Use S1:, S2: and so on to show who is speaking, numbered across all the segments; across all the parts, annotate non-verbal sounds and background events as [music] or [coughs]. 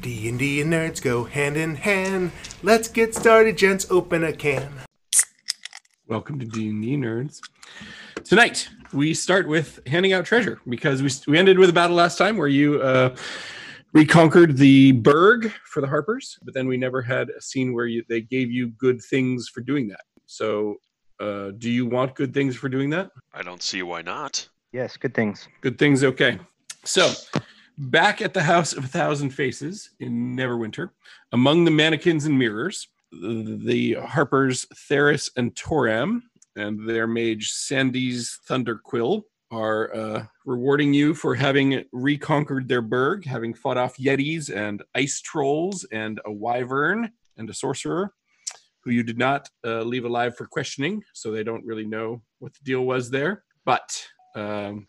S1: D and D and nerds go hand in hand. Let's get started, gents. Open a can.
S2: Welcome to D&D Nerds. Tonight, we start with handing out treasure because we, we ended with a battle last time where you uh, reconquered the Berg for the Harpers, but then we never had a scene where you, they gave you good things for doing that. So, uh, do you want good things for doing that?
S3: I don't see why not.
S4: Yes, good things.
S2: Good things, okay. So, back at the House of a Thousand Faces in Neverwinter, among the mannequins and mirrors, the Harpers Theris and Toram and their mage Sandy's Thunderquill are uh, rewarding you for having reconquered their burg, having fought off yetis and ice trolls and a wyvern and a sorcerer who you did not uh, leave alive for questioning, so they don't really know what the deal was there, but um,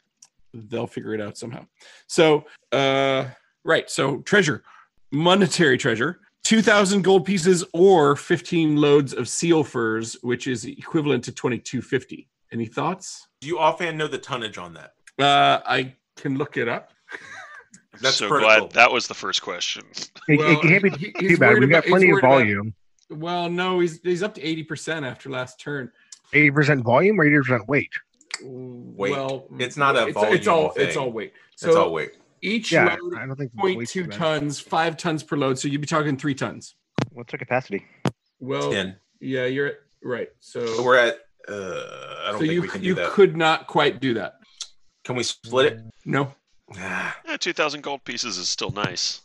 S2: they'll figure it out somehow. So, uh, right, so treasure, monetary treasure. 2000 gold pieces or 15 loads of seal furs which is equivalent to 2250 any thoughts
S5: Do you offhand know the tonnage on that?
S2: uh, i can look it up
S3: I'm
S5: That's
S3: so
S5: vertical.
S3: glad that was the first question.
S4: It,
S2: Well,
S4: it can't be
S2: he-
S4: too
S2: [laughs] he's
S4: bad.
S2: worried
S4: We've
S2: about-
S4: got
S2: he's
S4: plenty of
S2: worried about-
S4: volume.
S2: well no he's he's up to 80% after last turn
S4: Eighty percent volume or eighty percent weight.
S2: Wait, well
S5: It's not a
S2: it's, it's all
S5: volume
S2: it's
S5: thing.
S2: all weight so
S5: That's all weight.
S2: each
S4: Yeah,
S2: load
S4: I don't think weight's too
S2: 0.2
S4: bad.
S2: tons 5 tons per load so you'd be talking 3 tons
S4: What's the capacity?
S2: well
S5: Ten.
S2: yeah you're at- right
S5: But
S2: so
S5: we're at. Uh, I don't
S2: so
S5: think
S2: you
S5: we can do
S2: you
S5: that.
S2: could not quite do that
S5: Can we split it?
S2: [sighs] no
S5: Ah,
S3: Yeah, 2,000 gold pieces is still nice.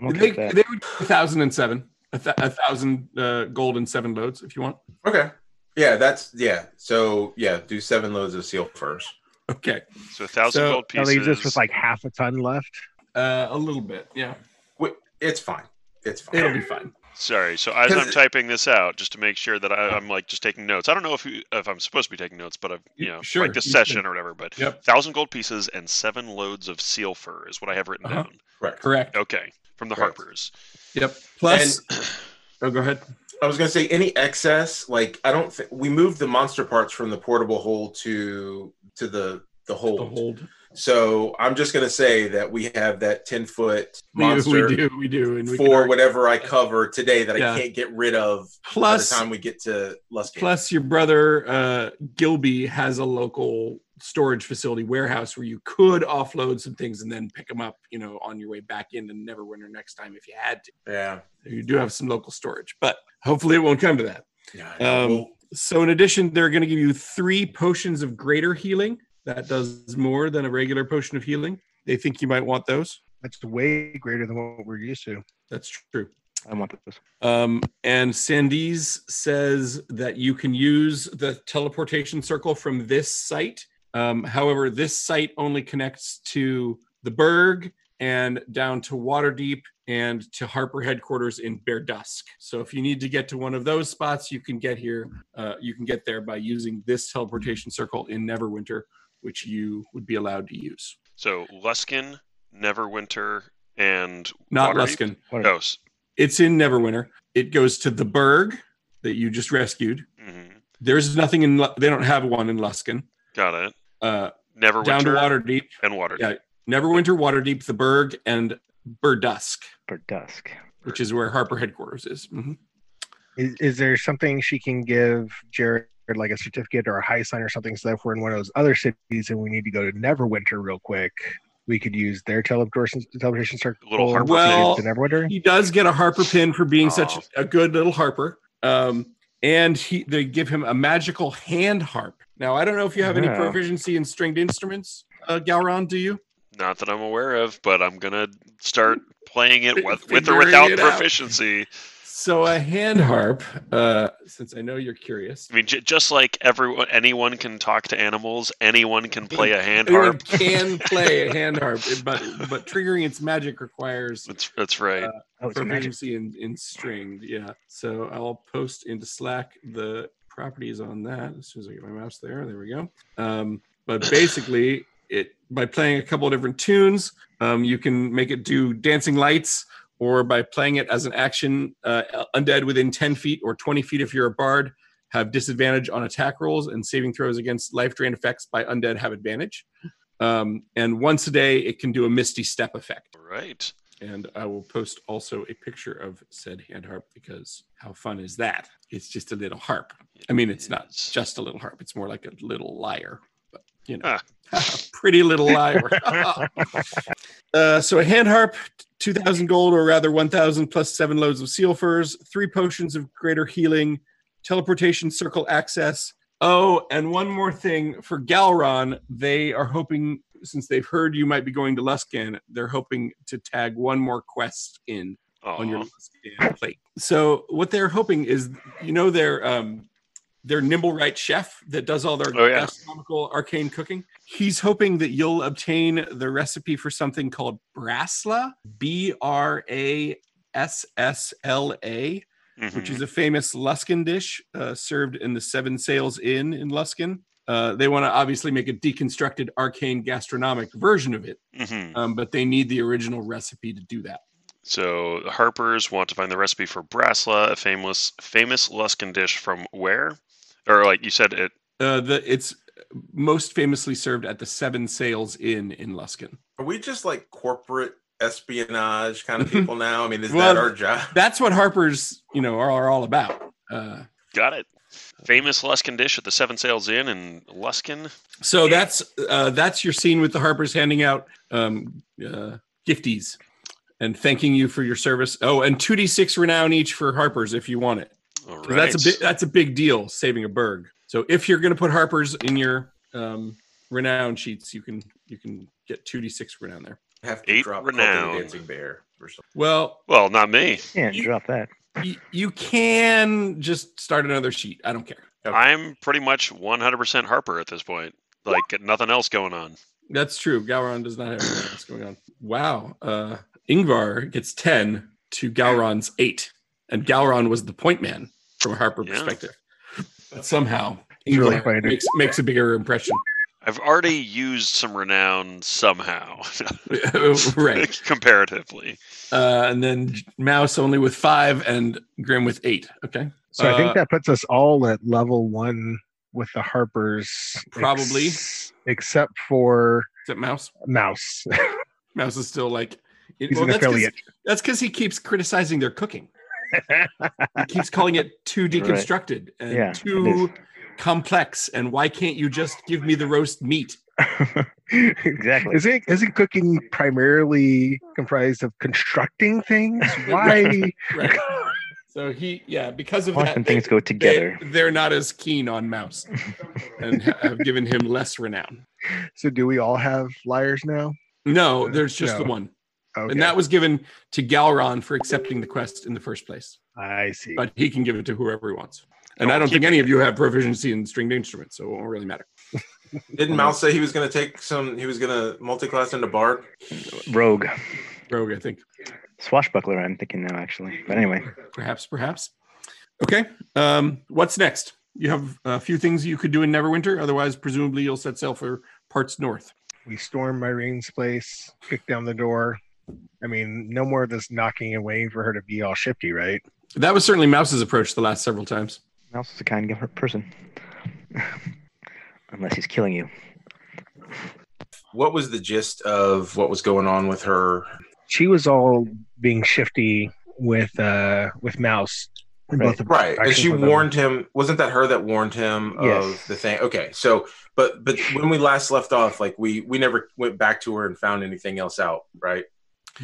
S4: I'm okay
S2: they,
S4: with that.
S2: they would a thousand and seven, a, th- a thousand uh, gold and seven loads if you want.
S5: okay. Yeah, that's yeah. So yeah, do seven loads of seal first.
S2: Okay,
S3: So 1,000
S2: So,
S3: gold
S4: That
S3: pieces.
S4: leaves us with like half a ton left.
S2: uh, a little bit, yeah,
S5: Wait, it's fine. It's fine.
S2: it'll be fine.
S3: Sorry. So as
S5: 'Cause-
S3: I'm typing this out, just to make sure that I, I'm like just taking notes. I don't know if you, if I'm supposed to be taking notes, but I've you
S2: You-
S3: know
S2: sure,
S3: like this
S2: you should.
S3: session or whatever. But
S2: Yep.
S3: thousand gold pieces and seven loads of seal fur is what I have written
S2: Uh-huh.
S3: down.
S5: Correct.
S2: Correct.
S3: Okay, from the
S5: Correct.
S3: Harpers.
S2: Yep.
S5: [clears throat]
S2: Plus, oh, go ahead.
S5: I was gonna say any excess, like I don't think we moved the monster parts from the portable hole to to the the
S2: The
S5: hold.
S2: hold.
S5: So I'm just gonna say that we have that ten foot
S2: We, we
S5: monster
S2: do, we do, and we can
S5: for
S2: argue.
S5: whatever I cover today that
S2: Yeah.
S5: I can't get rid of
S2: Plus-
S5: by the time we get to Lust Game.
S2: Plus, your brother uh, Gilby has a local storage facility warehouse where you could offload some things and then pick them up, you know, on your way back in and Neverwinter next time if you had to.
S5: Yeah.
S2: You do have some local storage, but hopefully it won't come to that.
S5: Yeah.
S2: Um,
S5: Well,
S2: So, in addition, they're going to give you three potions of greater healing. That does more than a regular potion of healing. They think you might want those.
S4: That's way greater than what we're used to.
S2: That's true.
S4: I want this.
S2: Um, and Sandees says that you can use the teleportation circle from this site. Um, however, this site only connects to the Berg and down to Waterdeep and to Harper headquarters in Bear Dusk. So if you need to get to one of those spots, you can get here. Uh, you can get there by using this teleportation circle in Neverwinter, which you would be allowed to use.
S3: So Luskin, Neverwinter, and
S2: Not
S3: Waterdeep?
S2: Luskin.
S3: No. s-
S2: It's in Neverwinter. It goes to the Berg that you just rescued.
S3: mhm,
S2: There's nothing in. Lu- They don't have one in Luskin.
S3: Got it.
S2: Uh,
S3: Neverwinter
S2: down to Waterdeep,
S3: and Waterdeep.
S2: Yeah. Neverwinter, Waterdeep, the Berg, and Burdusk,
S4: For dusk.
S2: which is where Harper headquarters is. Mhm.
S4: Is, is there something she can give Jared, like a certificate or a high sign or something, so if we're in one of those other cities and we need to go to Neverwinter real quick, we could use their teleportation teleportation circle.
S3: Little Harper
S2: Well-
S4: to Neverwinter.
S2: He does get a Harper pin for being such
S3: Aw.
S2: a good little Harper, um, and he they give him a magical hand harp. Now I don't know if you have any
S4: Yeah.
S2: proficiency in stringed instruments, uh, Galron. Do you?
S3: Not that I'm aware of, but I'm gonna start playing it with, with or
S2: Figuring
S3: without
S2: it out.
S3: proficiency.
S2: So a hand harp. Uh, since I know you're curious,
S3: I mean, j- just like everyone, anyone can talk to animals. Anyone can play a hand
S2: anyone
S3: harp.
S2: can play a
S3: [laughs]
S2: hand harp, but but triggering its magic requires
S3: That's that's
S2: Uh,
S3: right.
S4: Oh, it's a magic.
S2: proficiency in, in stringed. Yeah. So I'll post into Slack the properties on that as soon as I get my mouse there. There we go. Um,
S4: [laughs]
S2: but basically, it by playing a couple of different tunes, um, you can make it do dancing lights, or by playing it as an action, uh, undead within 10 feet or 20 feet if you're a bard have disadvantage on attack rolls and saving throws against life drain effects by undead have advantage. Um, and once a day, it can do a misty step effect.
S3: All right.
S2: And I will post also a picture of said hand harp because how fun is that? It's just a little harp. I mean, it's not just a little harp, it's more like a little lyre, but you know, [laughs] pretty little liar. [laughs] uh, so a hand harp, 2,000 gold, or rather 1,000 plus seven loads of seal furs, three potions of greater healing, teleportation circle access. Oh, and one more thing for Galron, they are hoping, since they've heard you might be going to Luskan, they're hoping to tag one more quest in on your
S3: Aw.
S2: Luskan plate. So what they're hoping is, you know, their um, their nimble right chef that does all their
S3: Oh, yeah.
S2: gastronomical arcane cooking. He's hoping that you'll obtain the recipe for something called brasla, B R A S S L A, which
S3: Mhm.
S2: is a famous Luskin dish uh, served in the Seven Sails Inn in Luskin. Uh, they want to obviously make a deconstructed arcane gastronomic version of it,
S3: Mhm.
S2: um, but they need the original recipe to do that.
S3: So the Harpers want to find the recipe for brasla, a famous famous Luskin dish from where? Or like you said, it.
S2: Uh, the it's most famously served at the Seven Sails Inn in Luskin.
S5: Are we just like corporate espionage [laughs] kind of people now? I mean, is
S2: Well,
S5: that our job?
S2: That's what Harper's, you know, are, are all about. Uh,
S3: Got it. Famous Luskin dish at the Seven Sails Inn in Luskin.
S2: so that's uh, that's your scene with the Harpers handing out um, uh, gifties and thanking you for your service. Oh, and two d six renown each for Harpers if you want it.
S3: All
S2: 'Cause That's a uh, big
S3: right.
S2: that's a big deal saving a burg. So if you're going to put Harpers in your um, renown sheets, you can you can get two d six renown there.
S5: [laughs] Have to
S3: Eight
S5: drop Cult of
S3: renown.
S5: the dancing bear or something.
S2: Well,
S3: Well, not me.
S4: Can't drop that.
S2: y- you can just start another sheet. I don't care.
S5: Okay.
S3: I'm pretty much 100% Harper at this point. Like got nothing else going on.
S2: That's true. Gowron does not have anything else going on. Wow. Uh Ingvar gets 10 to Gowron's 8. And Gowron was the point man from a Harper
S3: Yeah.
S2: perspective. But somehow
S4: It's really
S2: Ingvar
S4: funny.
S2: makes, makes a bigger impression. [laughs]
S3: I've already used some renown somehow, [laughs]
S2: right.
S3: comparatively.
S2: Uh, and then Mouse only with 5 and Grim with 8. Okay.
S4: So I
S2: Uh,
S4: think that puts us all at level one with the Harpers,
S2: Probably.
S4: ex- except for
S2: Except Mouse.
S4: Mouse. [laughs]
S2: Mouse is still like it-
S4: He's
S2: well,
S4: an
S2: that's 'cause-
S4: affiliate.
S2: That's because he keeps criticizing their cooking. he keeps calling it
S6: [laughs]
S2: too deconstructed and
S6: Yeah, it
S2: too complex. And why can't you just give me the roast meat?
S4: [laughs]
S6: Exactly.
S4: Is it isn't cooking primarily comprised of
S2: [laughs]
S4: constructing things? Why?
S6: [laughs]
S2: Right. so he, yeah, because of
S6: Often
S2: that, they,
S6: things go together.
S2: are not as keen on Mouse and ha- have given him less renown.
S4: so do we all have liars now?
S2: No, there's just the
S4: No.
S2: one.
S4: Okay.
S2: And that was given to Galron for accepting the quest in the first place.
S4: I see.
S2: But he can give it to whoever he wants. And
S3: Oh,
S2: I don't think
S3: keeping
S2: any of you have proficiency in stringed instruments, so it won't really matter.
S5: Didn't Mouse say he was going to take some? He was going to multi-class into bard.
S6: Rogue.
S2: Rogue, I think.
S6: Swashbuckler, I'm thinking now, actually. But anyway,
S2: perhaps perhaps okay um what's next you have a few things you could do in neverwinter otherwise presumably you'll set sail for parts north
S4: we storm Irene's place, kick down the door. I mean, no more of this knocking and waiting for her to be all shifty, right?
S2: that was certainly mouse's approach the last several times
S6: Mouse is a kind of person. [laughs] Unless he's killing you.
S5: What was the gist of what was going on with her?
S4: She was all being shifty with uh with Mouse. in both
S6: Right.
S4: the
S5: Right, and
S4: actions
S5: she
S4: of them.
S5: warned him. Wasn't that her that warned him
S6: Yes.
S5: of the thing? Okay, so but but when we last left off, like we we never went back to her and found anything else out, right?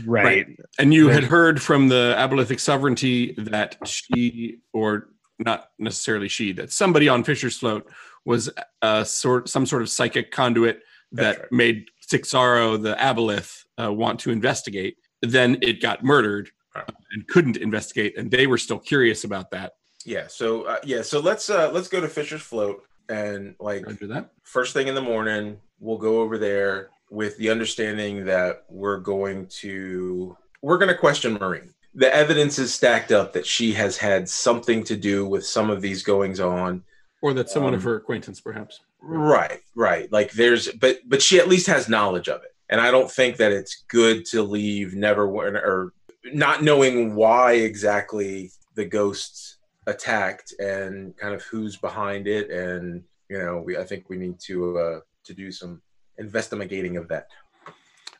S4: right.
S2: and you had
S4: Right.
S2: heard from the abolithic sovereignty that she or not necessarily she that somebody on fisher's float was uh sort some sort of psychic conduit
S5: That's
S2: that
S5: right.
S2: made Sixaro the aboleth uh, want to investigate then it got murdered uh,
S5: Right.
S2: and couldn't investigate and they were still curious about that
S5: Yeah. So uh, yeah. So let's uh let's go to Fisher's Float and like
S2: Roger that.
S5: first thing in the morning, we'll go over there with the understanding that we're going to we're going to question Marine. The evidence is stacked up that she has had something to do with some of these goings on.
S2: Or that someone of
S5: Um,
S2: her acquaintance, perhaps.
S5: Right, right. Like there's but but she at least has knowledge of it. And I don't think that it's good to leave never or not knowing why exactly the ghosts attacked and kind of who's behind it and you know, we I think we need to uh to do some investigating of that.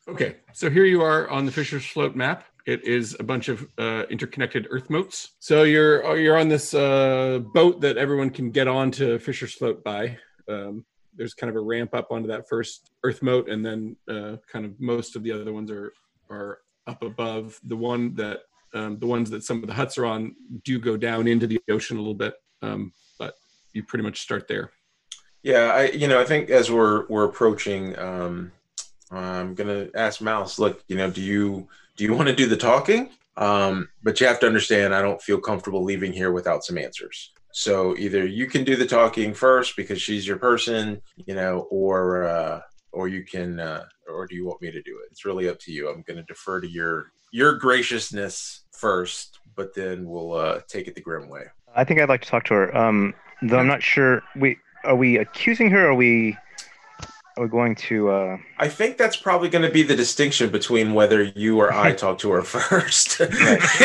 S2: Okay, so here you are on the Fisher's Float map. It is a bunch of uh, interconnected earth moats. So you're oh, you're on this uh, boat that everyone can get on to Fisher's Float by. Um, there's kind of a ramp up onto that first earth moat, and then uh, kind of most of the other ones are are up above. The one that um, the ones that some of the huts are on do go down into the ocean a little bit, um, but you pretty much start there.
S5: Yeah, I you know I think as we're we're approaching, um, I'm gonna ask Mouse. Look, you know, do you do you want to do the talking? Um, but you have to understand, I don't feel comfortable leaving here without some answers. So either you can do the talking first because she's your person, you know, or uh, or you can uh, or do you want me to do it? It's really up to you. I'm gonna defer to your your graciousness first, but then we'll uh, take it the grim way.
S6: I think I'd like to talk to her. Um, though I'm not sure. We are we accusing her? Or are we? Are we going to? Uh,
S5: I think that's probably going to be the distinction between whether you or
S6: [laughs]
S5: I talk to her [laughs] first.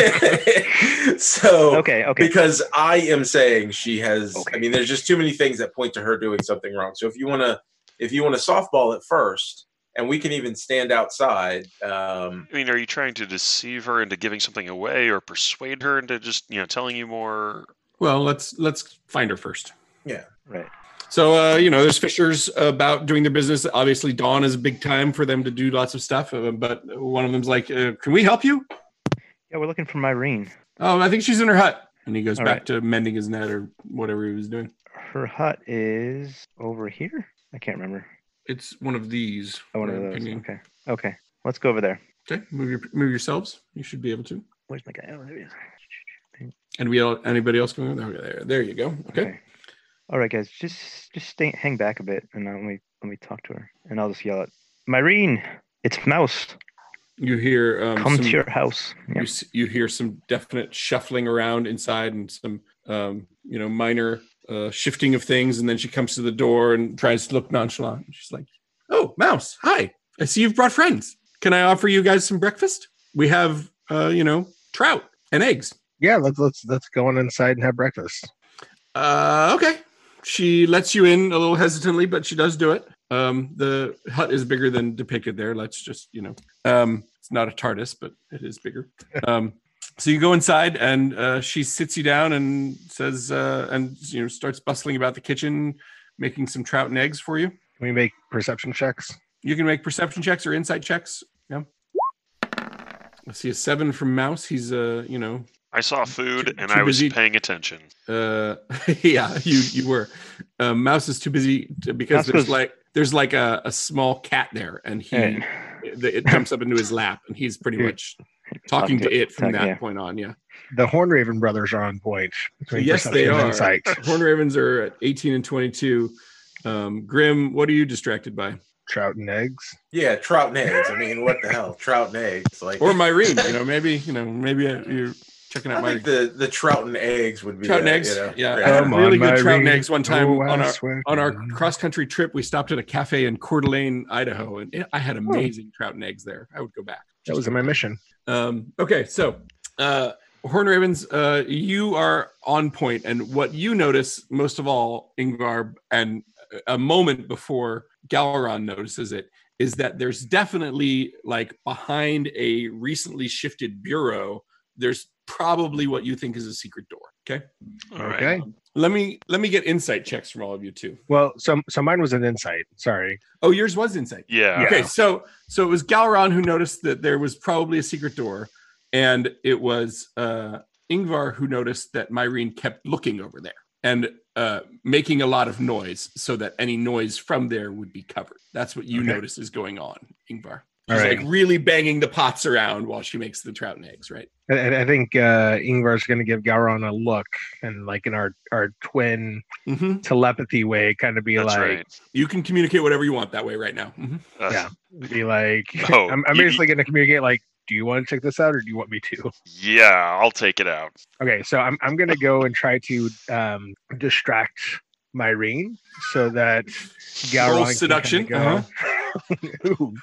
S5: [laughs]
S2: Oh.
S5: so,
S6: okay, okay.
S5: because I am saying she has, I
S6: Okay.
S5: mean, there's just too many things that point to her doing something wrong. So, if you want to, if you want to softball it first, and we can even stand outside. Um,
S3: I mean, are you trying to deceive her into giving something away or persuade her into just, you know, telling you more?
S2: Well, let's let's find her first.
S6: Right.
S2: So uh, you know, there's Fishers about doing their business. Obviously, dawn is a big time for them to do lots of stuff. Uh, but one of them's like, uh, "Can we help you?"
S6: Yeah, we're looking for Myrene.
S2: Oh, I think she's in her hut. And he goes
S6: All
S2: back
S6: right.
S2: to mending his net or whatever he was doing.
S6: Her hut is over here. I can't remember.
S2: It's one of these.
S6: Oh, one of
S2: I'm
S6: those.
S2: pinging.
S6: Okay. Okay. Let's go over there.
S2: Okay, move your, move yourselves. You should be able to.
S6: Where's my guy? Oh, there he is.
S2: And we all, anybody else going? Okay, there, there you go. Okay.
S6: All right, guys. Just just stay, hang back a bit, and uh, let me let me talk to her, and I'll just yell at Myrene. It's Mouse.
S2: You hear um,
S6: Come
S2: some,
S6: to your house.
S2: you,
S6: Yeah.
S2: s- you hear some definite shuffling around inside and some um, you know minor uh, shifting of things and then she comes to the door and tries to look nonchalant she's like oh mouse hi i see you've brought friends can i offer you guys some breakfast we have uh, you know trout and eggs
S4: Yeah, let's let's let's go on inside and have breakfast.
S2: uh, okay she lets you in a little hesitantly but she does do it um, the hut is bigger than depicted there let's just you know um, it's not a tardis but it is bigger um, so you go inside and uh, she sits you down and says uh, and you know starts bustling about the kitchen making some trout and eggs for you
S4: Can we make perception checks?
S2: you can make perception checks or insight checks yeah i see a seven from mouse he's uh you know
S3: I saw food
S2: Too-
S3: and
S2: too
S3: I was
S2: busy.
S3: paying attention.
S2: uh [laughs] yeah you you were uh, mouse is too busy to, because
S6: Mouse
S2: there's
S6: goes-
S2: like there's like a, a small cat there and he
S6: All right.
S2: it, it jumps up into his lap and he's pretty
S6: Yeah.
S2: much talking to it from
S6: Talk-
S2: that
S6: yeah.
S2: point on yeah
S4: The Hornraven brothers are on point. between
S2: Yes, they
S4: perception and
S2: are.
S4: Insight.
S2: horn ravens are at 18 and 22 um grim what are you distracted by
S4: Trout and eggs.
S5: yeah, trout and eggs. I mean, what the hell, trout and eggs? Like,
S2: or myrene you know maybe you know maybe uh, you're checking
S5: I
S2: out my
S5: think the the trout and eggs would be
S2: Trout and
S5: the,
S2: eggs?
S5: you know,
S2: Yeah. I had Um, really good trout and
S4: Myrene.
S2: eggs one time
S4: Oh, I
S2: on our-
S4: swear
S2: on
S4: to
S2: our
S4: God.
S2: cross country trip we stopped at a cafe in Coeur d'Alene, Idaho and it, I had amazing trout and eggs there I would go back
S4: Oh. that was in my mission.
S2: Um, okay, so uh, Horn Ravens, uh, you are on point, and what you notice most of all, Ingvar, and a moment before Galaron notices it, is that there's definitely like behind a recently shifted bureau, there's probably what you think is a secret door. Okay,
S3: All right.
S4: Okay.
S2: let me let me get insight checks from all of you too.
S4: Well, so so mine was an insight. Sorry.
S2: Oh, yours was insight.
S3: Yeah.
S2: Okay, so so it was Galron who noticed that there was probably a secret door, and it was uh, Ingvar who noticed that Myrene kept looking over there and uh, making a lot of noise, so that any noise from there would be covered. That's what you
S4: Okay.
S2: notice is going on, Ingvar.
S4: All
S2: She's
S4: right.
S2: like really banging the pots around while she makes the trout and eggs, right?
S4: I- I, I think uh, Ingvar's going to give Gowron a look, and like in our our twin
S2: Mm-hmm.
S4: telepathy way, kind of be
S3: That's
S4: like,
S3: right.
S2: You can communicate whatever you want that way right now. Mhm.
S3: Uh,
S4: Yeah. be like,
S3: Oh,
S4: I'm, I'm
S3: you-
S4: basically going to communicate like, do you want to check this out, or do you want me to?
S3: yeah, I'll take it out.
S4: Okay, so I'm I'm going to go and try to um, distract Myrene so that Gowron
S2: Roll
S4: can
S2: seduction. Uh-huh.
S4: kinda go, [laughs] Ooh,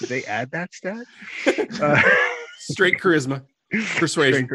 S4: did they add that
S2: [laughs]
S4: stat? Uh,
S2: Straight
S4: [laughs]
S2: charisma, persuasion,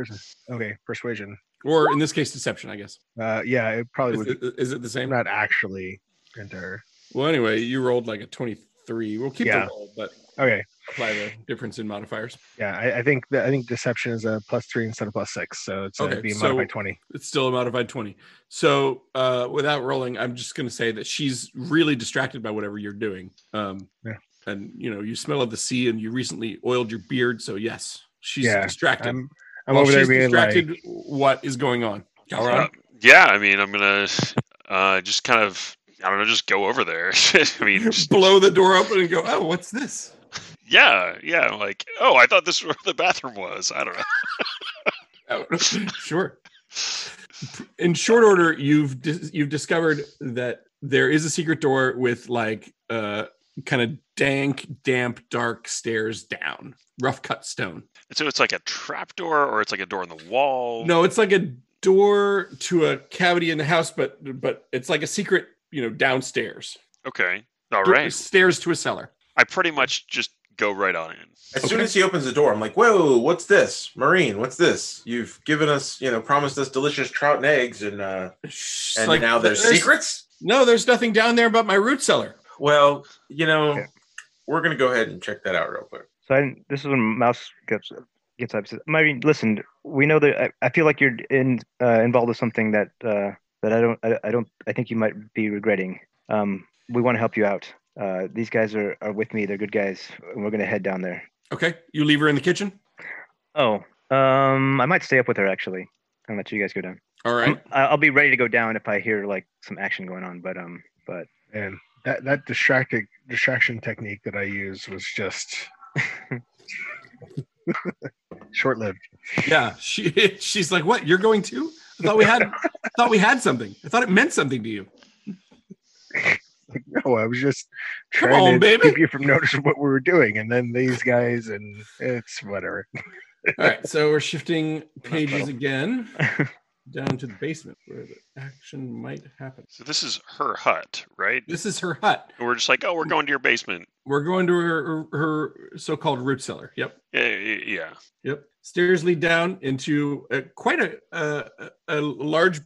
S4: okay, persuasion.
S2: or in this case, deception. I guess
S4: Uh, yeah, it probably
S2: is
S4: would
S2: it, is it the
S4: I'm
S2: same?
S4: not actually enter.
S2: Well, anyway, you rolled like a 23. We'll keep
S4: Yeah.
S2: the roll, but
S4: Okay,
S5: apply the
S2: difference in modifiers.
S4: Yeah, I, I think that I think deception is a plus three instead of plus six, so it's
S2: Okay,
S4: gonna be
S2: so-
S4: modified twenty.
S2: It's still a modified 20. So, uh, without rolling, I'm just going to say that she's really distracted by whatever you're doing. Um,
S4: Yeah.
S2: And, you know, you smell of the sea and you recently oiled your beard. So, yes, she's
S4: Yeah,
S2: distracted.
S4: I'm I'm
S2: While
S4: over there
S2: she's
S4: being
S2: distracted.
S4: like,
S2: what is going on?
S4: [coughs]
S2: Galron?
S3: Uh, yeah, I mean, I'm gonna uh, just kind of, I don't know, just go over there. [laughs] I mean, just,
S2: blow the door open and go, oh, what's this?
S3: yeah, yeah. I'm like, oh, I thought this [laughs] was where the bathroom was. I don't know. [laughs]
S2: Oh, sure. In short order, you've dis- you've discovered that there is a secret door with like uh, kind of dank, damp, dark stairs down, rough cut stone.
S3: So it's like a trap door, or it's like a door in the wall.
S2: No, it's like a door to a cavity in the house, but but it's like a secret, you know, downstairs.
S3: Okay. All
S2: Door-
S3: right.
S2: Stairs to a cellar.
S3: I pretty much just go right on in.
S5: As soon
S2: Okay.
S5: as he opens the door, I'm like, "Whoa, what's this, Marine? What's this? You've given us, you know, promised us delicious trout and eggs, and uh,
S2: It's
S5: and
S2: like,
S5: now there's, secrets."
S2: No, there's nothing down there but my root cellar.
S5: Well, you know,
S6: Okay.
S5: we're gonna go ahead and check that out real quick.
S6: So I didn't, this is when Mouse gets gets upset. Marine, listen, we know that I, I feel like you're in uh, involved with something that uh, that I don't I, I don't I think you might be regretting. Um, we want to help you out. Uh, these guys are, are with me. They're good guys. And we're gonna head down there.
S2: Okay, you leave her in the kitchen.
S6: Oh, um, I might stay up with her actually and let you guys go down.
S2: All right.
S6: I'm- I- I'll be ready to go down if I hear like some action going on. But um, but
S4: and that that distracted distraction technique that I used was
S2: [laughs]
S4: just short lived.
S2: Yeah, she [laughs] she's like, "What? You're going to? I thought we had I thought we had something. I thought it meant something to you."
S4: [laughs] No, I was just
S2: Come
S4: trying
S2: on,
S4: to
S2: baby.
S4: keep you from noticing what we were doing, and then these guys, and it's whatever.
S2: All right, so we're shifting pages again down to the basement where the action might happen.
S3: So this is her hut, right?
S2: This is her hut.
S3: And we're just like, oh, we're going to your basement.
S2: We're going to her her so-called root cellar. Yep.
S3: Yeah, yeah. yeah.
S2: Yep. Stairs lead down into a, quite a, a a large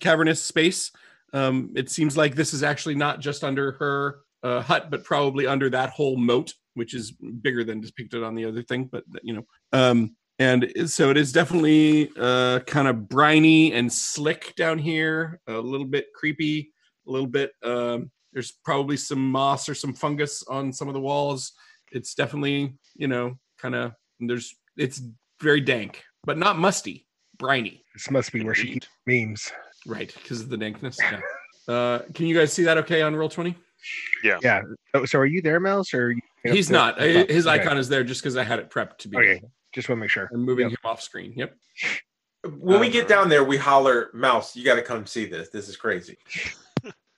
S2: cavernous space. Um, it seems like this is actually not just under her uh, hut, but probably under that whole moat, which is bigger than depicted on the other thing. But you know, um, and it- so it is definitely uh, kind of briny and slick down here. A little bit creepy. A little bit. Um, there's probably some moss or some fungus on some of the walls. It's definitely you know kind of and there's it's very dank, but not musty, briny,
S4: This must be where she
S3: Indeed.
S4: keeps memes.
S2: right? Because of the dankness. Yeah. Uh, can you guys see that okay on roll 20?
S4: Oh, so are you there, Mouse? Or are you
S2: He's not. I- His
S4: Okay.
S2: icon is there just because I had it prepped to be.
S4: Okay, just want to make sure.
S2: I'm moving
S4: Yep.
S2: him off screen. Yep.
S5: When we get down there, we holler, "Mouse, you got to come see this. This is crazy."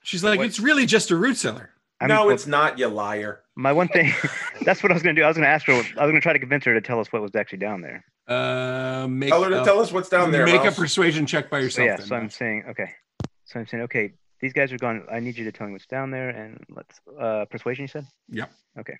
S2: She's like,
S6: What-
S2: it's really just a root cellar.
S6: I'm,
S5: no, it's not, you liar.
S6: my one thing. [laughs] that's what I was gonna do. I was gonna ask her. what- I was gonna try to convince her to tell us what was actually down there.
S2: Uh, make
S5: Tell her to
S2: a-
S5: tell us what's down there.
S2: Make
S5: Mouse.
S2: a persuasion check by
S6: So
S2: yourself.
S6: yeah,
S2: then.
S6: so I'm saying okay. So I'm saying okay. These guys are gone. I need you to tell me what's down there, and let's uh, persuasion. You said.
S2: Yep.
S6: Okay.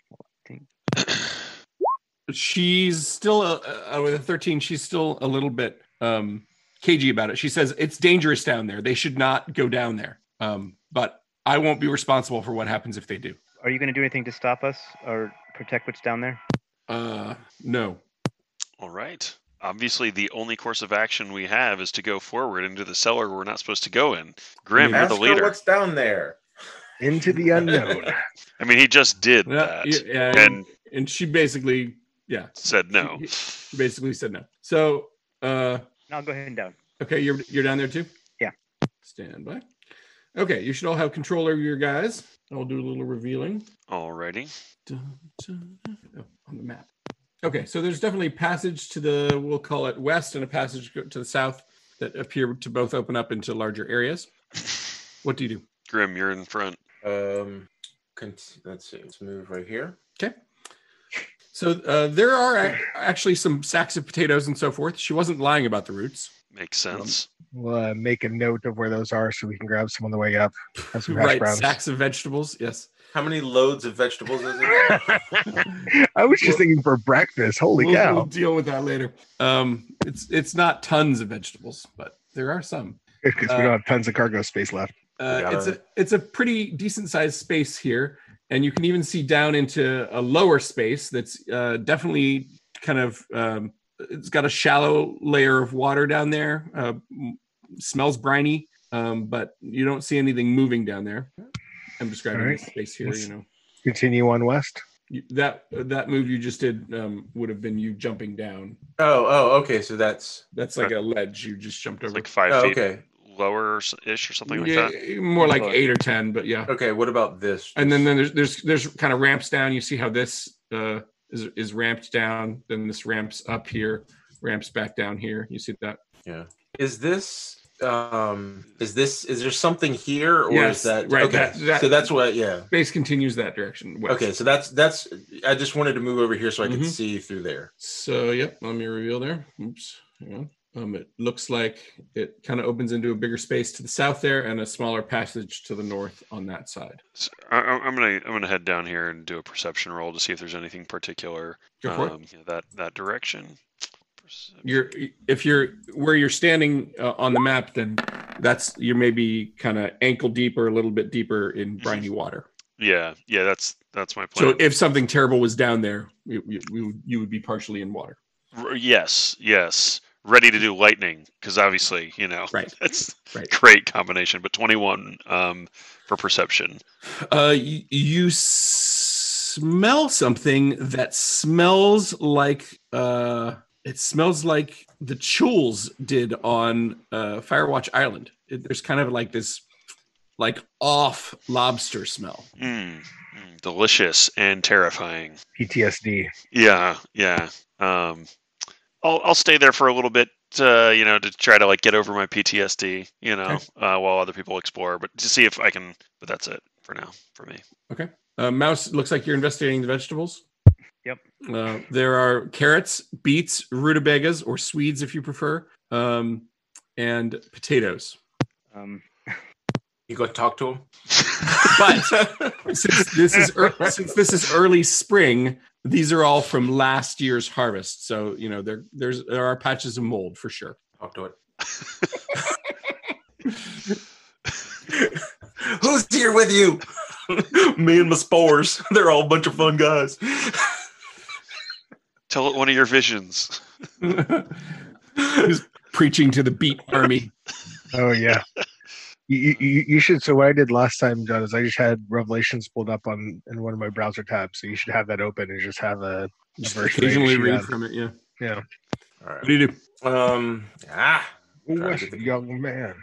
S2: she's still uh, uh, with a 13 she's still a little bit um cagey about it she says it's dangerous down there they should not go down there um but i won't be responsible for what happens if they do
S6: Are you gonna do anything to stop us or protect what's down there?
S2: uh no
S3: [clears throat] All right. Obviously, the only course of action we have is to go forward into the cellar we're not supposed to go in. Grim, you're
S5: Ask
S3: the
S5: her
S3: leader.
S5: what's down there.
S4: Into the
S2: [laughs]
S4: unknown.
S3: I mean, he just did
S2: Yeah,
S3: that
S2: yeah, and,
S3: and
S2: and she basically yeah
S3: said no.
S2: He- she basically said no so uh
S6: No, I'll go ahead and down.
S2: okay you're you're down there too
S6: Yeah.
S2: stand by okay you should all have control over your guys i'll do a little revealing
S3: [laughs] Alrighty.
S2: Dun, dun, dun. Oh, on the map. Okay, so there's definitely a passage to the, we'll call it west, and a passage go- to the south that appear to both open up into larger areas. What do you do?
S3: Grim, you're in front.
S5: Um, cont- let's see. Let's move right here.
S2: Okay. So uh, there are ac- actually some sacks of potatoes and so forth. She wasn't lying about the roots.
S3: Makes sense.
S4: we'll uh, make a note of where those are so we can grab some on the way up. Have some hash
S2: Right,
S4: browns.
S2: sacks of vegetables. Yes.
S5: How many loads of vegetables is it?
S4: [laughs] I was just thinking for breakfast. Holy
S2: we'll, we'll
S4: cow!
S2: deal with that later. Um, it's it's not tons of vegetables, but there are some.
S4: Because we
S2: uh,
S4: don't have tons of cargo space left.
S2: Uh, it's a it's a pretty decent sized space here, and you can even see down into a lower space that's uh, definitely kind of um, it's got a shallow layer of water down there. Uh, m- smells briny, um, but you don't see anything moving down there. I'm describing
S4: All right.
S2: the space here.
S4: Let's-
S2: You know
S4: Continue on west.
S2: You- that that move you just did um, would have been you jumping down.
S5: Oh, oh, okay. So that's
S2: That's like a ledge you just jumped
S3: It's
S2: over.
S3: like five
S5: oh,
S3: feet
S5: okay.
S3: lower ish or something like
S2: yeah,
S3: that.
S2: more like eight or ten, but yeah.
S5: Okay, what about this?
S2: and then, then there's there's there's kind of ramps down. You see how this uh, is is ramped down. Then this ramps up here, ramps back down here. You see that?
S5: is this um is this is there something here or
S2: Yes,
S5: is that
S2: right,
S5: okay?
S2: that- that-
S5: so that's what yeah.
S2: Space continues that direction. West.
S5: Okay, so that's that's I just wanted to move over here so I could
S2: Mhm.
S5: see through there.
S2: So yep, let me reveal there. Oops. Hang on. Um, it looks like it kind of opens into a bigger space to the south there, and a smaller passage to the north on that side.
S3: So I, I- I'm gonna I'm gonna head down here and do a perception roll to see if there's anything particular
S2: Go for it.
S3: um, yeah, that that direction. Percep-
S2: You're if you're where you're standing uh, on the map, then that's you're maybe kind of ankle deep or a little bit deeper in briny water.
S3: Yeah, yeah, that's that's my plan.
S2: So if something terrible was down there, you, you, you would- you would be partially in water.
S3: R- yes, yes, ready to do lightning because obviously you know
S2: Right.
S3: [laughs] that's
S2: Right.
S3: great combination. But 21 um, for perception.
S2: Uh, you, you smell something that smells like uh, it smells like the Chules did on uh, Firewatch Island. It, there's kind of like this like off lobster smell.
S3: Mm, mm, delicious and terrifying.
S2: [laughs]
S4: PTSD.
S3: Yeah, yeah. Um, I'll I'll stay there for a little bit, uh, you know, to try to like get over my PTSD, you know, uh, while other people explore, but to see if I can. But that's it for now for me.
S2: Uh, Mouse, looks like you're investigating the vegetables.
S6: Yep.
S2: Uh, there are carrots, beets, rutabagas, or Swedes if you prefer, um, and potatoes.
S6: Um,
S5: You go talk to him.
S2: But- Since this is ear since this is early spring, these are all from last year's harvest. So you know there there's there are patches of mold for sure.
S5: talk to it. [laughs] Who's here with you? [laughs] Me and my spores. [laughs] They're all a bunch of fun guys.
S3: Tell it one of your visions.
S2: Preaching to the beet army.
S4: Oh yeah. You, you, you should. So what I did last time, John, is I just had Revelations pulled up on in one of my browser tabs. So you should have that open and just have a.
S2: Just
S4: verse
S2: occasionally
S4: read,
S2: read
S4: yeah.
S2: from it. Yeah.
S5: All
S2: What do you do?
S5: right. [laughs] Um. Ah.
S4: What a young man.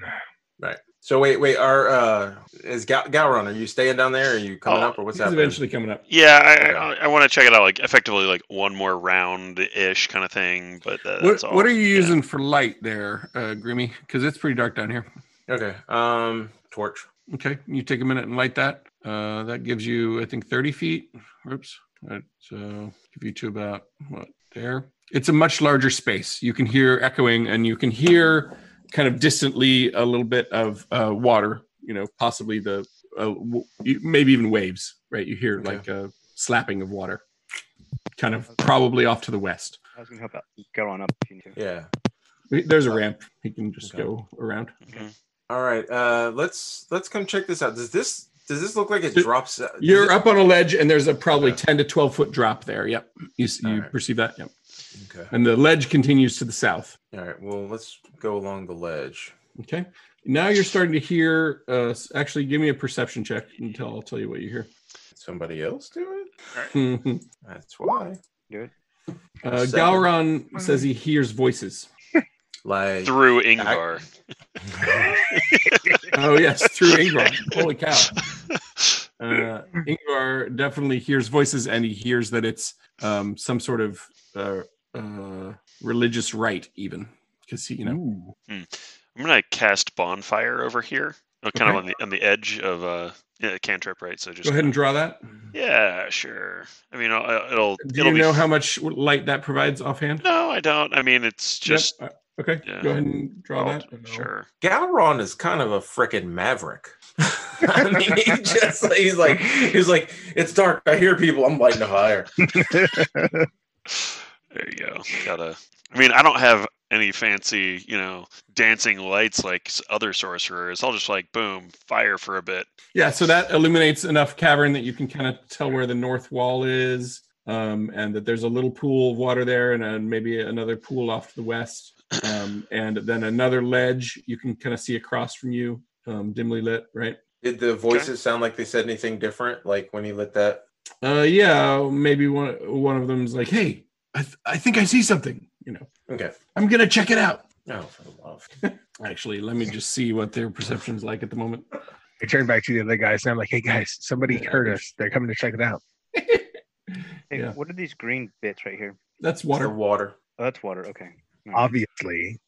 S5: Right. So wait, wait. Our uh, is Ga- Gowron? Are you staying down there? Are you coming
S3: Oh,
S5: up, or what's
S2: He's
S5: happening?
S2: eventually coming up.
S3: Yeah, I
S5: Okay.
S3: I, I want to check it out, like effectively, like one more round ish kind of thing. But
S2: What,
S3: that, that's all.
S2: what are you
S3: Yeah.
S2: using for light there, uh, Grimmy? Because it's pretty dark down here.
S5: Okay. Um. Torch.
S2: Okay, you take a minute and light that. Uh, that gives you, I think, 30 feet. Oops. All right, so give you to about what there. It's a much larger space. You can hear echoing, and you can hear kind of distantly a little bit of uh, water. You know, possibly the uh, w- you- maybe even waves. Right? You hear
S5: Okay.
S2: like a slapping of water, kind of probably off to the west.
S6: I was gonna help out. Go on up if you need to.
S5: Yeah.
S2: There's a ramp. You can just
S5: Okay.
S2: go around.
S3: Mhm.
S5: All right. Uh. Let's let's come check this out. Does this does this look like it
S2: Th-
S5: drops? out- does
S2: You're
S5: it-
S2: up on a ledge, and there's a probably
S5: Okay.
S2: 10 to 12 foot drop there. Yep. You, s- you
S5: Alright.
S2: perceive that? Yep.
S5: Okay.
S2: And the ledge continues to the south.
S5: All right. Well, let's go along the ledge.
S2: Okay. Now you're starting to hear. Uh, s- actually, give me a perception check until I'll tell you what you hear. [laughs]
S5: Did somebody else do it?
S2: Mhm.
S5: That's why.
S2: uh,
S5: Seven.
S2: Gowron says he hears voices.
S5: Like.
S3: Through Ingar.
S2: Oh, yes, through Ingvar. Holy cow. Uh, Ingvar definitely hears voices and he hears that it's um, some sort of uh, uh, religious rite, even because he, [laughs] you know,
S3: [laughs] I'm gonna cast bonfire over here, uh, kind
S2: Okay.
S3: of on the on the edge of uh, yeah, cantrip, right? So just
S2: go ahead and draw that.
S3: Yeah, sure. I mean, I'll- it'll.
S2: Do
S3: it'll
S2: you
S3: be
S2: know
S3: f-
S2: how much light that provides offhand?
S3: No, I don't. I mean, it's just.
S2: Yep. Uh, okay.
S3: yeah.
S2: Go ahead and draw
S3: I'll-
S2: that.
S3: Sure.
S5: Galron is kind of a frickin' maverick. I mean, he just like, he's like he's like it's dark. I hear people. I'm lighting a fire.
S3: There you go. Gotta. I mean, I don't have any fancy, you know, dancing lights like s- other sorcerers. I'll just like boom, fire for a bit.
S2: Yeah, so that illuminates enough cavern that you can kind of tell where the north wall is, um, and that there's a little pool of water there, and uh, maybe another pool off to the west, um, and then another ledge you can kind of see across from you, um, dimly lit, right?
S5: Did the voices sound like they said anything different? Like when he lit that?
S2: Uh, yeah, maybe one one of them's like, "Hey, I, th- I think I see something." You know,
S5: Okay.
S2: I'm gonna check it out.
S5: Oh, for the love.
S2: Actually, let me just see what their perception's like at the moment.
S4: I turned back to the other guys and I'm like, hey guys, somebody
S2: Yeah.
S4: heard us. They're coming to check it out.
S6: Hey,
S2: Yeah.
S6: What are these green bits right here?
S2: That's
S5: Water.
S2: water.
S5: water.
S6: Oh, that's water. Okay.
S2: Mm-hmm.
S4: Obviously,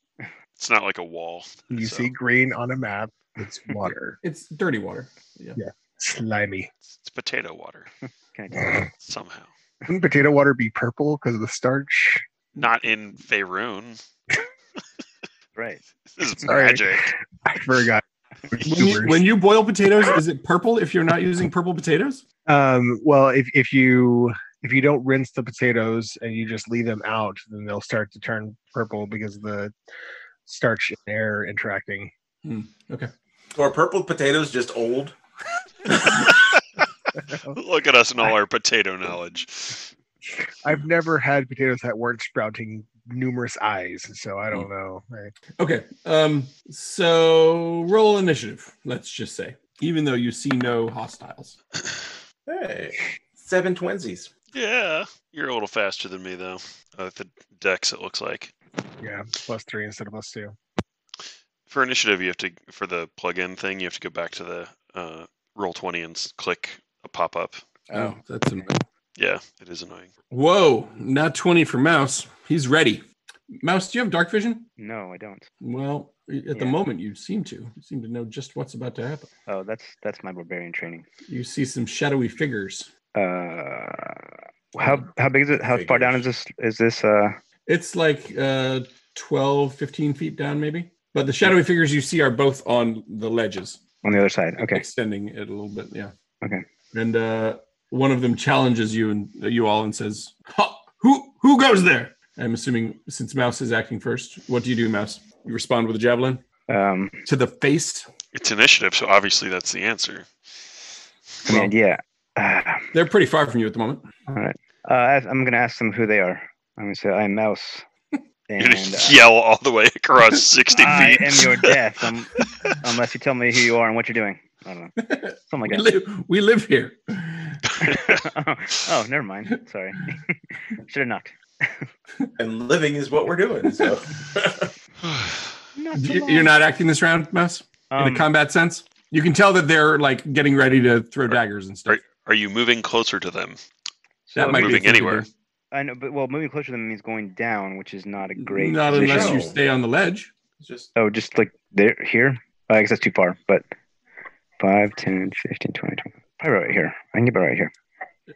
S3: It's not like a wall.
S4: you
S3: So-
S4: see green on a map.
S2: [laughs]
S4: It's water,
S2: It's dirty water.
S4: slimy.
S3: It's potato water
S6: Can I take
S4: Wouldn't
S3: somehow.
S4: potato water be purple because of the starch?
S3: Not in Faerun.
S6: right?
S3: This is
S4: Sorry.
S3: magic.
S4: I forgot.
S2: When [laughs] you, when you boil potatoes, is it purple? If you're not using purple potatoes,
S4: um, well, if if you if you don't rinse the potatoes and you just leave them out, then they'll start to turn purple because of the starch and air interacting.
S5: So are purple potatoes just old?
S3: [laughs] Look at us and all our potato knowledge.
S4: I've never had potatoes that weren't sprouting numerous eyes, so I don't know. I-
S2: Okay. Um, so roll initiative, let's just say, even though you see no hostiles.
S5: Hey. Seven twinsies.
S3: Yeah, you're a little faster than me though. Uh, the dex, it looks like.
S4: yeah, plus three instead of plus two.
S3: For initiative, you have to for the plug-in thing, you have to go back to the uh, roll twenty and s- click a pop-up.
S2: Oh, that's annoying.
S3: Yeah, it is annoying.
S2: Whoa, not 20 for Mouse. He's ready. Mouse, do you have dark vision?
S6: No, I don't.
S2: Well, at the
S6: Yeah.
S2: moment, you seem to. You seem to know just what's about to happen.
S6: Oh, that's that's my barbarian training.
S2: You see some shadowy figures.
S6: Uh, how
S2: Mm.
S6: how big is it? How far down is this? Is this uh?
S2: It's like uh, 12, 15 feet down, maybe. But the shadowy figures you see are both on the ledges.
S6: on the other side. Okay.
S2: extending it a little bit. Yeah.
S6: Okay.
S2: And uh, one of them challenges you and uh, you all and says, ha, "Who who goes there?" I'm assuming since Mouse is acting first, what do you do, Mouse? You respond with a javelin
S6: Um,
S2: to the face.
S3: It's initiative, so obviously that's the answer. [laughs]
S6: I mean,
S2: Well-
S6: yeah. Ah,
S2: They're pretty far from you at the moment.
S6: all right. Uh, I, I'm gonna ask them who they are. I'm gonna say I'm
S2: [laughs]
S6: Mouse,
S3: You're
S6: and
S3: gonna
S6: uh,
S3: yell all the way across sixty
S6: I
S3: feet.
S6: am your death, um, unless you tell me who you are and what you're doing. I don't know.
S2: [laughs]
S6: Something
S2: We
S6: like
S2: live, we live here.
S6: that. [laughs] oh, never mind. Sorry. [laughs] Should have knocked.
S5: And living is what we're doing. [laughs] So
S6: Not so
S2: You-
S6: long.
S2: You're not acting this round, Mouse, in
S6: Um,
S2: a combat sense. You can tell that they're like getting ready to throw daggers and stuff.
S3: Right. [sighs] Are you moving closer to them?
S6: so
S2: That might
S3: moving
S2: be a thing to
S3: anywhere.
S2: do.
S6: I know, but well, moving closer to them means going down, which is not a great.
S2: Not
S6: position.
S2: unless you
S5: No.
S2: stay on the ledge.
S5: just
S6: Oh, just like there, here? I guess that's too far, but 5, 10, 15, 20, 20. Probably right here. I can get about right here.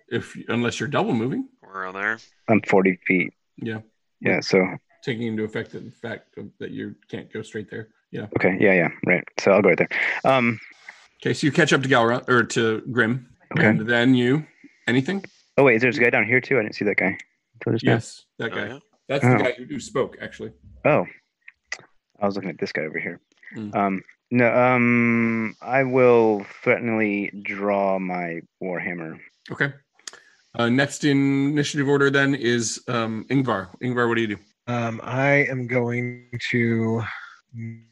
S2: If unless you're double moving.
S3: Around there.
S6: I'm 40 feet.
S2: Yeah.
S6: Yeah, so,
S2: taking into effect the fact of- that you can't go straight there. Yeah.
S6: okay. Yeah, yeah, right. So I'll go right there. Um,
S2: Okay, so you catch up to Galra or to Grim,
S6: Okay.
S2: and then you anything?
S6: oh, wait, there's a guy down here too. I didn't see that guy. until just now.
S2: Yes, that
S3: Oh,
S2: guy.
S3: yeah.
S2: That's
S6: Oh.
S2: the guy who, who spoke actually.
S6: Oh, I was looking at this guy over here.
S2: Mm.
S6: Um, no, um, I will threateningly draw my warhammer.
S2: Okay. Uh, next in initiative order then is um, Ingvar. Ingvar, what do you do?
S4: Um, I am going to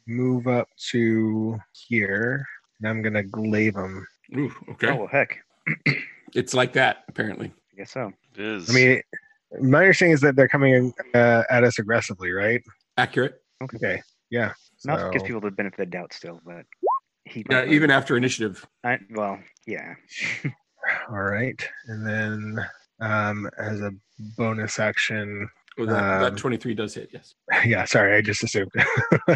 S4: move up to here, and I'm gonna glaive them.
S2: Ooh, okay.
S6: Oh well, heck,
S2: It's like that apparently.
S6: I guess so.
S3: It is.
S4: I mean, my understanding is that they're coming in, uh, at us aggressively, right?
S2: Accurate.
S4: Okay, yeah.
S6: Mouse gives
S4: so-
S6: people the benefit of the doubt still, but he
S2: Yeah,
S6: might not.
S2: even after initiative.
S6: I, well, yeah.
S4: All right, and then um, as a bonus action, [laughs]
S2: Oh, that,
S4: Um,
S2: that 23 does hit, yes.
S4: yeah. Sorry, I just assumed. [laughs]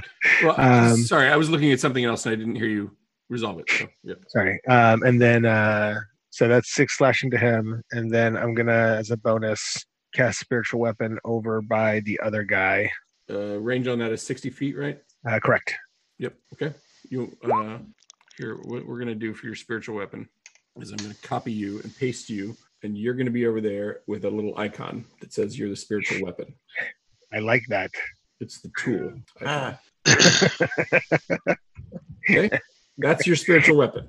S2: Well, I-
S4: um,
S2: sorry, I was looking at something else and I didn't hear you resolve it. So, yeah.
S4: sorry. Um, and then uh, so that's six slashing to him, and then I'm gonna as a bonus cast spiritual weapon over by the other guy.
S2: Uh, range on that is 60 feet, right?
S4: Uh, correct.
S2: Yep. Okay. You uh here what we're gonna do for your spiritual weapon is I'm gonna copy you and paste you, and you're gonna be over there with a little icon that says you're the spiritual weapon.
S4: I like that.
S7: It's the tool.
S5: Ah,
S2: [laughs]
S7: That's your spiritual weapon.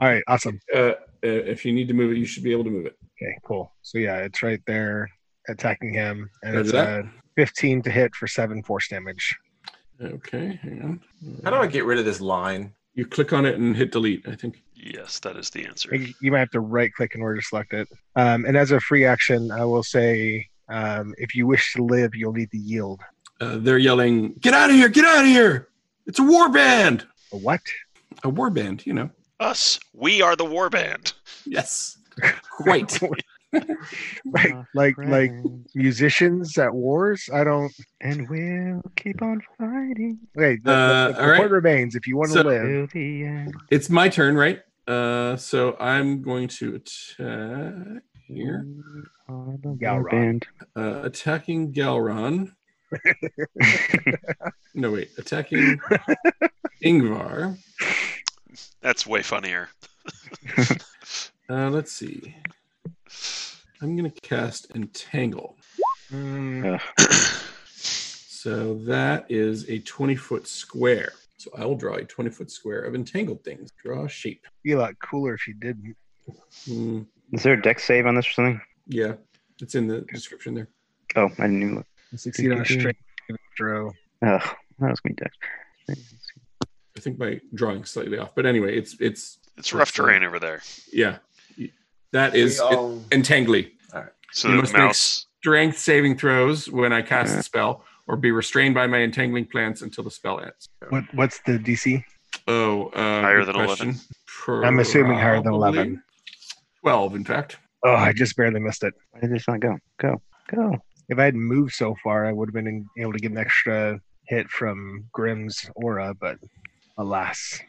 S4: All right, awesome.
S7: Uh, uh, if you need to move it, you should be able to move it.
S4: Okay, cool. So yeah, it's right there attacking him, and
S7: Roger
S4: it's
S7: that.
S4: a 15 to hit for seven force damage.
S7: Okay, hang on.
S5: how do I get rid of this line?
S7: You click on it and hit delete. I think.
S3: Yes, that is the answer.
S4: You you might have to right click in order to select it. Um, and as a free action, I will say um, if you wish to live, you'll need to yield.
S2: Uh, they're yelling, "Get out of here! Get out of here! It's a war band!
S4: A what?
S2: A war band, you know."
S3: Us, we are the war band.
S2: Yes, quite.
S4: Right, [laughs] like like musicians at wars. I don't.
S6: and we'll keep on fighting
S4: Wait, the,
S2: Uh,
S4: the- the
S2: all right.
S4: point remains. If you want to
S2: So-
S4: live,
S6: till the end.
S2: It's my turn, right? Uh, so I'm going to attack here,
S6: All the
S4: Galrog.
S6: band.
S2: uh, attacking Galron. no, wait, attacking Ingvar.
S3: That's way funnier.
S2: Uh, let's see. I'm going to cast Entangle.
S4: Mm,
S2: So that is a 20 foot square. So I will draw a 20 foot square of entangled things. Draw a shape.
S4: be a lot cooler if you didn't.
S2: Hmm,
S6: Is there a deck save on this or something?
S2: yeah, it's in the description there.
S6: Oh, I didn't even look.
S4: Succeed on a straight throw.
S6: Oh, that was me deck.
S2: I think my drawing's slightly off, but anyway, it's it's
S3: It's rough
S2: That's fun.
S3: terrain over there.
S2: yeah. That is
S5: We all-
S2: entangly.
S3: So
S2: You
S3: the
S2: must make
S3: mouse.
S2: strength saving throws when I cast the spell, or be restrained by my entangling plants until the spell ends.
S4: What what's the DC?
S2: Oh, uh,
S3: Higher
S2: good
S3: than 11.
S2: Uh, Probably.
S4: assuming higher than 11.
S2: Twelve, in fact.
S4: Oh, I just barely missed it.
S6: Why did this not go? Go, go.
S4: If I had moved so far, I would have been in- able to get an extra hit from Grimm's aura, but alas.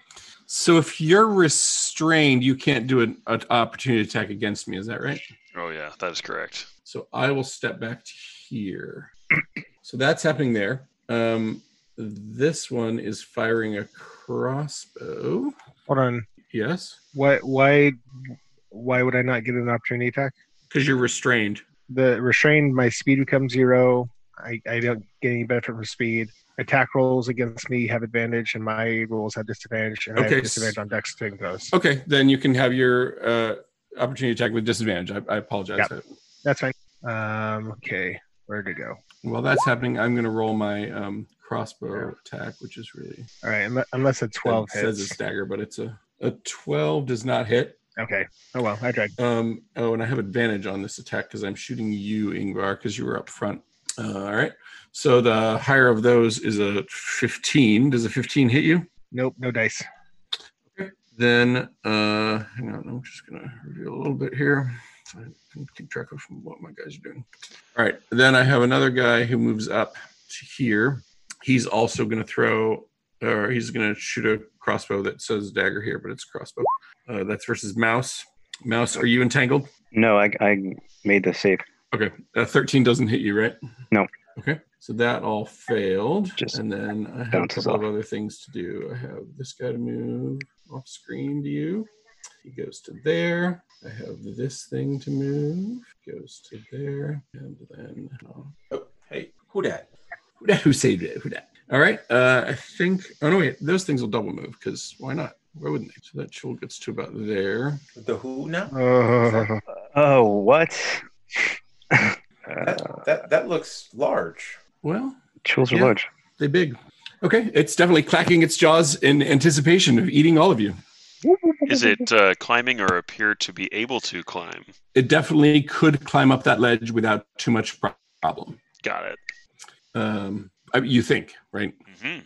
S2: So if you're restrained, you can't do an, an opportunity attack against me. Is that right?
S3: Oh yeah, that is correct.
S2: So I will step back to here. So that's happening there. Um, this one is firing a crossbow.
S4: Hold on.
S2: Yes,
S4: Why why why would I not get an opportunity attack?
S2: because you're restrained.
S4: The restrained my speed becomes zero. I, I don't get any benefit from speed. Attack rolls against me have advantage, and my rolls have disadvantage, and I
S2: Okay,
S4: have
S2: s-
S4: disadvantage on dex saving throws.
S2: Okay, then you can have your uh, opportunity attack with disadvantage. I, I apologize.
S4: That's fine. Um, okay, where to go?
S2: While that's happening, I'm going to roll my um, crossbow attack, which is really
S4: All right, unle- unless a twelve
S2: it says
S4: hits.
S2: it's dagger, but it's a a twelve does not hit.
S4: Okay. Oh well, I tried.
S2: Um, oh, and I have advantage on this attack because I'm shooting you, Ingvar, because you were up front. Uh, all right. So the higher of those is a 15. Does a 15 hit you?
S4: Nope, no dice.
S2: Then, uh, hang on, I'm just gonna reveal a little bit here. So I can keep track of what my guys are doing. All right, then I have another guy who moves up to here. He's also gonna throw, or he's gonna shoot a crossbow that says dagger here, but it's crossbow. Uh, that's versus mouse. Mouse, are you entangled?
S6: No, I, I made the save.
S2: Okay, uh, 13 doesn't hit you, right?
S6: No.
S2: Okay, so that all failed.
S6: Just
S2: and then I have a
S6: bounces
S2: couple of other things to do. I have this guy to move off screen to you. He goes to there. I have this thing to move. Goes to there. And then. Oh,
S5: oh, hey, who that?
S2: who dat- who saved it? Who dat? All right. Uh, I think. Oh, no, wait. Those things will double move because why not? Why wouldn't they? So that tool gets to about there.
S5: The who now?
S4: Oh,
S6: Oh, what? uh, [laughs]
S5: That, that that looks large.
S2: Well,
S6: tools are
S2: Yeah.
S6: large.
S2: they big. Okay. It's definitely clacking its jaws in anticipation of eating all of you.
S3: Is it uh, climbing or appear to be able to climb?
S2: it definitely could climb up that ledge without too much pro- problem.
S3: Got it.
S2: Um, I- you think, right?
S3: hmm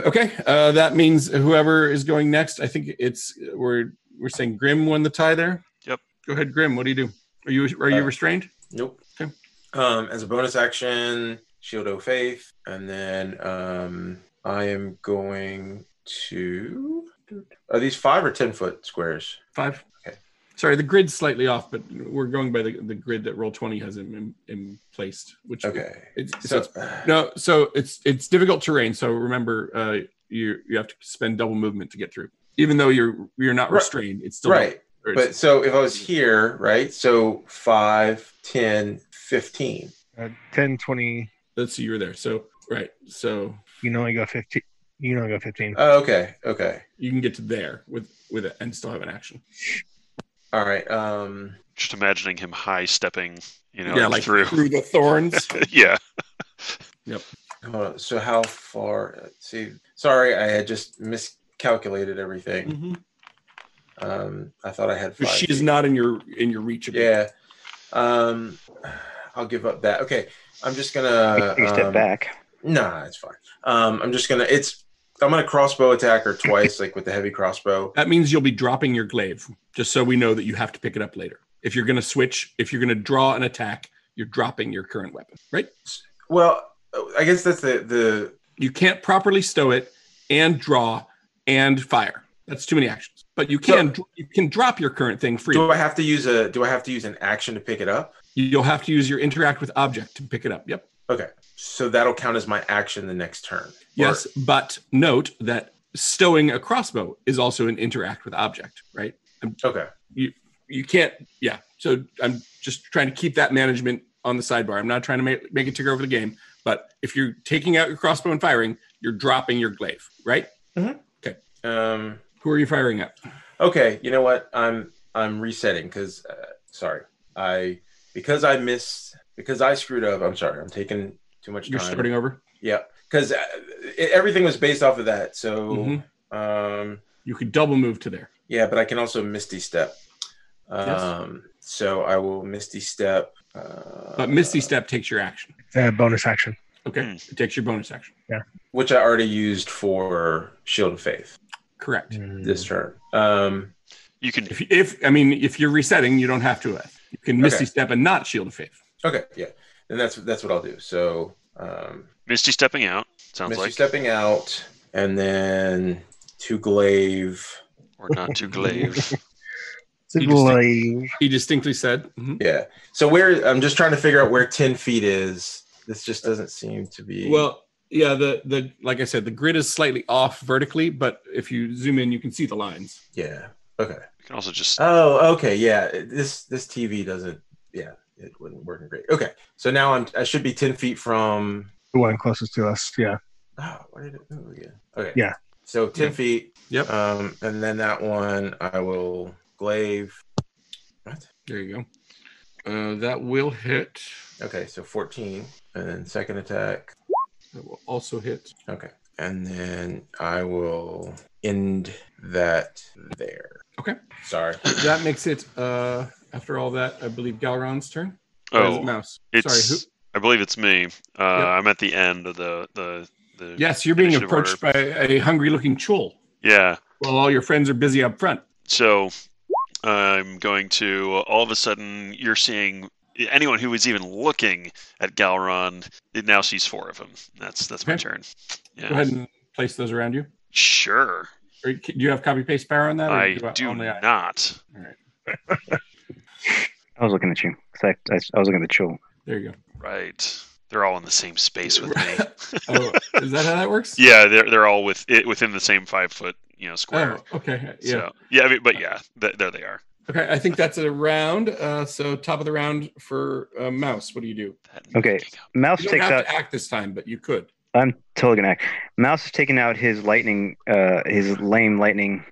S2: Okay, uh, that means whoever is going next. I think it's we're we're saying Grim won the tie there.
S3: Yep.
S2: Go ahead, Grim. What do you do? Are you are you
S5: Uh,
S2: restrained?
S5: Nope.
S2: Okay.
S5: Um, as a bonus action, Shield of Faith, and then um, I am going to. Are these five or ten foot squares?
S2: Five.
S5: okay.
S2: Sorry, the grid's slightly off, but we're going by the, the grid that Roll Twenty has in, in, in placed. Which
S5: Okay.
S2: It's, so,
S5: So
S2: it's, no, so it's it's difficult terrain. So remember, uh, you you have to spend double movement to get through. Even though you're you're not
S5: Right.
S2: restrained, it's still
S5: right,
S2: or it's-
S5: but so if I was here, right? So five, ten, fifteen.
S4: uh, 10, 20.
S2: let's see, you were there. So Right. So
S4: You can only go fifteen. You can only go fifteen.
S5: Oh, okay. Okay.
S2: you can get to there with with it and still have an action.
S5: All right. Um,
S3: Just imagining him high stepping, you know,
S2: yeah, like
S3: through.
S2: through. the
S5: [laughs]
S2: thorns.
S3: [laughs] yeah.
S5: hold on. So how far? Let's see, sorry, I had just miscalculated everything.
S2: Mhm.
S5: Um, I thought I had.
S2: But
S5: Five
S2: She is
S5: feet.
S2: not in your in your reach. Of
S5: Yeah. Um, I'll give up that. Okay. I'm just
S6: Take
S5: gonna
S6: a
S2: uh,
S6: step
S5: um,
S6: back.
S5: Nah, it's fine. Um, I'm just gonna. It's. I'm gonna crossbow attack her twice, like with the heavy crossbow.
S2: That means you'll be dropping your glaive, just so we know that you have to pick it up later. If you're going to switch, if you're going to draw an attack, you're dropping your current weapon, right?
S5: Well, I guess that's the the.
S2: You can't properly stow it and draw and fire. That's too many actions. But you
S5: So-
S2: can you can drop your current thing free.
S5: Do I have to use a? Do I have to use an action to pick it up?
S2: You'll have to use your interact with object to pick it up. Yep.
S5: So that'll count as my action the next turn. Or-
S2: Yes, but note that stowing a crossbow is also an interact with object, right?
S5: Okay.
S2: You can't. Yeah. So I'm just trying to keep that management on the sidebar. I'm not trying to make make it take over the game. But if you're taking out your crossbow and firing, you're dropping your glaive, right?
S5: Um.
S2: Who are you firing at?
S5: Okay. You know what? I'm I'm resetting because uh, sorry, I because I missed because I screwed up. I'm sorry. I'm taking too much time.
S2: You're starting over.
S5: Yeah, because everything was based off of that. So.
S2: Mhm.
S5: Um.
S2: You could double move to there.
S5: Yeah, but I can also Misty Step. Um, So I will Misty Step. Uh,
S2: But Misty Step takes your action.
S4: Uh, bonus action.
S2: Okay.
S3: Hmm.
S2: It takes your bonus action.
S5: Which I already used for Shield of Faith
S2: Correct.
S5: this turn. Um,
S3: You can
S2: If, if I mean, if you're resetting, you don't have to. Uh, you can Misty
S5: Okay.
S2: Step and not Shield of Faith.
S5: okay, yeah. And that's that's what I'll do. So um,
S3: Misty stepping out, sounds
S5: Misty
S3: like.
S5: Stepping out, and then to Glaive.
S3: Or not too
S2: [laughs]
S3: glaive.
S2: You just He distinctly said, mhm.
S5: Yeah. So where I'm just trying to figure out where ten feet is. This just doesn't seem to be.
S2: Well, yeah, the the like I said, the grid is slightly off vertically, but if you zoom in, you can see the lines.
S5: Yeah. Okay.
S3: You can also
S2: Uh,
S3: just
S5: Oh, okay, yeah. This this TV doesn't. Yeah, it wasn't working great. Okay, so now I'm I should be ten feet from.
S4: The one closest to us. Yeah.
S5: Oh, where did it move again? Okay.
S4: Yeah.
S5: So ten feet.
S2: Yep.
S5: Um, and then that one I will glaive. What?
S2: There you go. Uh, that will hit.
S5: Okay, so fourteen, and then second attack.
S2: That will also hit.
S5: Okay, and then I will end that there.
S2: Okay.
S5: Sorry.
S2: [coughs] That makes it. Uh, after all that, I believe Galron's turn. Or is it
S3: Oh
S2: mouse.
S3: it's
S2: Sorry.
S3: I believe it's me. Uh, I'm at the end of the the, the
S2: Who? Yes, you're being
S3: Initiative
S2: approached by a hungry-looking chul.
S3: yeah.
S2: While all your friends are busy up front.
S3: So I'm going to all of a sudden you're seeing anyone who is even looking at Galron. It now sees four of them. That's that's my
S2: Okay.
S3: turn. Yeah,
S2: Go ahead and place those around you.
S3: sure.
S2: Or do you have copy paste power on that? or
S3: I do
S2: only I?
S3: not.
S6: I was looking at you. 'cause I, I, I was looking at the chill.
S2: There you go.
S3: Right. They're all in the same space with me. [laughs]
S2: Oh, is that how that works?
S3: yeah, they're they're all with it within the same five foot you know square.
S2: Oh, okay. Yeah.
S3: So yeah, I mean, but yeah, th- there they are.
S2: Okay, I think that's a round. Uh, so top of the round for uh, Mouse. What do you do?
S3: That
S6: Okay.
S3: picking up.
S6: Mouse
S2: You don't
S6: takes
S2: have
S6: out.
S2: to act this time, but you could.
S6: I'm totally gonna act. Mouse is taking out his lightning, uh, his lame lightning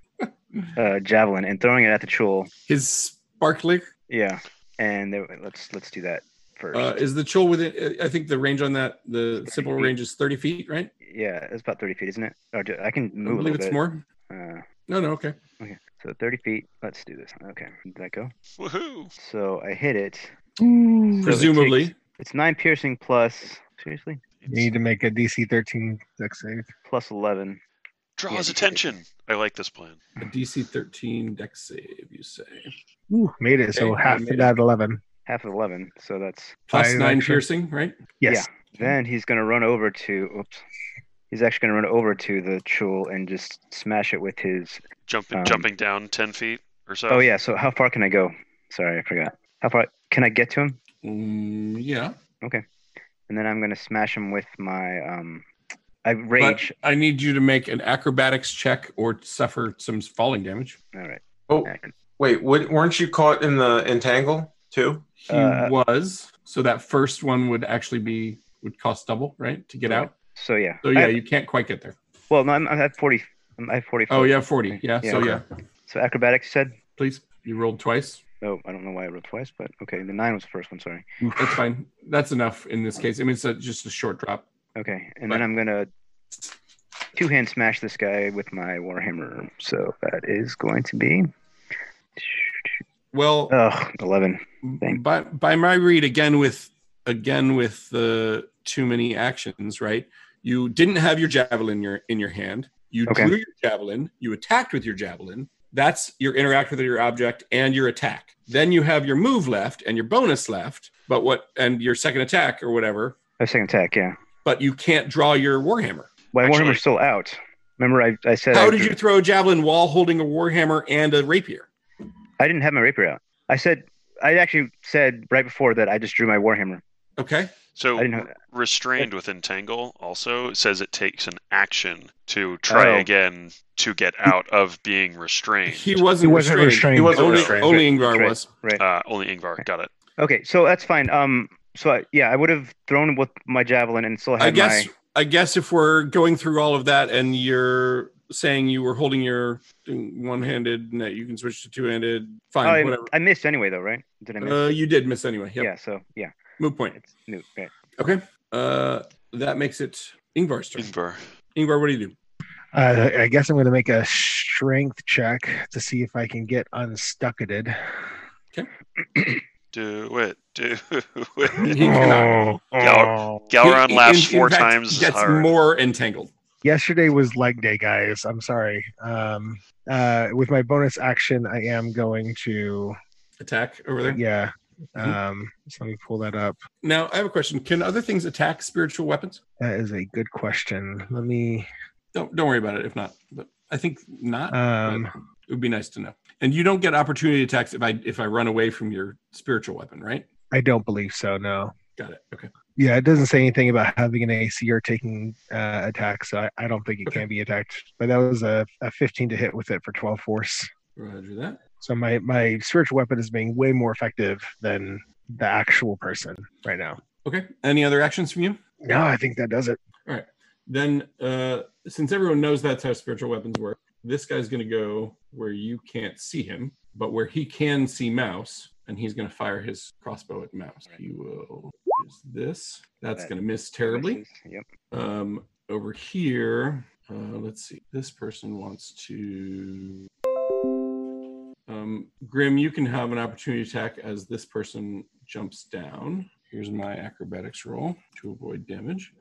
S6: uh, javelin, and throwing it at the chul.
S2: His sparkler
S6: Yeah, and there, let's let's do that first.
S2: uh, is the chul within. I think the range on that the simple
S6: feet.
S2: range is thirty feet, right?
S6: yeah, it's about thirty feet, isn't it? Or do, I can
S2: I
S6: move a
S2: believe
S6: little
S2: it's
S6: bit.
S2: more.
S6: Uh,
S2: No, no, okay.
S6: so thirty feet. Let's do this. Okay, did that go?
S3: Woohoo!
S6: So I hit it.
S2: Mm.
S6: So it
S2: Presumably,
S6: takes- it's nine piercing plus. Seriously,
S4: You need to make a DC 13 dex save.
S6: plus eleven. yeah,
S3: Draws
S6: you-
S3: attention. I like this plan.
S2: a DC thirteen dex save. You say
S4: Ooh, made it. So
S2: Okay,
S4: half
S2: made
S4: of
S2: it.
S4: that 11.
S6: Half of eleven. So that's
S2: plus
S4: Five
S2: nine
S4: extra.
S2: piercing, right?
S4: Yes.
S6: Then he's going to run over to. Oops. He's actually going to run over to the chul and just smash it with his.
S3: Jumping
S6: Um,
S3: jumping down ten feet or so.
S6: Oh yeah. So how far can I go? Sorry, I forgot. How far can I get to him?
S2: Mm, yeah.
S6: And then I'm going to smash him with my. Um, I
S2: But
S6: rage.
S2: I need you to make an acrobatics check or suffer some falling damage.
S6: All right.
S5: Oh
S6: ac-
S5: wait, what, weren't you caught in the entangle too?
S2: He
S6: Uh,
S2: was so that first one would actually be would cost double, right, to get
S6: Right.
S2: out.
S6: So yeah.
S2: So yeah,
S6: I-
S2: you can't quite get there.
S6: well, no, I'm, I'm at forty. I'm at forty.
S2: Oh yeah, forty. Yeah.
S6: Yeah,
S2: so
S6: okay.
S2: yeah,
S6: So acrobatics you said.
S2: please. You rolled twice.
S6: Oh, I don't know why I rolled twice, but okay. The nine was the first one. Sorry.
S2: That's fine. That's enough in this case. I mean, it's a, just a short drop.
S6: Okay, and then I'm gonna two hand smash this guy with my warhammer. So that is going to be
S2: Well,
S6: oh, 11. Thank-
S2: by by my read again with again with the too many actions right you didn't have your javelin in your in your hand you
S6: Okay.
S2: drew your javelin you attacked with your javelin that's your interact with your object and your attack then you have your move left and your bonus left but what and your second attack or whatever
S6: A second attack, yeah.
S2: but you can't draw your warhammer
S6: My
S3: Actually-
S6: warhammer's still out. Remember, I, I said
S2: how
S6: I,
S2: did you throw a javelin while holding a warhammer and a rapier
S6: I didn't have my rapier out. I said I actually said right before that I just drew my warhammer.
S2: okay
S3: So
S6: I didn't know.
S3: restrained with entangle also says it takes an action to try
S6: Oh.
S3: again to get out of being restrained.
S6: [laughs]
S2: he wasn't,
S4: He wasn't
S2: restrained,
S4: restrained.
S5: He wasn't
S2: only,
S5: restrained.
S2: only ingvar
S6: Right.
S2: was
S6: Right.
S3: uh, only Ingvar got it.
S6: okay, so that's fine. Um, so I, yeah, I would have thrown with my javelin and still had
S2: I guess
S6: my.
S2: I guess if we're going through all of that and you're saying you were holding your one-handed and that you can switch to two-handed,
S6: Oh,
S2: fine,
S6: I-
S2: whatever.
S6: I, missed anyway, though, right? Did I miss?
S2: Uh, you did miss anyway. Yep.
S6: Yeah. So yeah,
S2: Moot point.
S6: it's new. Right.
S2: Okay. Uh, that makes it Ingvar's turn.
S3: Ingvar.
S2: Ingvar, what do you do?
S4: Uh, I guess I'm going to make a strength check to see if I can get unstucketed.
S3: Do it. [laughs] Do
S6: [laughs]
S3: it.
S2: He cannot.
S4: Oh.
S3: Gal- Galron
S2: He-
S3: laughs
S2: in- in
S3: four
S2: fact,
S3: times as
S2: Gets
S3: hard.
S2: more entangled.
S4: Yesterday was leg day, guys. I'm sorry. Um, uh, with my bonus action, I am going to
S2: Attack over there.
S4: yeah.
S2: Mhm.
S4: Um, so let me pull that up.
S2: Now I have a question. Can other things attack spiritual weapons?
S4: That is a good question. Let me.
S2: Don't don't worry about it. If not, but I think not.
S4: Um,
S2: it would be nice to know. And you don't get opportunity attacks if I if I run away from your spiritual weapon, right?
S4: I don't believe so. No.
S2: Got it. Okay.
S4: Yeah, it doesn't say anything about having an AC or taking uh, attacks, so I, I don't think it
S2: Okay.
S4: can be attacked. But that was a, a 15 to hit with it for 12 force.
S2: Roger that.
S4: So my my spiritual weapon is being way more effective than the actual person right now.
S2: Okay. Any other actions from you?
S4: No, I think that does it.
S2: Then, uh, since everyone knows that's how spiritual weapons work, this guy's going to go where you can't see him, but where he can see Mouse, and he's going to fire his crossbow at Mouse. He will use this. That's going to miss terribly.
S6: Yep.
S2: Um, over here, uh, let's see. This person wants to. Um, Grim, you can have an opportunity attack as this person jumps down. Here's my acrobatics roll to avoid damage.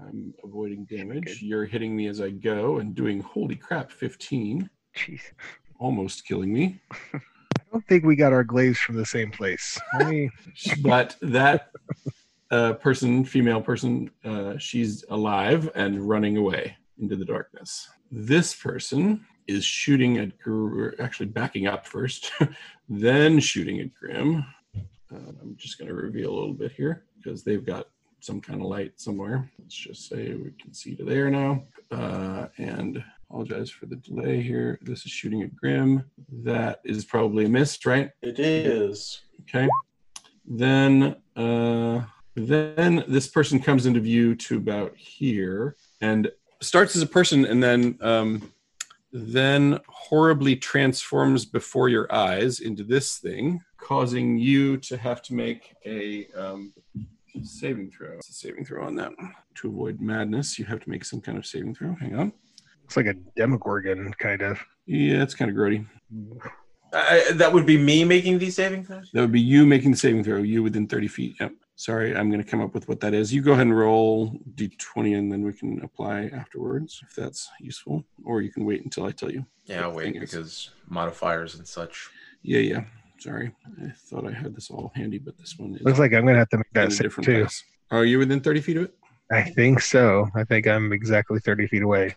S2: I'm avoiding damage. You're hitting me as I go and doing holy crap 15,
S6: Jeez.
S2: almost killing me.
S4: I don't think we got our glaze from the same place. Let me- [laughs]
S2: but that uh, person, female person, uh, she's alive and running away into the darkness. This person is shooting at Gr- actually backing up first, [laughs] then shooting at Grim. Uh, I'm just going to reveal a little bit here because they've got some kind of light somewhere. Let's just say we can see to there now. Uh, and apologize for the delay here. This is shooting at Grim. That is probably a miss, right?
S8: It is.
S2: Okay. Then uh, then this person comes into view to about here and starts as a person and then um, then horribly transforms before your eyes into this thing, causing you to have to make a um, saving throw. It's a saving throw on that one. To avoid madness, you have to make some kind of saving throw. Hang on.
S4: It's like a demogorgon kind of.
S2: Yeah, it's kind of grody.
S5: I, I- that would be me making these saving throws.
S2: That would be you making the saving throw. You within 30 feet. Yep. Sorry, I'm going to come up with what that is. You go ahead and roll d20 and then we can apply afterwards if that's useful. Or you can wait until I tell you.
S5: Yeah, I'll wait
S2: Thing is-
S5: because modifiers and such.
S2: Yeah, yeah. Sorry. I thought I had this all handy, but this one is
S4: Looks like I'm gonna have to make
S2: in
S4: that
S2: a
S4: save
S2: different
S4: too.
S2: place. Are you within 30 feet of it?
S4: I think so. I think I'm exactly 30 feet away.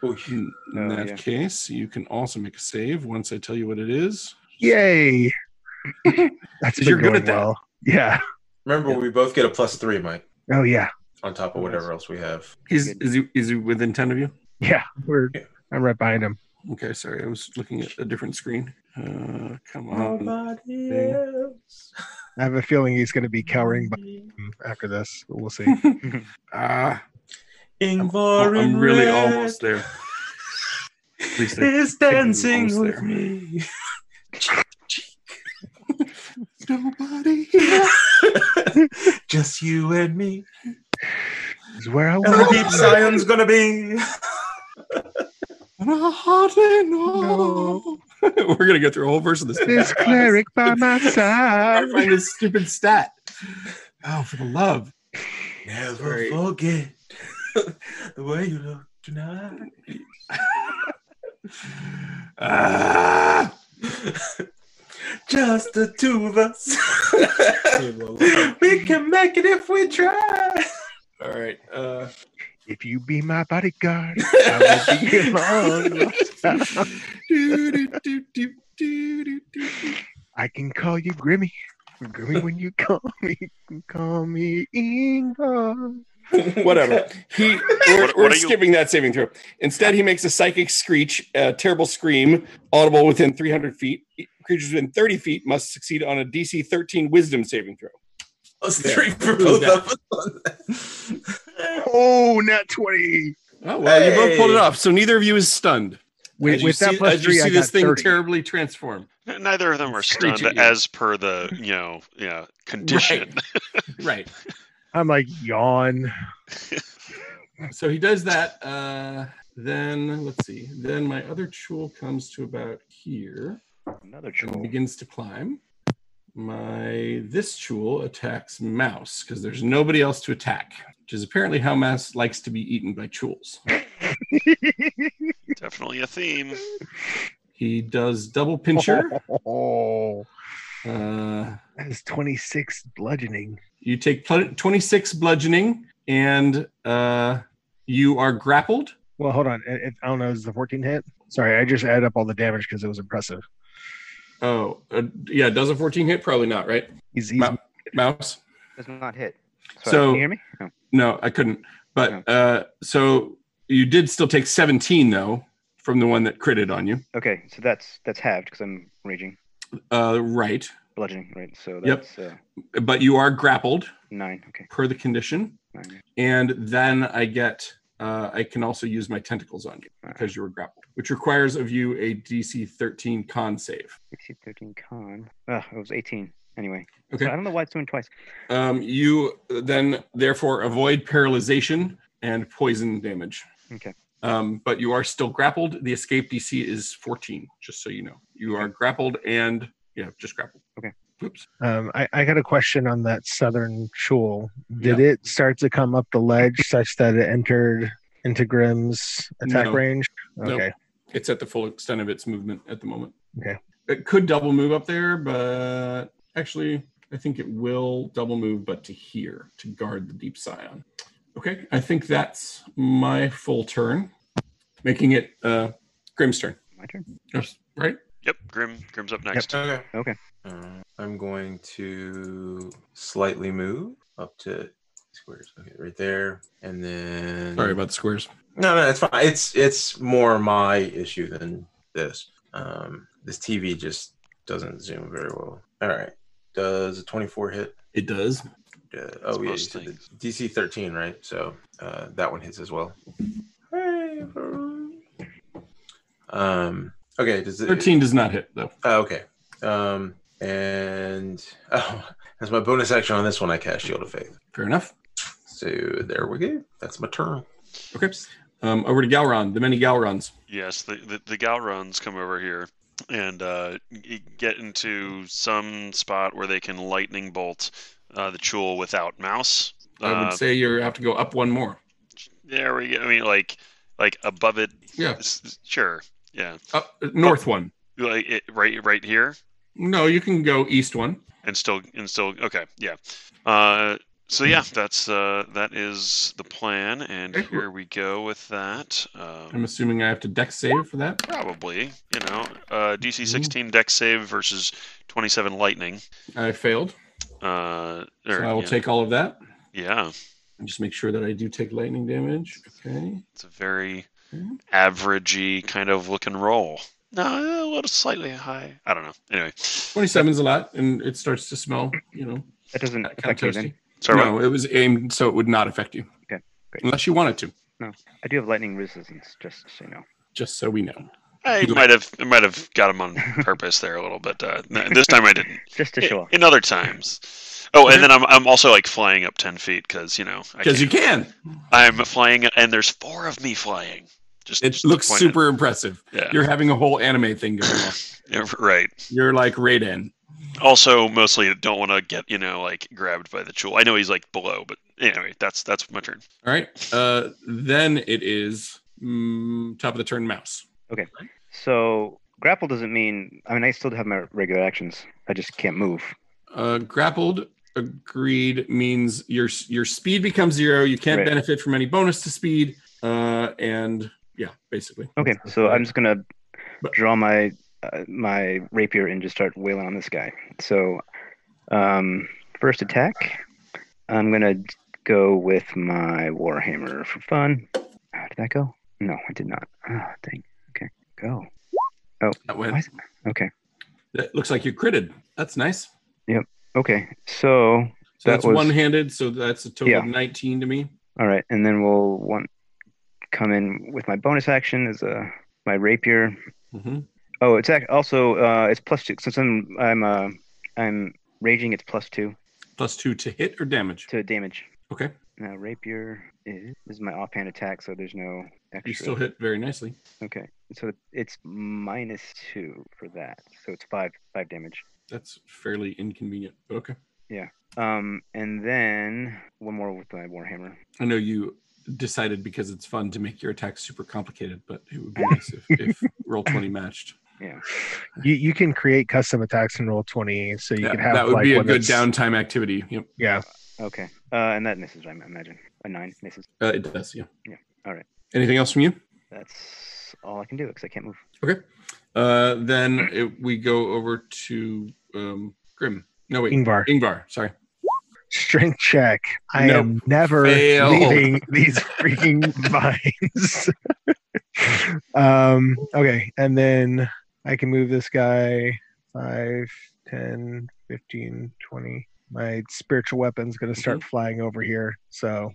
S2: In, in
S6: Oh,
S2: that
S6: yeah.
S2: case, you can also make a save once I tell you what it is. [laughs]
S4: Yay! That's been
S2: You're good
S4: going
S2: at that.
S4: well. Yeah.
S5: Remember, we both get a plus three, Mike,
S4: Oh yeah.
S5: on top of whatever else we have.
S2: Is, is, he, is he within 10 of you?
S4: Yeah. We're
S5: Yeah.
S4: I'm right behind him.
S2: Okay, sorry. I was looking at a different screen. Uh, come on.
S4: I have a feeling he's gonna be cowering by after this. But we'll see.
S2: Ah, I'm, I'm really almost there. At least I
S1: is
S2: think I'm
S1: dancing
S2: almost
S1: with
S2: there.
S1: me.
S2: Nobody here.
S1: Just you and
S5: [laughs]
S1: me.
S4: Is where I
S5: And the
S4: want
S5: deep Zion's gonna be.
S2: And I hardly know. [laughs] We're gonna go through a whole verse of this.
S4: this cleric by
S2: [laughs]
S4: my
S2: I
S4: side.
S2: find this stupid stat. Oh, for the love!
S5: Never
S2: Sorry.
S5: [laughs] forget the way you look tonight.
S2: [laughs] Ah,
S5: Just the two
S2: [laughs]
S5: of us. we can make it if we try.
S2: all right. [laughs] Uh,
S4: If you be my bodyguard, I will
S2: [laughs]
S4: be your own.
S2: do, do, do, do, do, do, do.
S4: I can call you Grimmy. Grimmy when you call me. Call me Ingvar.
S2: [laughs] Whatever. He, we're
S3: What-
S2: we're
S3: what are you-
S2: skipping that saving throw. Instead, he makes a psychic screech, a terrible scream, audible within 300 feet. Creatures within 30 feet must succeed on a DC 13 Wisdom saving throw.
S5: Us
S2: There.
S5: three for
S2: Who's
S5: both of us.
S4: Oh, not 20.
S2: Oh well, you both pulled it
S5: Hey.
S2: off. So neither of you is stunned.
S4: With,
S2: As you
S4: with
S2: see-
S4: that plus
S2: as you
S4: three, I
S2: see
S4: got
S2: this thing
S4: 30.
S2: terribly transform.
S3: N- [laughs] Neither of them are
S2: Screeching,
S3: stunned
S2: yeah.
S3: as per the you know yeah condition.
S2: Right.
S4: I'm like, yawn.
S2: So he does that. Uh, then let's see. Then my other tool comes to about here
S6: Another
S2: and
S6: jewel.
S2: begins to climb. My this tool attacks Mouse because there's nobody else to attack, which is apparently how Mouse likes to be eaten by tools.
S3: [laughs] Definitely a theme.
S2: He does double pincher.
S4: [laughs] Oh,
S2: Uh,
S4: that is 26 bludgeoning.
S2: You take pl- 26 bludgeoning and uh, you are grappled.
S4: Well, hold on. It- it- I don't know. Is the 14 hit? Sorry, I just added up all the damage because it was impressive.
S2: Oh, uh, yeah, does a 14 hit? Probably not, right?
S4: He's, he's
S2: Mou- Mouse?
S6: Does not hit. Sorry,
S2: So-
S6: can you hear me? No.
S2: No, I couldn't.
S6: No.
S2: But uh, so you did still take 17 though from the one that critted on you.
S6: Okay, so that's that's halved because I'm raging,
S2: Uh, right.
S6: bludgeoning, right? So
S2: Yep.
S6: that's uh,
S2: But you are grappled
S6: nine. Okay,
S2: per the condition.
S6: nine.
S2: And then I get, uh, I can also use my tentacles on you because you were grappled, which requires of you a DC 13 con save.
S6: Sixteen, thirteen con. Ugh, it was 18. Anyway,
S2: Okay.
S6: So I don't know why it's doing twice.
S2: Um, you then therefore avoid paralyzation and poison damage.
S6: Okay.
S2: Um, but you are still grappled. The escape DC is 14, just so you know. You are grappled and yeah, just grappled.
S6: Okay.
S2: Oops.
S4: Um, I, I got a question on that southern shul. Did it start to come up
S2: [laughs]
S4: the ledge such that it entered into Grimm's attack
S2: No.
S4: range?
S2: No.
S4: Okay.
S2: It's at the full extent of its movement at the moment.
S4: Okay.
S2: It could double move up there, but actually, I think it will double move, but to here to guard the deep scion. Okay. I think that's my full turn, making it uh, Grim's turn.
S6: My turn.
S2: Yes, Right?
S3: Yep, Grim. Grim's up next.
S5: Okay.
S6: Okay.
S5: Uh, I'm going to slightly move up to squares. Okay, right there, and then.
S2: Sorry about the squares.
S5: No, no, it's fine. It's it's more my issue than this. Um, this TV just doesn't zoom very well. All right. Does a 24 hit?
S2: It does.
S5: Uh, oh, yeah. you
S3: most
S5: said the
S3: things.
S5: DC 13, right? So uh, that one hits as well. Um. Okay. Does it,
S2: 13 does not hit, though.
S5: Oh, okay. Um, and [laughs] oh, as my bonus action on this one, I cast Shield of Faith.
S2: Fair enough.
S5: So there we go. That's my turn.
S2: Okay. Um, over to Galron, the many Galrons.
S3: Yes, the, the, the Galrons come over here and uh, y- get into some spot where they can lightning bolt uh, the Chul without mouse.
S2: I would
S3: Uh,
S2: say you have to go up one more.
S3: there we go. I mean, like, like above it.
S2: Yeah.
S3: S- s- Sure. Yeah.
S2: Up, north one.
S3: Like it, right, right here,
S2: No, you can go east one.
S3: and still, and still. Okay. Yeah. Uh, so yeah, that's uh, that is the plan, and
S2: Okay.
S3: here we go with that. Um,
S2: I'm assuming I have to deck save for that.
S3: Probably, you know, uh, DC
S2: Mm-hmm.
S3: 16 deck save versus 27 lightning.
S2: I failed.
S3: Uh,
S2: So
S3: or,
S2: I will
S3: yeah.
S2: take all of that
S3: Yeah,
S2: and just make sure that I do take lightning damage. Okay.
S3: it's a very
S2: Hmm.
S3: averagey kind of looking roll. No, a little slightly high. I don't know. Anyway,
S2: 27 is a lot, and it starts to smell, you know,
S6: That doesn't
S2: kind of
S6: affect me then.
S2: toasty.
S3: sorry.
S2: no, it was aimed so it would not affect you.
S6: Okay, great.
S2: Unless you wanted to.
S6: I do have lightning resistance, just so you know.
S2: just so we know.
S3: I
S2: You-
S3: might have I might have got him on purpose there a little bit. Uh, n- this time I didn't.
S6: Just to show off.
S3: In other times. Oh, and then I'm I'm also like flying up ten feet because you know I
S2: Because you
S3: can't.
S2: can.
S3: I'm flying and there's four of me flying. Just
S2: It
S3: just to
S2: looks
S3: point
S2: super impressive.
S3: Yeah.
S2: You're having a whole anime thing going on.
S3: Yeah, right.
S2: You're like Raiden.
S3: Also, mostly don't want to get you know like grabbed by the tool. I know he's like below, but anyway, that's that's my turn.
S2: All right. Uh, then it is mm, top of the turn, mouse.
S6: So grapple doesn't mean I mean I still have my regular actions. I just can't move.
S2: Uh, grappled agreed means your your speed becomes zero. You can't
S6: Right.
S2: benefit from any bonus to speed. Uh, and yeah, basically.
S6: Okay, so I'm just gonna
S2: But-
S6: draw my uh, my rapier and just start wailing on this guy. So um, first attack, I'm gonna d- go with my warhammer for fun. How did that go? No, I did not. Oh, dang. Okay, go.
S2: That went.
S6: Why is it- Okay,
S2: That looks like you critted. That's nice.
S6: okay. So
S2: So
S6: That
S2: that's
S6: was-
S2: one-handed. So that's a total of
S6: Yeah.
S2: 19 to me.
S6: All right, and then we'll want come in with my bonus action as a my rapier.
S2: hmm
S6: Oh, it's ac- also uh, it's plus two since I'm I'm uh, I'm raging. It's plus two
S2: Plus two to hit or damage.
S6: to damage.
S2: Okay,
S6: Now rapier is this is my offhand attack, so there's no extra.
S2: you still hit very nicely.
S6: Okay, so it's minus two for that, so it's five five damage.
S2: That's fairly inconvenient. But okay.
S6: Um, and then one more with my warhammer.
S2: I know you decided because it's fun to make your attacks super complicated, but it
S6: [laughs]
S2: would be nice if, if roll 20 matched.
S4: You you can create custom attacks in roll twenty, so you
S2: That,
S4: can have
S2: that would
S4: like
S2: be a
S4: when
S2: good
S4: it's-
S2: downtime activity. Yep.
S4: Yeah,
S6: Okay, uh, and that misses. I imagine a nine misses.
S2: Uh, it does. Yeah.
S6: Yeah, all right.
S2: Anything else from you?
S6: That's all I can do because I can't move.
S2: Okay. Uh, then it, we go over to um, Grim. No, wait.
S4: Ingvar.
S2: Ingvar. Sorry.
S4: Strength check. I am never
S2: Fail.
S4: leaving these
S2: [laughs]
S4: freaking vines. [laughs] um, okay, and then I can move this guy 5, 10, 15, 20. My spiritual weapon's going
S2: Mm-hmm.
S4: to start flying over here. So,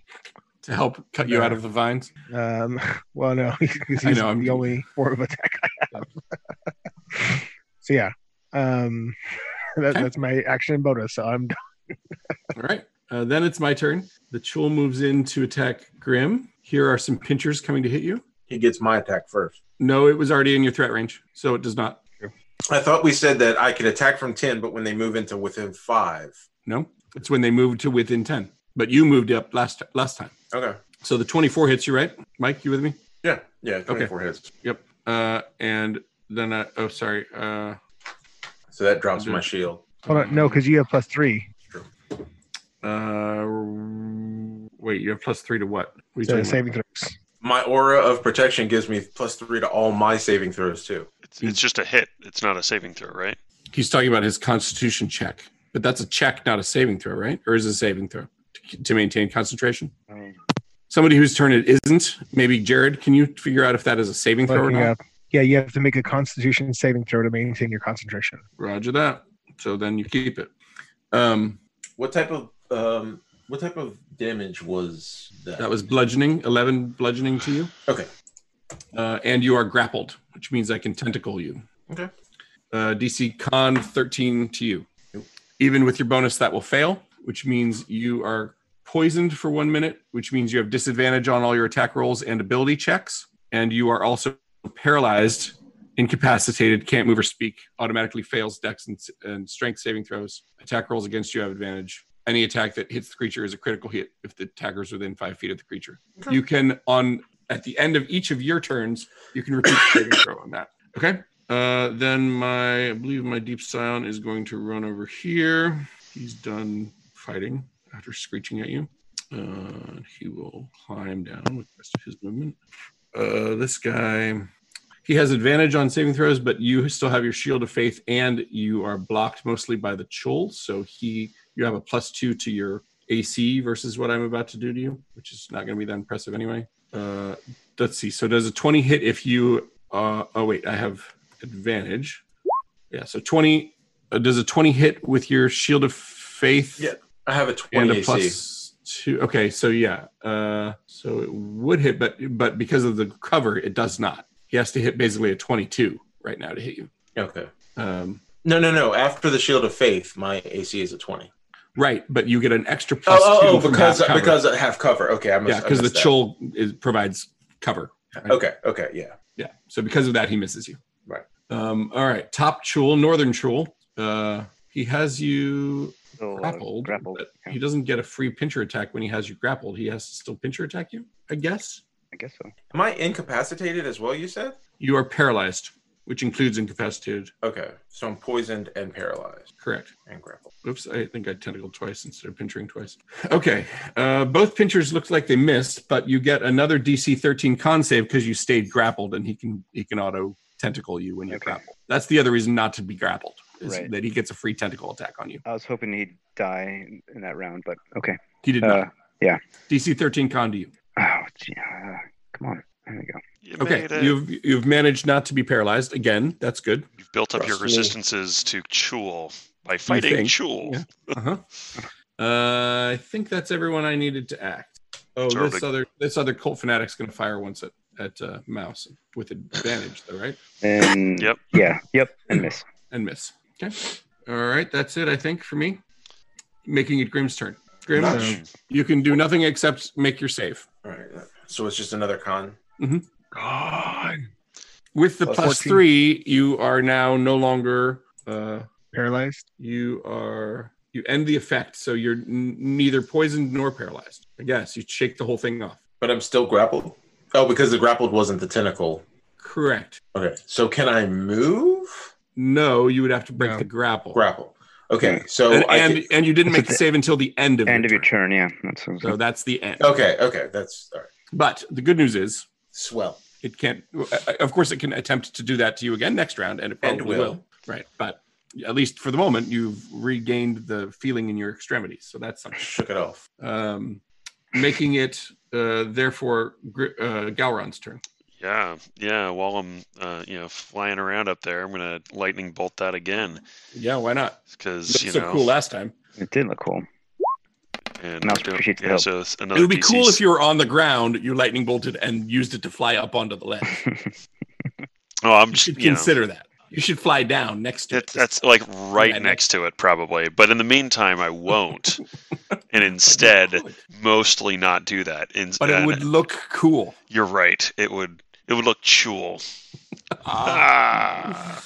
S2: To help cut you out of the vines.
S4: um, [laughs] well, no, because
S2: I
S4: he's
S2: know, I'm-
S4: the only form of attack I have. [laughs] so, yeah, um, [laughs] that,
S2: Okay.
S4: that's my action and bonus. So, I'm done.
S2: All right. Uh, then it's my turn. The Chul moves in to attack Grim. Here are some pinchers coming to hit you.
S5: He gets my attack first.
S2: No, it was already in your threat range, so it does not.
S5: I thought we said that I could attack from ten, but when they move into within five.
S2: No, it's when they move to within ten. But you moved up last last time,
S5: Okay.
S2: so the twenty-four hits you, right, Mike? You with me?
S5: Yeah. Yeah. Twenty-four hits.
S2: Yep. Uh, and then uh, oh, sorry. Uh,
S5: So that drops my shield.
S4: Hold on. No, because you have plus three.
S2: uh, wait, you have plus three to what? What are you
S4: So,
S2: talking about?
S4: saving throws.
S5: My aura of protection gives me plus three to all my saving throws too.
S3: It's,
S2: Mm.
S3: it's just a hit. It's not a saving throw, right?
S2: He's talking about his Constitution check, but that's a check, not a saving throw, right? Or is it a saving throw to, to maintain concentration?
S6: I mean,
S2: somebody whose turn it isn't. Maybe Jared, can you figure out if that is a saving throw or
S4: Looking
S2: not?
S4: up. Yeah, you have to make a constitution saving throw to maintain your concentration.
S2: Roger that. So then you keep it. Um,
S5: What type of um what type of damage was that?
S2: that was bludgeoning, eleven bludgeoning to you.
S5: Okay.
S2: Uh, and you are grappled, which means I can tentacle you.
S5: Okay.
S2: Uh, DC con thirteen to you.
S5: Nope.
S2: Even with your bonus, that will fail, which means you are poisoned for one minute, which means you have disadvantage on all your attack rolls and ability checks, and you are also paralyzed incapacitated, can't move or speak, automatically fails dex and, and strength saving throws. Attack rolls against you have advantage. Any attack that hits the creature is a critical hit if the attacker is within five feet of the creature. You can on at the end of each of your turns, you can repeat the saving throw on that. Okay. Uh, then my I believe my deep scion is going to run over here. He's done fighting after screeching at you. Uh, he will climb down with the rest of his movement. Uh, this guy he has advantage on saving throws, but you still have your shield of faith, and you are blocked mostly by the chul. So he, you have a plus two to your AC versus what I'm about to do to you, which is not going to be that impressive anyway. Uh, let's see. So does a twenty hit if you? Uh, oh wait, I have advantage. Yeah. So twenty. Uh, does a twenty hit with your shield of faith
S5: Yeah, I have a
S2: and
S5: twenty
S2: a
S5: AC.
S2: plus two. Okay, so yeah, uh, so it would hit, but but because of the cover, it does not. He has to hit basically a twenty-two right now to hit you.
S5: Okay.
S2: Um,
S5: No, no, no. After the Shield of Faith, my AC is a twenty.
S2: right, but you get an extra
S5: Oh,
S2: plus
S5: oh,
S2: two
S5: oh,
S2: from
S5: because
S2: half cover.
S5: because I have cover. Okay, I must,
S2: yeah, because
S5: I
S2: the
S5: missed that.
S2: chol is, provides cover. right?
S5: Okay, okay, yeah.
S2: Yeah. So because of that, he misses you.
S5: Right.
S2: Um, all right. Top Chul, Northern Chul. Uh, he has you
S6: So, uh,
S2: grappled.
S6: grappled.
S2: but
S6: yeah,
S2: He doesn't get a free pincher attack when he has you grappled. He has to still pincher attack you, I guess.
S6: I guess so.
S5: Am I incapacitated as well? You said.
S2: You are paralyzed, which includes incapacitated.
S5: Okay, so I'm poisoned and paralyzed
S2: Correct.
S5: and grappled.
S2: Oops, I think I tentacled twice instead of pinchering twice. Okay. Uh, both pinchers looked like they missed, but you get another DC 13 con save because you stayed grappled and he can he can auto tentacle you when you're
S6: Okay.
S2: grappled. That's the other reason not to be grappled, is
S6: Right.
S2: that he gets a free tentacle attack on you.
S6: I was hoping he'd die in- in that round, but okay.
S2: He did
S6: Uh,
S2: not. DC 13 con to you.
S6: oh, gee, uh, come on. There we go.
S3: You
S2: Okay.
S3: made it. You've,
S2: You've you've managed not to be paralyzed. Again, that's good.
S3: built up your
S5: Trust me.
S3: resistances to Chul by fighting
S2: think?
S3: Chul.
S2: Yeah. Uh-huh. Uh, I think that's everyone I needed to act. Oh, this
S3: Terrific.
S2: other this other cult fanatic's gonna fire once at at uh, mouse with advantage though, right?
S6: And
S3: Yep.
S6: yeah, yep, and miss.
S2: and miss. Okay. All right. That's it, I think, for me. Making it Grimm's turn. Grim,
S5: Nice.
S2: uh, you can do nothing except make your save.
S5: All right, so it's just another con.
S2: God. With the
S5: Plus
S2: plus
S4: 14.
S2: three, you are now no longer, uh,
S4: Paralyzed.
S2: you are, you end the effect. So you're n- neither poisoned nor paralyzed. I guess you shake the whole thing off.
S5: But I'm still grappled. Oh, because the grappled wasn't the tentacle.
S2: Correct.
S5: Okay, so can I move?
S2: No, you would have to break
S4: No.
S2: the grapple.
S5: Grapple. Okay, so
S2: Hmm. and
S5: I
S2: and,
S5: can-
S2: and you didn't
S6: That's
S2: make the
S6: the-
S2: save until the end of
S6: End
S2: your
S6: of your
S2: turn.
S6: turn, yeah. That's what I was
S2: So that's the end.
S5: okay, okay, that's all right.
S2: But the good news is
S5: Swell.
S2: it can't uh, of course it can attempt to do that to you again next round and it
S5: And
S2: probably will.
S5: will.
S2: right but at least for the moment you've regained the feeling in your extremities so that's something
S5: Shook it off.
S2: um, making it uh, therefore Gr- uh, Gowron's turn
S3: Yeah, yeah. While I'm, uh, you know, flying around up there, I'm gonna lightning bolt that again
S2: yeah why not
S3: because
S2: Looked
S3: you
S2: so
S3: know.
S2: cool last time
S6: It did look cool. [laughs]
S3: And
S6: Mouse
S3: we're doing-
S6: appreciates the
S3: yeah,
S6: help.
S3: so it's another.
S2: it would be cool
S3: DC's
S2: if you were on the ground you lightning bolted and used it to fly up onto the
S3: [laughs]
S2: ledge
S3: Oh, I'm
S2: you
S3: just
S2: should
S3: you know,
S2: consider that you should fly down next to
S3: That,
S2: it
S3: that's like right
S2: Yeah,
S3: next to it, probably. But in the meantime, I
S2: [laughs]
S3: won't, and instead, mostly not do that. In,
S2: but it
S3: and
S2: would look
S3: [laughs]
S2: cool
S3: You're right. It would. It would look chul.
S2: Ah,
S3: Ah.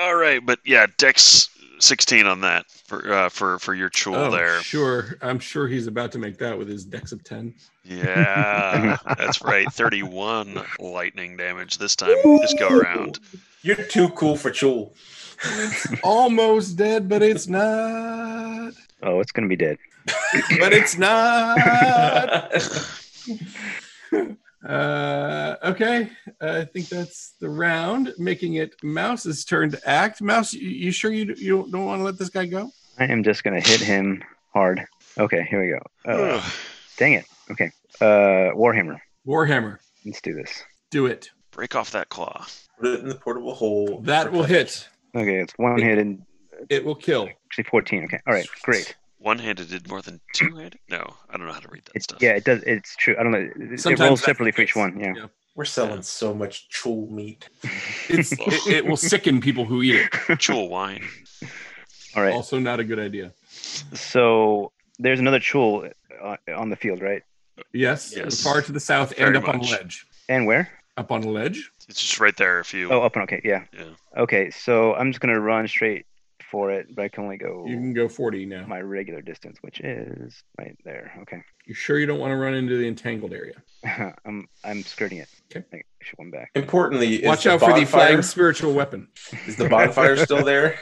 S3: All right, but yeah, Dex 16 on that for uh, for for your chul
S2: oh, [laughs]
S3: there.
S2: sure i'm sure he's about to make that with his dex of 10
S3: Yeah, that's right. 31 lightning damage this time. Just go around.
S5: You're too cool for Chul.
S2: [laughs] almost dead, but it's not.
S6: Oh, it's gonna be dead.
S2: But it's not.
S3: [laughs]
S2: Uh, okay, I think that's the round, making it Mouse's turn to act. Mouse, you, you sure you, you don't want to let this guy go?
S6: I am just gonna hit him hard. Okay, here we go. Uh, dang it. Okay. Uh Warhammer.
S2: Warhammer,
S6: Let's do this.
S2: do it.
S3: Break off that claw.
S5: Put it in the portable hole.
S2: That will hit.
S6: Okay, it's one hit and
S2: It will kill.
S6: actually fourteen. Okay. All right, great.
S3: One-handed did more than two-handed. No, I don't know how to read that
S6: It,
S3: stuff.
S6: yeah, it does it's true. I don't know. It, it
S2: Sometimes that's
S6: rolls separately
S2: the
S6: for each
S2: case.
S6: one. Yeah.
S2: Yeah.
S5: We're selling so much Chul meat.
S3: [laughs]
S2: It's, it, it will sicken people who eat it.
S3: Jewel wine.
S6: All right.
S2: Also, not a good idea.
S6: So there's another Chul uh, on the field, right?
S2: Yes,
S3: Yes.
S2: far to the south and
S3: Very
S2: up on a
S3: much.
S2: ledge.
S6: And where?
S2: Up on a ledge?
S3: It's just right there. If you
S6: Oh, up and okay, yeah.
S3: Yeah.
S6: Okay, so I'm just gonna run straight for it, but I can only go
S2: You can go 40 now.
S6: my regular distance, which is right there. Okay,
S2: You sure you don't want to run into the entangled area?
S6: [laughs] I'm I'm skirting it.
S2: Okay.
S6: I should one back.
S5: Importantly, is
S2: Watch out for the
S5: bonfire-
S2: flying spiritual weapon.
S5: Is
S2: [laughs]
S5: the bonfire still there?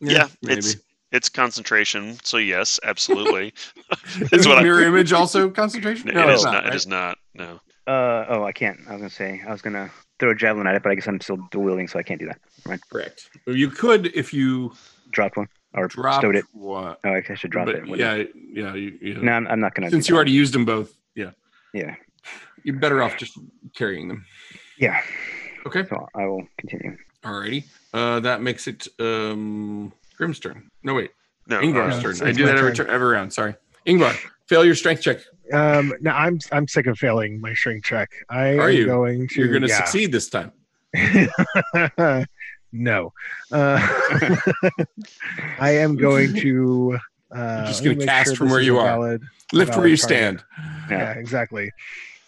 S3: Yeah, it's- it's concentration, so yes,
S2: [laughs]
S3: absolutely. [laughs] it's
S2: Is
S3: what I.
S2: mirror image also concentration.
S3: it is not.
S2: right?
S3: It is not. No.
S6: Uh oh, I can't. I was gonna say I was gonna throw a javelin at it, but I guess I'm still dual wielding, so I can't do that.
S2: correct. You could if you
S6: Dropped one or
S2: dropped
S6: stowed it.
S2: one,
S6: Oh, I guess I should drop
S2: but
S6: it. wouldn't I?
S2: yeah, yeah. You, you
S6: No, I'm, I'm not gonna. do
S2: since you
S6: that.
S2: already used them both, yeah,
S6: Yeah.
S2: you're better off just carrying them.
S6: Yeah.
S2: Okay.
S6: So I will continue.
S2: Alrighty. Uh, that makes it um, Grimm's turn. No wait.
S3: No.
S2: Ingvar's
S4: Yeah,
S2: turn.
S4: it's-
S2: I
S4: it's
S2: do
S4: my
S2: that every,
S4: turn.
S2: turn, every round. Sorry. Ingvar, fail your strength check.
S4: Um, no, I'm I'm sick of failing my shrink check. I
S2: Are
S4: am
S2: you?
S4: going to.
S2: You're going to
S4: yeah.
S2: succeed this time.
S4: [laughs] no. Uh, [laughs] I am going to. Uh,
S2: You're just
S4: let me
S2: gonna
S4: make
S2: cast from
S4: this
S2: where
S4: is
S2: you
S4: a
S2: are.
S4: valid-
S2: Lift
S4: Valid
S2: where you
S4: target.
S2: stand.
S4: Yeah, exactly.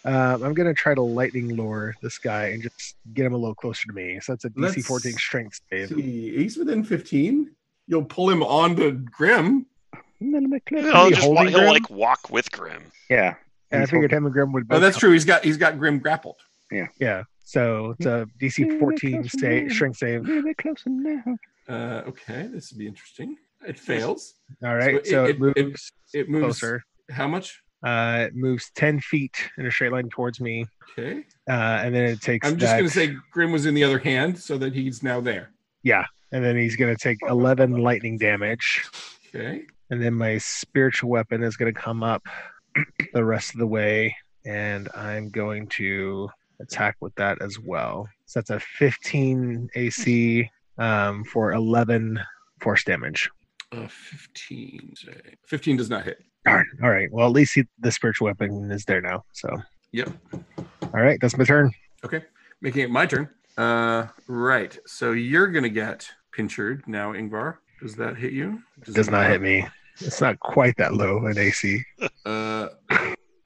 S4: Um, I'm going to try to lightning lure this guy and just get him a little closer to me. So that's a DC
S2: Let's
S4: 14 strength save.
S2: See, he's within 15. You'll pull him onto Grim.
S3: I'll
S4: Be
S3: just wa-
S4: holding
S3: he'll
S4: Grim?
S3: like walk with Grim.
S6: Yeah.
S4: And I
S6: He's
S4: figured him and Grim would both.
S2: Oh, that's true. He's got he's got Grim grappled.
S4: Yeah. So it's a
S6: Yeah,
S4: DC 14
S6: close
S4: save,
S6: enough.
S4: strength save.
S6: Really close now.
S2: Uh, okay, this would be interesting. It fails.
S4: All right.
S2: it-
S4: So,
S2: it-
S4: it, moves
S2: it It moves.
S4: closer.
S2: How much?
S4: Uh, it moves 10 feet in a straight line towards me.
S2: Okay.
S4: Uh, and then it takes.
S2: I'm just
S4: that-
S2: going to say Grim was in the other hand so that he's now there.
S4: And then he's going to take 11 lightning damage.
S2: Okay.
S4: And then my spiritual weapon is going to come up [clears throat] the rest of the way. And I'm going to attack with that as well. So that's a 15 AC um, for 11 force damage.
S2: Uh, 15. say. 15 does not hit.
S4: Darn. All right. Well, at least he, the spiritual weapon is there now. So,
S2: Yep.
S4: all right. That's my turn.
S2: Making it my turn. Uh, right. So you're going to get pinchered now, Ingvar. Does that hit you?
S4: Does
S2: it
S4: not hit me. It's not quite that low an AC.
S2: Uh,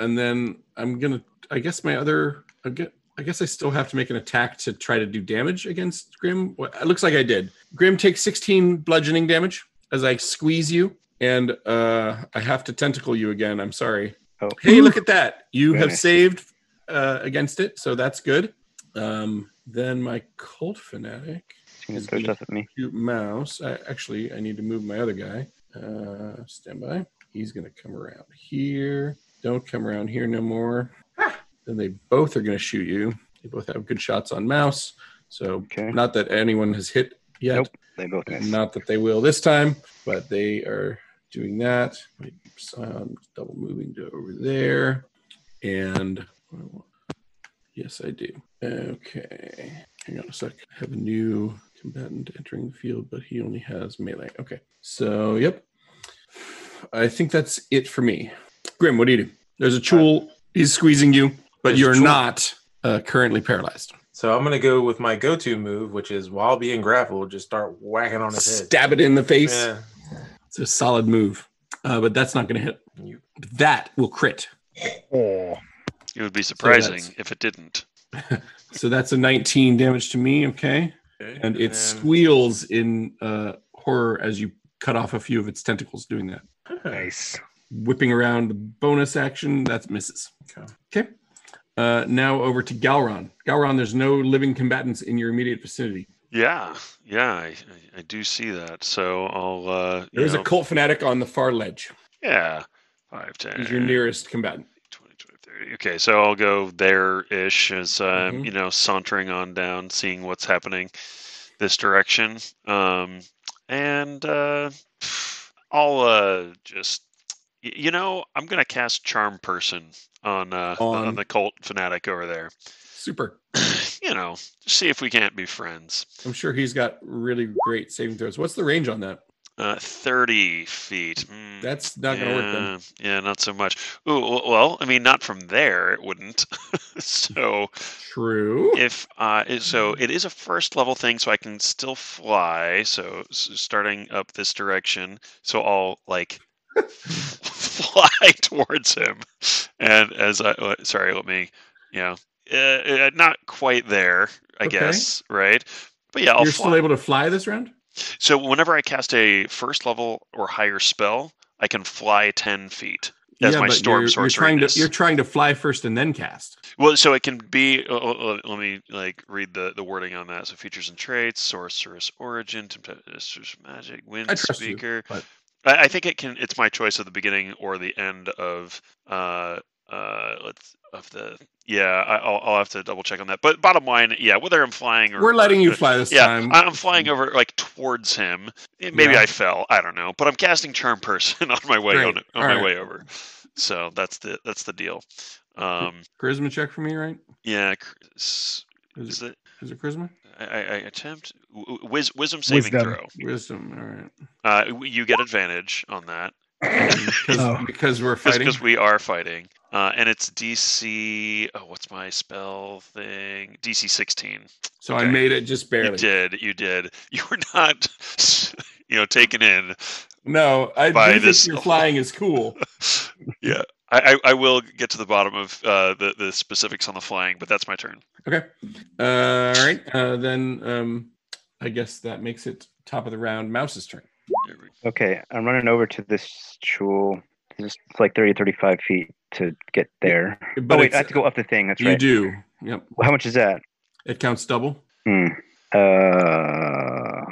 S2: and then I'm gonna. I guess my other. I gue- I guess I still have to make an attack to try to do damage against Grim. Well, It looks like I did. Grim takes 16 bludgeoning damage as I squeeze you, and uh, I have to tentacle you again. I'm sorry.
S6: Oh.
S2: Hey, look at that! You have
S6: Really?
S2: saved uh, against it, so that's good. Um, then my cult fanatic
S6: He's gonna throw stuff at me.
S2: cute mouse. I, actually, I need to move my other guy. Uh, stand by. He's going to come around here. Don't come around here no more. Then they both are going to shoot you. They both have good shots on mouse. So,
S6: Okay.
S2: not that anyone has hit yet.
S6: Nope. They both miss.
S2: Not that they will this time, but they are doing that. Wait, so I'm double moving to over there. And yes, I do. Okay. Hang on a sec. I have a new combatant entering the field, but he only has melee. Okay. So, yep. I think that's it for me. Grim, what do you do? There's a tool. He's squeezing you, but
S5: There's a
S2: you're
S5: Chul.
S2: not uh, currently paralyzed.
S5: So I'm gonna go with my go-to move, which is while being grappled, just start whacking on his head.
S2: Stab it in the face.
S5: Yeah.
S2: It's a solid move, uh, but that's not going to hit.
S5: You-
S2: That will crit.
S4: Oh,
S3: It would be
S2: that's-
S3: surprising if it didn't.
S2: So that's a 19 damage to me. Okay. And it squeals in uh, horror as you cut off a few of its tentacles doing that.
S4: nice.
S2: Whipping around the bonus action, that misses. Okay. Uh, now over to Galron. Galron, there's no living combatants in your immediate vicinity.
S3: Yeah, yeah, I, I- I do see that. So I'll. Uh, you
S2: There's a
S3: know-
S2: cult fanatic on the far ledge.
S3: Yeah, five, ten.
S2: He's your nearest combatant.
S3: 20, 20, 30. Okay, so I'll go there ish as I'm,
S2: Mhm.
S3: you know, sauntering on down, seeing what's happening this direction. Um, and uh, I'll uh, just, y- you know, I'm going to cast Charm Person on, uh, on
S2: On-
S3: the cult fanatic over there.
S2: Super.
S3: you know, just see if we can't be friends.
S2: I'm sure he's got really great saving throws. What's the range on that?
S3: Uh, 30 feet. Hmm.
S2: That's not going to work then.
S3: Yeah, not so much. Ooh, w- well, I mean, not from there, it wouldn't. [laughs] so
S2: True.
S3: if uh, it- so, it is a first level thing, so I can still fly. So s- starting up this direction, so I'll like [laughs] fly [laughs] towards him, and as I uh, sorry, let me, you know, uh, uh, not quite there, I
S2: Okay.
S3: guess, right? But yeah, I'll
S2: You're
S3: fly.
S2: still able to fly this round?
S3: So whenever I cast a first level or higher spell, I can fly ten feet. That's my
S2: but
S3: storm
S2: you're, you're
S3: sorcery.
S2: trying to you're trying to fly first and then cast.
S3: Well, so it can be. Uh, uh, let me like read the, the wording on that. So features and traits, sorceress origin, temptress magic, wind
S2: I trust you,
S3: speaker.
S2: but-
S3: I, I think it can. It's my choice at the beginning or the end of. Uh, uh, let's of the. Yeah, I, I'll, I'll have to double check on that. But bottom line, yeah, whether I'm flying or
S2: We're letting you
S3: uh,
S2: fly this
S3: yeah,
S2: time.
S3: I- I'm flying over like towards him. Eh, Maybe
S2: Yeah.
S3: I fell. I don't know. But I'm casting charm person [laughs] on my way
S2: Great.
S3: on,
S2: All
S3: on my
S2: right.
S3: way over. So that's the that's the deal. Um,
S2: Charisma check for me, right?
S3: yeah, cr- s-
S2: Is
S3: Is
S2: it,
S3: it?
S2: is it charisma?
S3: I, I I attempt w- wis- wisdom saving
S4: Wisdom.
S3: throw.
S2: Wisdom. All right.
S6: [laughs]
S3: Uh, w- you get advantage on that
S2: Because,
S4: Oh.
S2: because we're fighting.
S3: because we are fighting, uh, and it's DC. Oh, what's my spell thing? DC 16.
S2: So I
S3: okay.
S2: made it just
S3: You
S2: barely.
S3: did. You did. [laughs] You were not, you know,
S2: [laughs]
S3: taken in.
S2: No, I
S3: By
S2: do
S3: this-
S2: think your flying is cool.
S3: yeah, I, I, I will get to the bottom of uh, the the specifics on the flying, but that's my turn.
S2: Okay. Uh, all right. Uh, then um, I guess that makes it top of the round. Mouse's turn.
S3: There we-
S6: Okay, I'm running over to this tool. It's like 30, 35 feet to get there.
S2: But
S6: oh wait,
S2: it's-
S6: I have to go up the thing. That's
S2: you
S6: right.
S2: do. Yep.
S6: How much is that?
S2: It counts double.
S6: Hmm. Uh,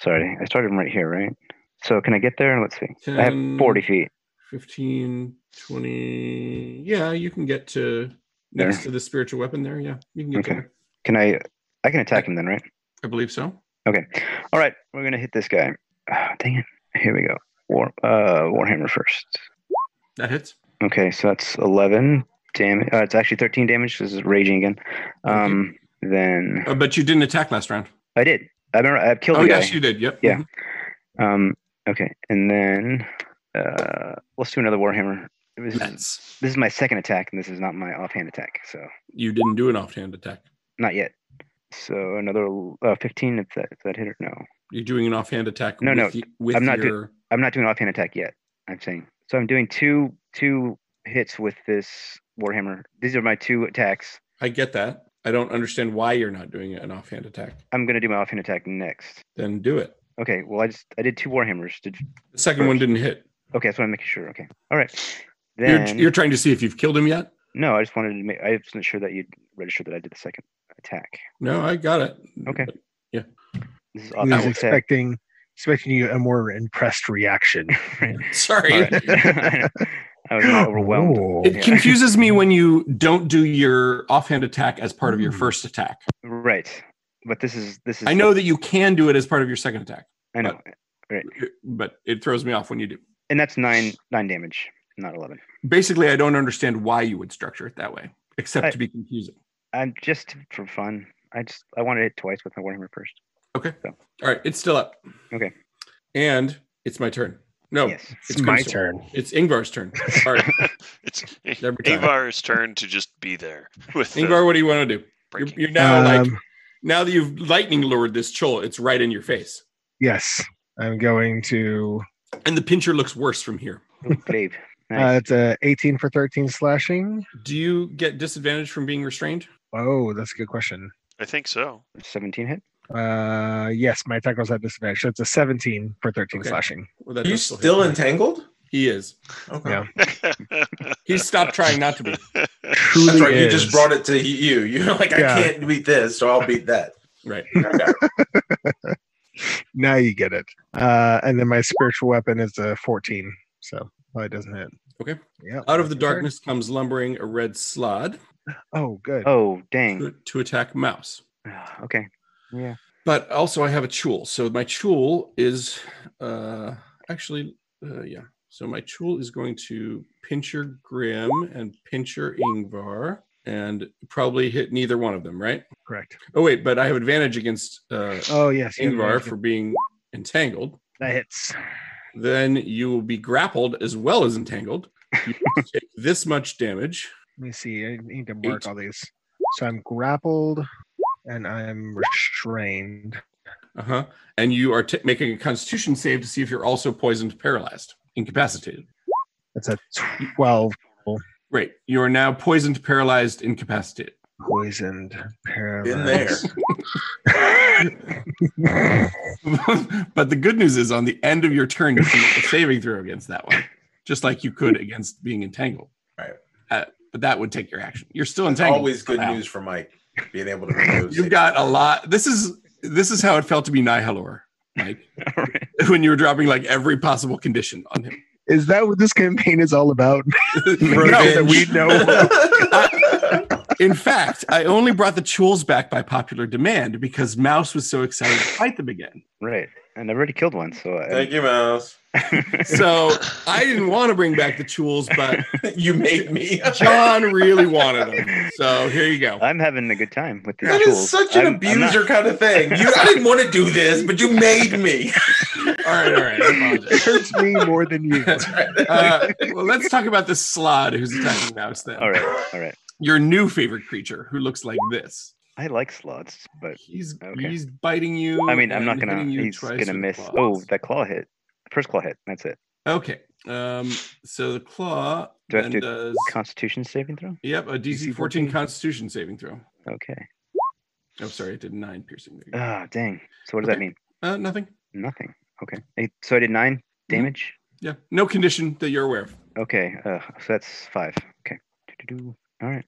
S6: sorry, I started from right here, right? So can I get there? Let's see. I have 40
S2: 10,
S6: feet.
S2: 15, 20. Yeah, you can get to
S6: There.
S2: next to the spiritual weapon there. Yeah, you can get
S6: Okay.
S2: there.
S6: Can I? I can attack him then, right?
S2: I believe so.
S6: Okay. All right, we're gonna hit this guy. Ah, dang it! Here we go. War, uh, Warhammer first.
S2: That hits.
S6: Okay, so that's 11 damage. Uh, it's actually 13 damage. This is raging again. Um, then
S2: Uh, but you didn't attack last round.
S6: I did. I remember I killed
S2: Oh,
S6: the
S2: yes,
S6: guy.
S2: you did. Yep.
S6: Yeah.
S2: Mhm.
S6: Um, okay, and then uh, let's do another Warhammer. This is,
S2: That's-
S6: this is my second attack, and this is not my offhand attack, so
S2: You didn't do an offhand attack.
S6: not yet. So another uh, 15 if that, if that hit or no.
S2: You're doing an offhand attack.
S6: No,
S2: with
S6: no,
S2: y- with
S6: I'm not do-
S2: your.
S6: I'm not doing offhand attack yet. I'm saying so. I'm doing two two hits with this Warhammer. These are my two attacks.
S2: I get that. I don't understand why you're not doing an offhand attack.
S6: I'm gonna do my offhand attack next.
S2: Then do it.
S6: Okay. Well, I just I did two Warhammers. Did
S2: The second one didn't hit.
S6: okay. That's what I'm making sure. Okay. All right.
S2: You're,
S6: Then
S2: you're trying to see if you've killed him yet.
S6: no, I just wanted to make. I wasn't sure that you'd register that I did the second attack.
S2: No, I got it.
S6: Okay.
S2: But
S6: This is
S4: He was
S6: offhand attack.
S4: expecting expecting you a more impressed reaction.
S2: [laughs] Sorry.
S6: All [laughs] right. I was
S2: [laughs]
S6: not overwhelmed.
S4: Oh.
S2: It
S6: Yeah.
S2: confuses me when you don't do your offhand attack as part of your
S4: Hmm.
S2: first attack.
S6: Right. But this is this is.
S2: I know that you can do it as part of your second attack,
S6: I know.
S2: but it throws me off when you do.
S6: And that's nine nine damage, not eleven.
S2: Basically, I don't understand why you would structure it that way, except
S6: I-
S2: to be confusing.
S6: I'm just for fun. I just I wanted it twice with my Warhammer first.
S2: All right, it's still up.
S6: Okay.
S2: And it's my turn. No,
S6: Yes.
S4: It's my
S2: Grimsel.
S4: turn.
S2: It's Ingvar's turn. Sorry,
S3: it's
S2: Every time.
S3: [laughs] Ingvar's turn to just be there [laughs] with the
S2: Ingvar, what do you want to do? You're,
S3: breaking.
S2: you're now like
S4: Um,
S2: now that you've lightning lured this chol, it's right in your face,
S4: yes, I'm going to.
S2: and the pincher looks worse from here. [laughs]
S6: Ooh, Glaive.
S4: Uh,
S6: Nice.
S4: it's a 18 for 13 slashing.
S2: Do you get disadvantage from being restrained?
S4: Oh, that's a good question.
S3: I think so.
S6: Seventeen hit.
S4: Uh, yes, my attack was at disadvantage. So it's a 17 for 13
S2: Okay.
S4: slashing.
S2: Well, that
S5: Are you
S2: does hit.
S5: still entangled?
S2: He is.
S5: Okay.
S3: [laughs]
S4: Yeah.
S2: He stopped trying not to be.
S4: Truly,
S5: That's right. You
S4: is.
S5: just brought it to you. [laughs] You're like,
S4: Yeah.
S5: I can't beat this, so I'll beat that.
S2: Right.
S5: Okay.
S4: Now you get it. Uh, and then my spiritual weapon is a 14, so well, it doesn't hit.
S2: Okay.
S4: Yeah.
S2: Out of the
S4: that's okay.
S2: darkness comes lumbering a red slod
S4: Oh, good.
S6: Oh dang.
S2: to, to attack Mouse.
S6: Ah, Okay. Yeah.
S2: But also, I have a chul. So my chul is uh, actually, uh, yeah. So my chul is going to pincher Grim and pincher Ingvar and probably hit neither one of them, right?
S4: Correct.
S2: Oh, wait, but I have advantage against uh,
S4: Oh, yes. you have
S2: Ingvar
S4: advantage.
S2: for being entangled.
S4: that hits.
S2: Then you will be grappled as well as entangled. You take this much damage.
S4: Let me see. I need to mark
S2: Eight.
S4: all these. So I'm grappled and I'm restrained.
S2: Uh huh. And you are t- making a constitution save to see if you're also poisoned, paralyzed, incapacitated.
S4: That's a 12
S2: Right. You are now poisoned, paralyzed, incapacitated. [laughs]
S4: poisoned
S5: Been
S4: paralyzed.
S5: there.
S2: but the good news is on the end of your turn, you can make a saving throw against that one, just like you could against being entangled.
S5: Right.
S2: Uh, but that would take your action. You're still
S5: It's
S2: [laughs] entangled.
S5: always good
S2: Wow.
S5: news for Mike being able to [laughs] make those.
S2: You've
S5: saves.
S2: got a lot. This is this is how it felt to be Nihilor, Mike,
S6: [laughs] All right.
S2: when you were dropping like every possible condition on him.
S4: [laughs] Is that what this campaign is
S2: [laughs]
S4: all about?
S2: No,
S4: that we
S2: [laughs]
S4: know.
S2: In fact, I only brought the tools back by popular demand because Mouse was so excited to fight them again.
S6: Right. and I've already killed one, so
S5: [laughs] Thank you, Mouse.
S6: I,
S2: So I didn't want to bring back the tools, but
S5: you made me.
S2: John really wanted them. So here you go.
S6: I'm having a good time with these
S5: That
S6: tools.
S5: is such an
S6: I'm- I'm not-
S5: abuser kind of thing. You, I didn't want to do this, but you made me.
S2: All right, all right. I apologize.
S5: [laughs]
S4: hurts me more
S2: [laughs]
S4: than you.
S2: Uh, well, let's talk about this slod who's attacking Mouse then.
S6: all right, all right.
S2: Your new favorite creature who looks like this.
S6: I like slots, but
S2: He's
S6: Okay.
S2: he's biting you.
S6: I mean, I'm not
S2: and
S6: gonna.
S2: hitting you
S6: He's
S2: twice
S6: gonna
S2: with
S6: miss.
S2: claws.
S6: Oh, that claw hit. First claw hit. That's it.
S2: Okay. Um, so the claw
S6: Do I have
S2: then
S6: to-
S2: does
S6: Constitution saving throw.
S2: yep a DC 14 Constitution saving throw.
S6: Okay.
S2: Oh, sorry, it did nine piercing. There.
S6: Ah, dang. So what does that
S2: Okay.
S6: mean?
S2: Uh, nothing.
S6: Nothing. Okay. Eight, so I did nine damage.
S2: Yeah, no condition that you're aware of.
S6: Okay. Uh, so that's five. Okay. Do-do-do. All right.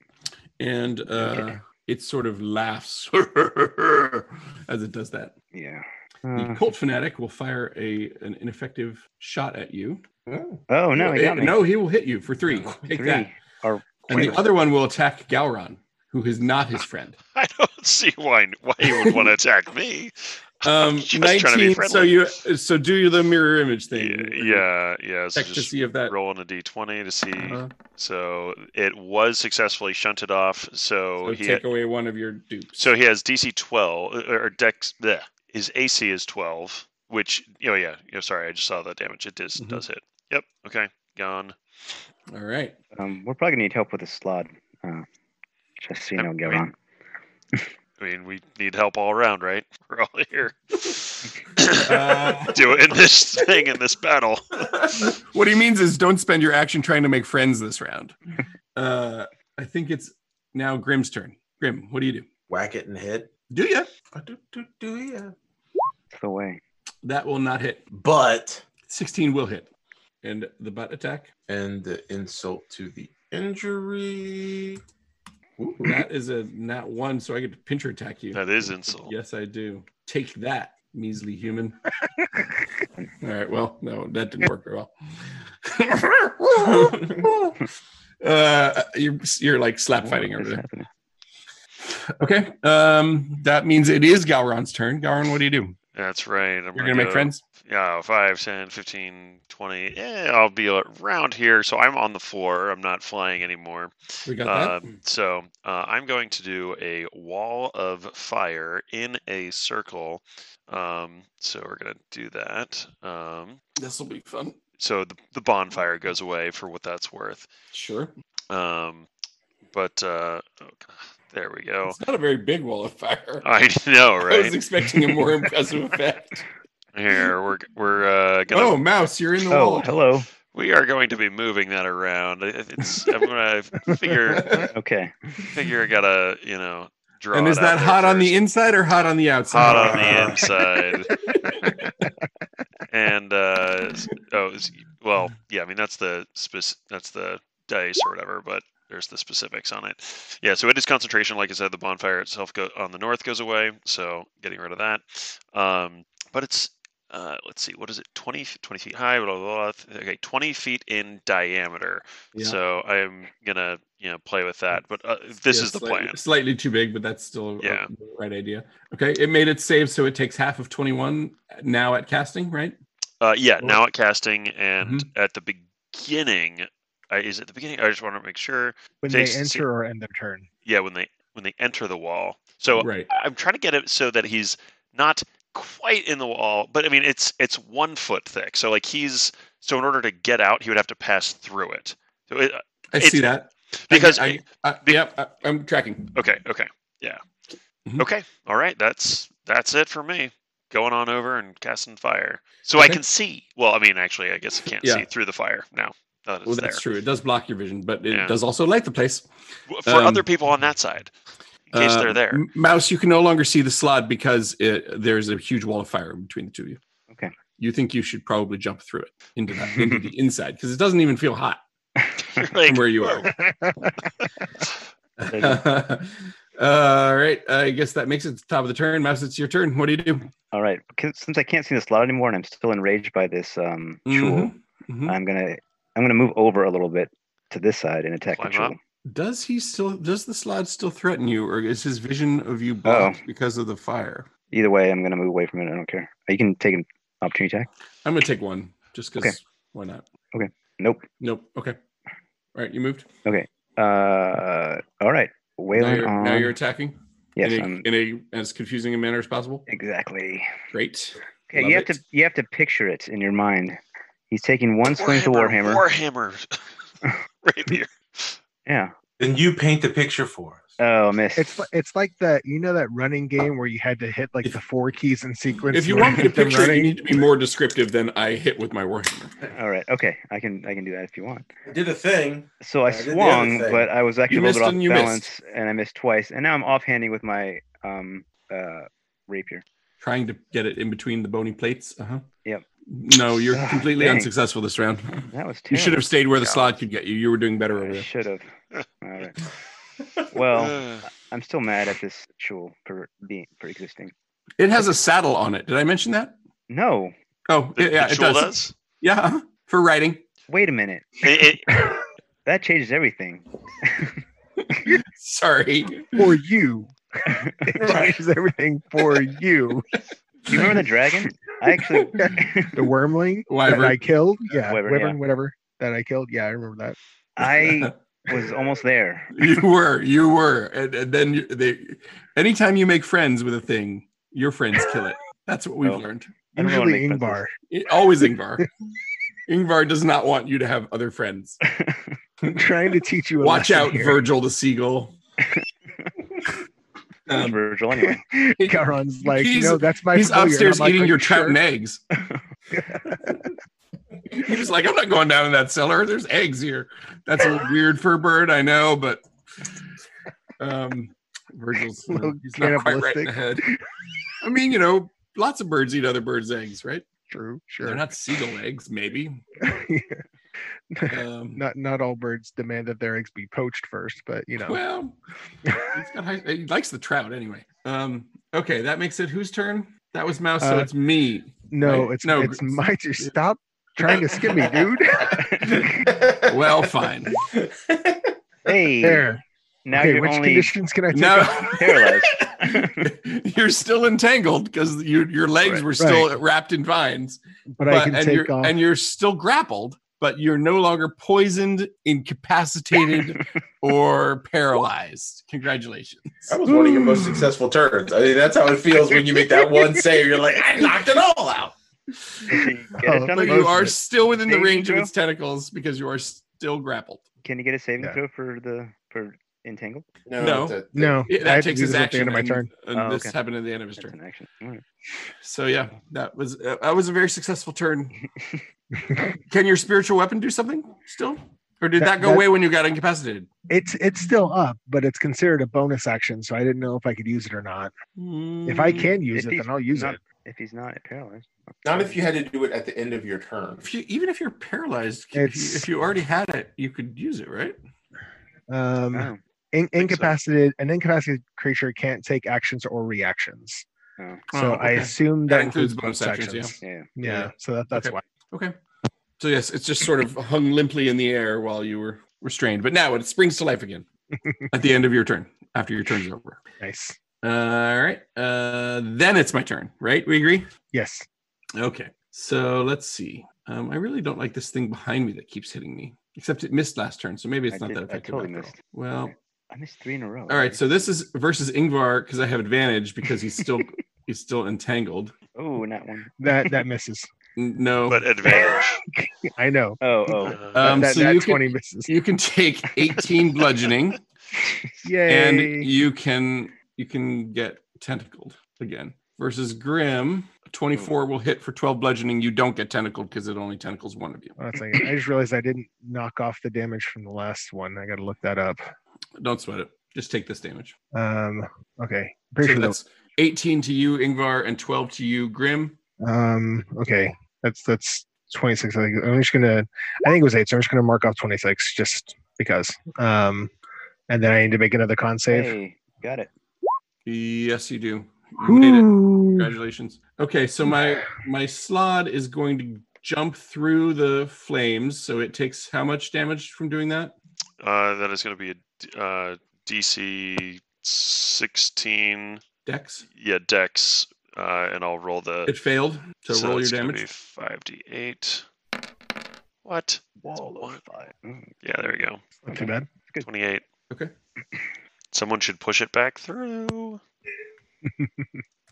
S2: And uh,
S6: Okay.
S2: it sort of laughs [laughs] as it does that.
S6: Yeah.
S2: The
S6: Uh,
S2: cult fanatic will fire a an ineffective shot at you. Eh,
S6: oh no, he got me. Oh,
S2: No, he will hit you for three. Take
S6: Three.
S2: that.
S6: Or
S2: And the
S6: wait,
S2: other one will attack Galron, who is not his friend.
S3: I don't see why why you would want to attack me.
S2: [laughs]
S3: [laughs]
S2: Um,
S3: Just trying to be
S2: Nineteen. So
S3: friendly.
S2: you so do the mirror image thing.
S3: Yeah, yeah. yeah, so
S2: Check to
S3: just
S2: see if that.
S3: rolling a d20 to see.
S2: Uh,
S3: So it was successfully shunted off. So,
S2: so
S3: Oh, he
S2: take away one of your dupes.
S3: So he has DC 12 uh, or or Dex. Bleh. His AC is 12, which oh yeah, yeah. Sorry, I just saw that damage. It does
S2: Mhm.
S3: does hit. Yep. Okay. Gone.
S2: All
S3: [laughs]
S2: right.
S6: um, we're probably gonna need help with the slot. Uh, just so you
S3: Um,
S6: know,
S3: I
S6: get
S3: mean-
S6: on.
S3: I mean, we need help all around, right? [laughs] We're all here.
S2: [laughs] Uh,
S3: [laughs] Doing this thing in
S2: [laughs]
S3: this battle.
S2: what he means is don't spend your action trying to make friends this round. Uh, I think it's now Grim's turn. Grim, what do you do?
S5: Whack it in the head.
S2: Do you?
S5: I do, do, do, yeah.
S6: It's the way.
S2: That will not hit.
S5: But,
S2: 16 will hit. And the butt attack.
S5: and the insult to the injury.
S2: Ooh, that is a not one, so I get to pincher attack you.
S3: That is insult.
S2: Yes, I do. Take that, measly human. All right. Well, no, that didn't work very well. uh, you're, you're like slap
S6: What
S2: fighting over
S6: is
S2: there.
S6: happening?
S2: Okay. Um, that means it is Galron's turn. Galron, what do you do?
S3: That's right. I'm
S2: You're gonna make
S3: go-
S2: friends.
S3: Yeah, 5, 10, 15, 20. Eh, I'll be around here. So I'm on the floor. I'm not flying anymore.
S2: We got that.
S3: Um, so uh, I'm going to do a wall of fire in a circle. Um, so we're going to do that. Um,
S2: This will be fun.
S3: so the, the bonfire goes away for what that's worth.
S2: Sure.
S3: Um, but uh, oh, God, there we go.
S2: It's not a very big wall of fire.
S3: [laughs] I
S2: [laughs] I
S3: know,
S2: was
S3: Oh. right?
S2: expecting a
S3: [laughs]
S2: more impressive effect.
S3: Here we're g- we're uh, gonna
S2: Oh, mouse, you're in the
S6: Oh,
S2: wall.
S6: hello.
S3: we are going to be moving that around. I- It's I'm gonna figure
S6: Okay.
S3: figure I gotta you know draw.
S2: And
S3: it
S2: is
S3: out
S2: that
S3: there
S2: hot on
S3: first.
S2: the inside or hot on the outside?
S3: hot on the inside.
S2: [laughs]
S3: and uh, s- oh, s- well, yeah. I mean, that's the spec- that's the dice or whatever, but there's the specifics on it. Yeah. So it is concentration. Like I said, the bonfire itself go- on the north goes away. So getting rid of that. Um, but it's uh, let's see, what is it? 20, f- 20 feet high. Blah, blah, blah. Okay, twenty feet in diameter.
S2: Yeah.
S3: So I'm gonna you know play with that. But uh, this
S2: Yeah,
S3: is the
S2: slightly,
S3: plan.
S2: Slightly too big, but that's still a-
S3: Yeah.
S2: the right idea. Okay, it made it save, so it takes half of twenty-one now at casting, right?
S3: Uh, yeah,
S2: Cool.
S3: now at casting and
S2: mm-hmm.
S3: at the beginning, I, is it the beginning? I just want to make sure.
S4: When
S3: Jason,
S4: they
S3: see-
S4: enter or end their turn.
S3: Yeah, when they when they enter the wall. So
S2: Right.
S3: I'm trying to get it so that he's not quite in the wall, but I mean it's it's one foot thick. So like he's so in order to get out, he would have to pass through it. So it,
S2: I
S3: it's-
S2: see that
S3: because
S2: I, I, I- yep, I, I'm tracking.
S3: okay, okay, yeah,
S2: Mhm.
S3: okay, all right. That's that's it for me. Going on over and casting fire, so I
S2: Okay.
S3: can see. Well, I mean, actually, I guess I can't
S2: Yeah.
S3: see through the fire now. now that it's
S2: Well,
S3: there.
S2: that's true. It does block your vision, but it
S3: Yeah.
S2: does also light the place.
S3: for other
S2: Um,
S3: people on that side in case
S2: Uh,
S3: they're there [laughs]
S6: [laughs]
S2: M- Mouse, you can no longer see the slot because it, there's a huge wall of fire between the two of you.
S6: Okay.
S2: You think you should probably jump through it into, that, into
S6: [laughs]
S2: the inside because it doesn't even feel hot
S3: You're like,
S2: from where you are. [laughs] All right. I guess that makes it the top of the turn. Mouse, it's your turn. What do you do?
S6: All right. 'Cause Since I can't see the slot anymore, and I'm still enraged by this um, tool,
S2: Mhm, mhm.
S6: I'm gonna I'm gonna move over a little bit to this side and attack the
S3: Climb up.
S6: tool.
S2: Does he still does the slot still threaten you, or is his vision of you blocked because of the fire?
S6: Either way, I'm gonna move away from it. I don't care. You can take an opportunity attack.
S2: I'm gonna take one just because.
S6: Okay.
S2: Why not?
S6: Nope.
S2: Nope. Okay. All right. You moved.
S6: Uh, all right.
S2: Now
S6: Waylon
S2: you're,
S6: on.
S2: now you're attacking
S6: yes.
S2: in, a,
S6: I'm-
S2: in a as confusing a manner as possible.
S6: exactly.
S2: Great.
S6: Okay.
S2: Love
S6: You have
S2: it.
S6: to you have to picture it in your mind. He's taking one swing to Warhammer.
S3: Warhammer. [laughs] Rapier.
S6: Yeah.
S5: Then you paint the picture for
S2: Uh,
S5: us.
S6: Oh, miss.
S4: It's li- it's like that you know that running game where you had to hit like the four keys in sequence.
S2: If you
S4: in order
S2: want
S6: [laughs]
S2: me to
S4: get them
S2: picture, it, you
S4: running?
S2: need to be more descriptive than I hit with my warhammer.
S6: all right. Okay. I can I can do that if you want.
S5: I did a thing.
S6: So I
S5: I did the other
S6: swung,
S5: thing.
S6: but I was actually
S2: You
S6: a little
S2: missed
S6: bit
S2: and
S6: off
S2: you missed.
S6: balance, and I missed twice. And now I'm offhanding with my um uh rapier.
S2: Trying to get it in between the bony plates. Uh huh.
S6: Yep.
S2: No, you're
S6: Ah,
S2: completely
S6: dang.
S2: unsuccessful this round.
S6: That was terrible.
S2: You should have stayed where the
S6: God.
S2: slot could get you. You were doing better over
S6: I
S2: there.
S6: should have. All right. [laughs]
S3: Uh,
S6: Well, I'm still mad at this tool for being for existing.
S2: It has a saddle on it. Did I mention that?
S6: No,
S2: Oh,
S3: the,
S2: it- yeah,
S3: the
S2: it
S3: tool
S2: does.
S3: does.
S2: Yeah, uh-huh. for writing. [laughs]
S6: wait a minute.
S3: It-
S6: [laughs]
S3: it-
S6: That changes everything.
S2: Sorry.
S4: for you. [laughs]
S5: Right.
S4: It changes everything for you.
S6: Do you remember the dragon? I actually
S4: The wormling that I
S2: Wyvern.
S4: killed, yeah,
S6: Uh, Wyvern,
S4: wyvern,
S6: yeah.
S4: whatever that I killed. Yeah, I remember that.
S6: I was almost there.
S2: you were, you were, and, and then you, they. Anytime you make friends with a thing, your friends kill it. That's what we've
S6: Oh.
S2: learned.
S6: I don't wanna
S4: Usually
S6: make friends
S4: Ingvar.
S2: It- always Ingvar. Ingvar does not want you to have other
S4: [laughs]
S2: friends.
S4: I'm trying to teach you. A
S2: Watch
S4: lesson
S2: out,
S4: here.
S2: Virgil the seagull.
S6: It's
S2: Um,
S6: Virgil anyway.
S4: Garon's like,
S2: He's-
S4: no, that's my.
S2: he's
S4: familiar." And
S2: upstairs
S4: I'm like,
S2: eating
S4: "Are
S2: your
S4: you
S2: trout
S4: sure?"
S2: and
S4: [laughs]
S2: eggs. He's just like, I'm not going down in that cellar. There's eggs here. That's a weird for a bird, I know, but um, Virgil's you know,
S4: Little
S2: he's not quite right in the head. I mean, you know, lots of birds eat other birds' eggs, right?
S4: True,
S2: They're
S4: sure. [laughs]
S2: not seagull eggs, maybe. Um,
S4: not not all birds demand that their eggs be poached first, but you know.
S2: Well, he's got high, he likes the trout anyway. Um, okay, that makes it whose turn? That was Mouse, so
S4: Uh,
S2: it's me.
S4: [laughs] No,
S2: Right?
S4: it's
S2: No,
S4: no, it's
S2: gr-
S4: my dude. Stop trying to skim me, dude.
S2: [laughs]
S4: [laughs]
S2: Well, fine.
S6: Hey,
S4: [laughs] there.
S6: now
S4: okay,
S6: you're
S4: which
S6: only
S4: conditions can I take?
S2: No.
S4: off? [laughs]
S2: [laughs]
S6: paralyzed.
S2: you're still entangled because your your legs
S6: Right.
S2: were still wrapped in vines,
S4: But, I can
S2: and
S4: take
S2: you're
S4: off.
S2: and you're still grappled, but you're no longer poisoned,
S4: [laughs]
S2: incapacitated, or paralyzed. Congratulations!
S5: That
S4: Oh,
S5: was one of your most successful turns. I mean, that's how it feels when you make that one save. You're like, I knocked it all out.
S6: Did you get
S4: Oh,
S6: a
S2: But
S6: saving
S2: you
S6: throw?
S2: are still within the
S6: Saving
S2: range of
S6: throw?
S2: its tentacles because you are still grappled.
S6: Can you get a saving
S4: Yeah.
S6: throw for the for entangle?
S2: No.
S5: that-
S4: no,
S2: It-
S4: I
S2: that
S4: have to
S2: takes
S4: do
S2: his
S4: this at the
S2: action.
S4: end of my
S2: and-
S4: turn.
S2: and
S6: Oh,
S2: this
S6: okay.
S2: happened at the end of his
S6: That's
S2: turn.
S6: an action. All right.
S2: So yeah, that was uh, that was a very successful turn.
S4: [laughs]
S2: Can your spiritual weapon do something still, or did that,
S4: That-
S2: go
S4: that-
S2: away when you got incapacitated?
S4: It's it's still up, but it's considered a bonus action, so I didn't know if I could use it or not. If I
S2: Hmm,
S4: can use
S6: If
S4: it,
S6: he's
S4: then I'll use
S6: not-
S4: it.
S6: If he's not paralyzed.
S5: Not if you had to do it at the end of your turn.
S2: if you even if you're paralyzed, if you,
S4: It's-
S2: if you already had it, you could use it, right?
S4: Um,
S6: Oh,
S4: in,
S3: so.
S4: incapacitated, an incapacitated creature can't take actions or reactions.
S6: oh,
S2: Oh,
S4: So I
S2: okay.
S4: assume
S2: That
S4: that,
S2: includes bonus actions,
S6: yeah.
S4: Yeah.
S2: Yeah.
S4: so that, that's
S2: Okay.
S4: why.
S2: Okay. So yes, it's just sort of hung limply in the air while you were restrained, but now it springs to life
S4: [laughs]
S2: again at the end of your turn. After your turn's over.
S4: Nice.
S2: all right. Uh, then it's my turn, right? We agree.
S4: Yes.
S2: Okay. So let's see. Um, I really don't like this thing behind me that keeps hitting me. Except it missed last turn, so maybe it's
S6: I
S2: not
S6: did-
S2: that
S6: I
S2: effective.
S6: totally
S2: after all.
S6: missed.
S2: Well,
S6: I missed three in a row.
S2: All right, so this is versus Ingvar because I have advantage because he's
S6: [laughs]
S2: still he's still entangled.
S6: Oh, not one.
S4: That that misses.
S2: N- No,
S3: But advantage.
S4: I know.
S6: Oh,
S3: [laughs]
S6: oh.
S3: Uh,
S6: [laughs]
S2: [laughs]
S4: That-
S2: um,
S4: that
S2: so
S4: that
S2: you
S4: twenty
S2: can
S4: misses.
S2: you can take eighteen
S6: [laughs]
S2: bludgeoning, and
S4: Yay.
S2: you can you can get tentacled again. Versus Grim, twenty four
S6: Hmm.
S2: will hit for twelve bludgeoning. You don't get tentacled because it only tentacles one of you.
S4: Oh, that's not good. I just realized I didn't knock off the damage from the last one. I got to look that up.
S2: Don't sweat it. Just take this damage.
S4: Um, okay.
S2: So
S4: Pretty sure that,
S2: that's eighteen to you, Ingvar, and twelve to you, Grim.
S4: um, okay. That's that's 26. I think. I'm just gonna. I think it was eight. So I'm just gonna mark off 26 just because. Um, and then I need to make another con save.
S6: Hey, got it.
S2: Yes, you do. You made it.
S4: Ooh.
S2: Congratulations. Okay, so my my slod is going to jump through the flames. So it takes how much damage from doing that?
S3: uh, that is going to be a d- uh, DC 16.
S2: Dex.
S3: Yeah, Dex uh, and I'll roll the.
S2: It failed. So, roll your
S3: it's gonna be
S2: damage.
S3: 5d8. What?
S6: Wall
S3: of
S6: fire. Mm.
S3: Yeah, there we go.
S4: Not too bad.
S3: 28.
S2: Okay.
S3: Someone should push it back through.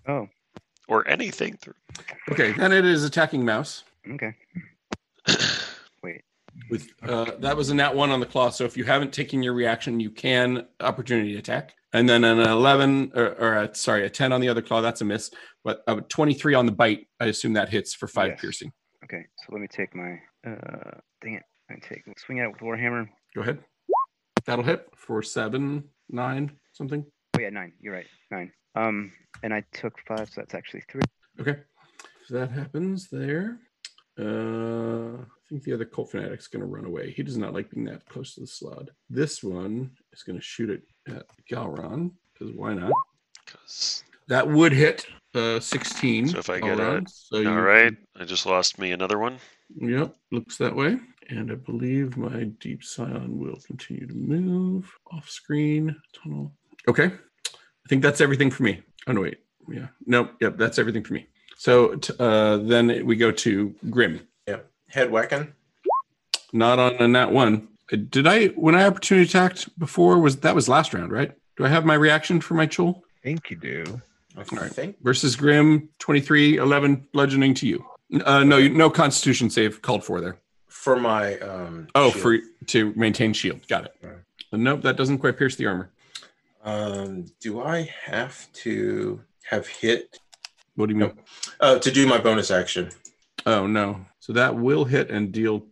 S6: Oh,
S3: Or anything through. [laughs]
S2: Okay, then it is attacking mouse
S6: okay.
S2: with uh, that was a nat one on the claw. So if you haven't taken your reaction, you can opportunity attack. And then an eleven or, or a, sorry, a ten on the other claw. That's a miss. But a twenty-three on the bite. I assume that hits for five
S6: Yes.
S2: piercing.
S6: Okay, so let me take my. Uh, dang it! I take swing at it with warhammer.
S2: Go ahead. That'll hit for seven, nine, something.
S6: Oh yeah, nine. You're right, nine. Um, and I took five, so that's actually three.
S2: Okay. So that happens there. Uh, I think the other Colt Fanatic's going to run away. He does not like being that close to the slot. This one is going to shoot it at Galron, because why not?
S3: 'cause-
S2: That would hit uh, 16.
S3: So if I get
S2: Galron.
S3: it.
S2: So you-
S3: All right. I just lost me another one. [sighs]
S2: Yep, looks that way. And I believe my deep scion will continue to move off screen tunnel. Okay. I think that's everything for me. Oh no, wait. Yeah. No, yep, that's everything for me. So t- uh, then we go to Grim.
S5: Head whacking.
S2: Not on a nat one. Uh, Did I when I opportunity attacked before was that was last round, right? Do I have my reaction for my chul
S4: I think you do.
S5: I
S2: right.
S5: think.
S2: versus Grim 23 11 bludgeoning to you? Uh, no, no constitution save called for there.
S5: For my um
S2: Oh,
S5: shield.
S2: for to maintain shield. Got it. Uh,
S5: Right.
S2: Nope, that doesn't quite pierce the armor.
S5: um do I have to have hit
S2: What do you mean?
S5: Nope. uh to do my bonus action?
S2: Oh no. So that will hit and deal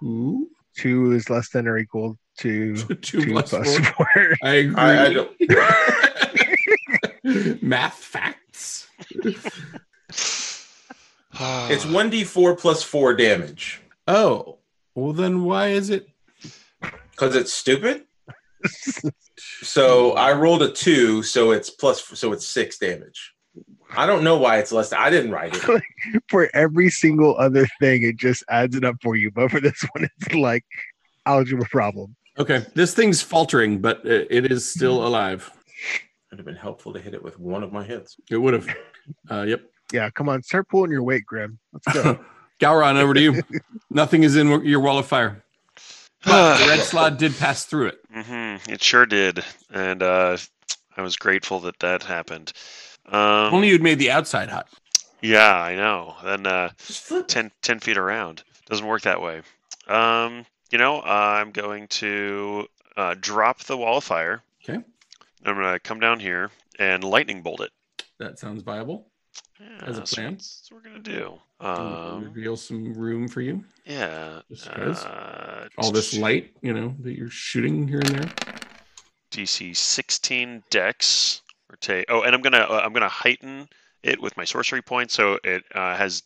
S2: two.
S4: Two is less than or equal to
S2: [laughs] Two,
S4: two
S2: plus
S4: plus
S2: four.
S4: four.
S2: I agree.
S5: I, I don't
S2: [laughs] Math facts.
S5: it's
S2: Ah.
S3: [sighs]
S5: one D four plus four damage.
S2: Oh, well then why is it?
S5: Because it's stupid.
S2: Hmm.
S5: So I rolled a two, so it's plus so it's six damage. I don't know why it's less. I didn't
S2: [laughs]
S5: write it.
S4: [laughs] for every single other thing, it just adds it up for you. But for this one, it's like algebra problem.
S2: Okay, this thing's faltering, but uh, it is still alive.
S5: It'd have been helpful to hit it with one of my hits.
S2: It would have. Uh, yep.
S4: Yeah, come on, start pulling your weight, Grim. Let's
S2: [laughs]
S4: go.
S2: Gowron, over to you. Nothing is in your wall of fire.
S3: [sighs]
S2: But the red slot did pass through it.
S3: Mm-hmm. It sure did, and uh, I was grateful that that happened. Um,
S2: If Only you'd made the outside hot.
S3: yeah, I know. Then uh,
S5: Just flip.
S3: 10, 10 feet around doesn't work that way. Um, you know, I'm going to uh, drop the wall of fire.
S2: Okay.
S3: I'm gonna come down here and lightning bolt it.
S2: That sounds viable.
S3: Yeah,
S2: As a
S3: that's-
S2: plan?
S3: that's what we're gonna do.
S2: Reveals
S3: Um,
S2: some room for you.
S3: yeah.
S2: Just 'cause.
S3: Uh,
S2: All this light, you know, that you're shooting here and there.
S3: DC 16 Dex. Or ta- oh, and I'm gonna uh, I'm gonna heighten it with my sorcery point, so it uh, has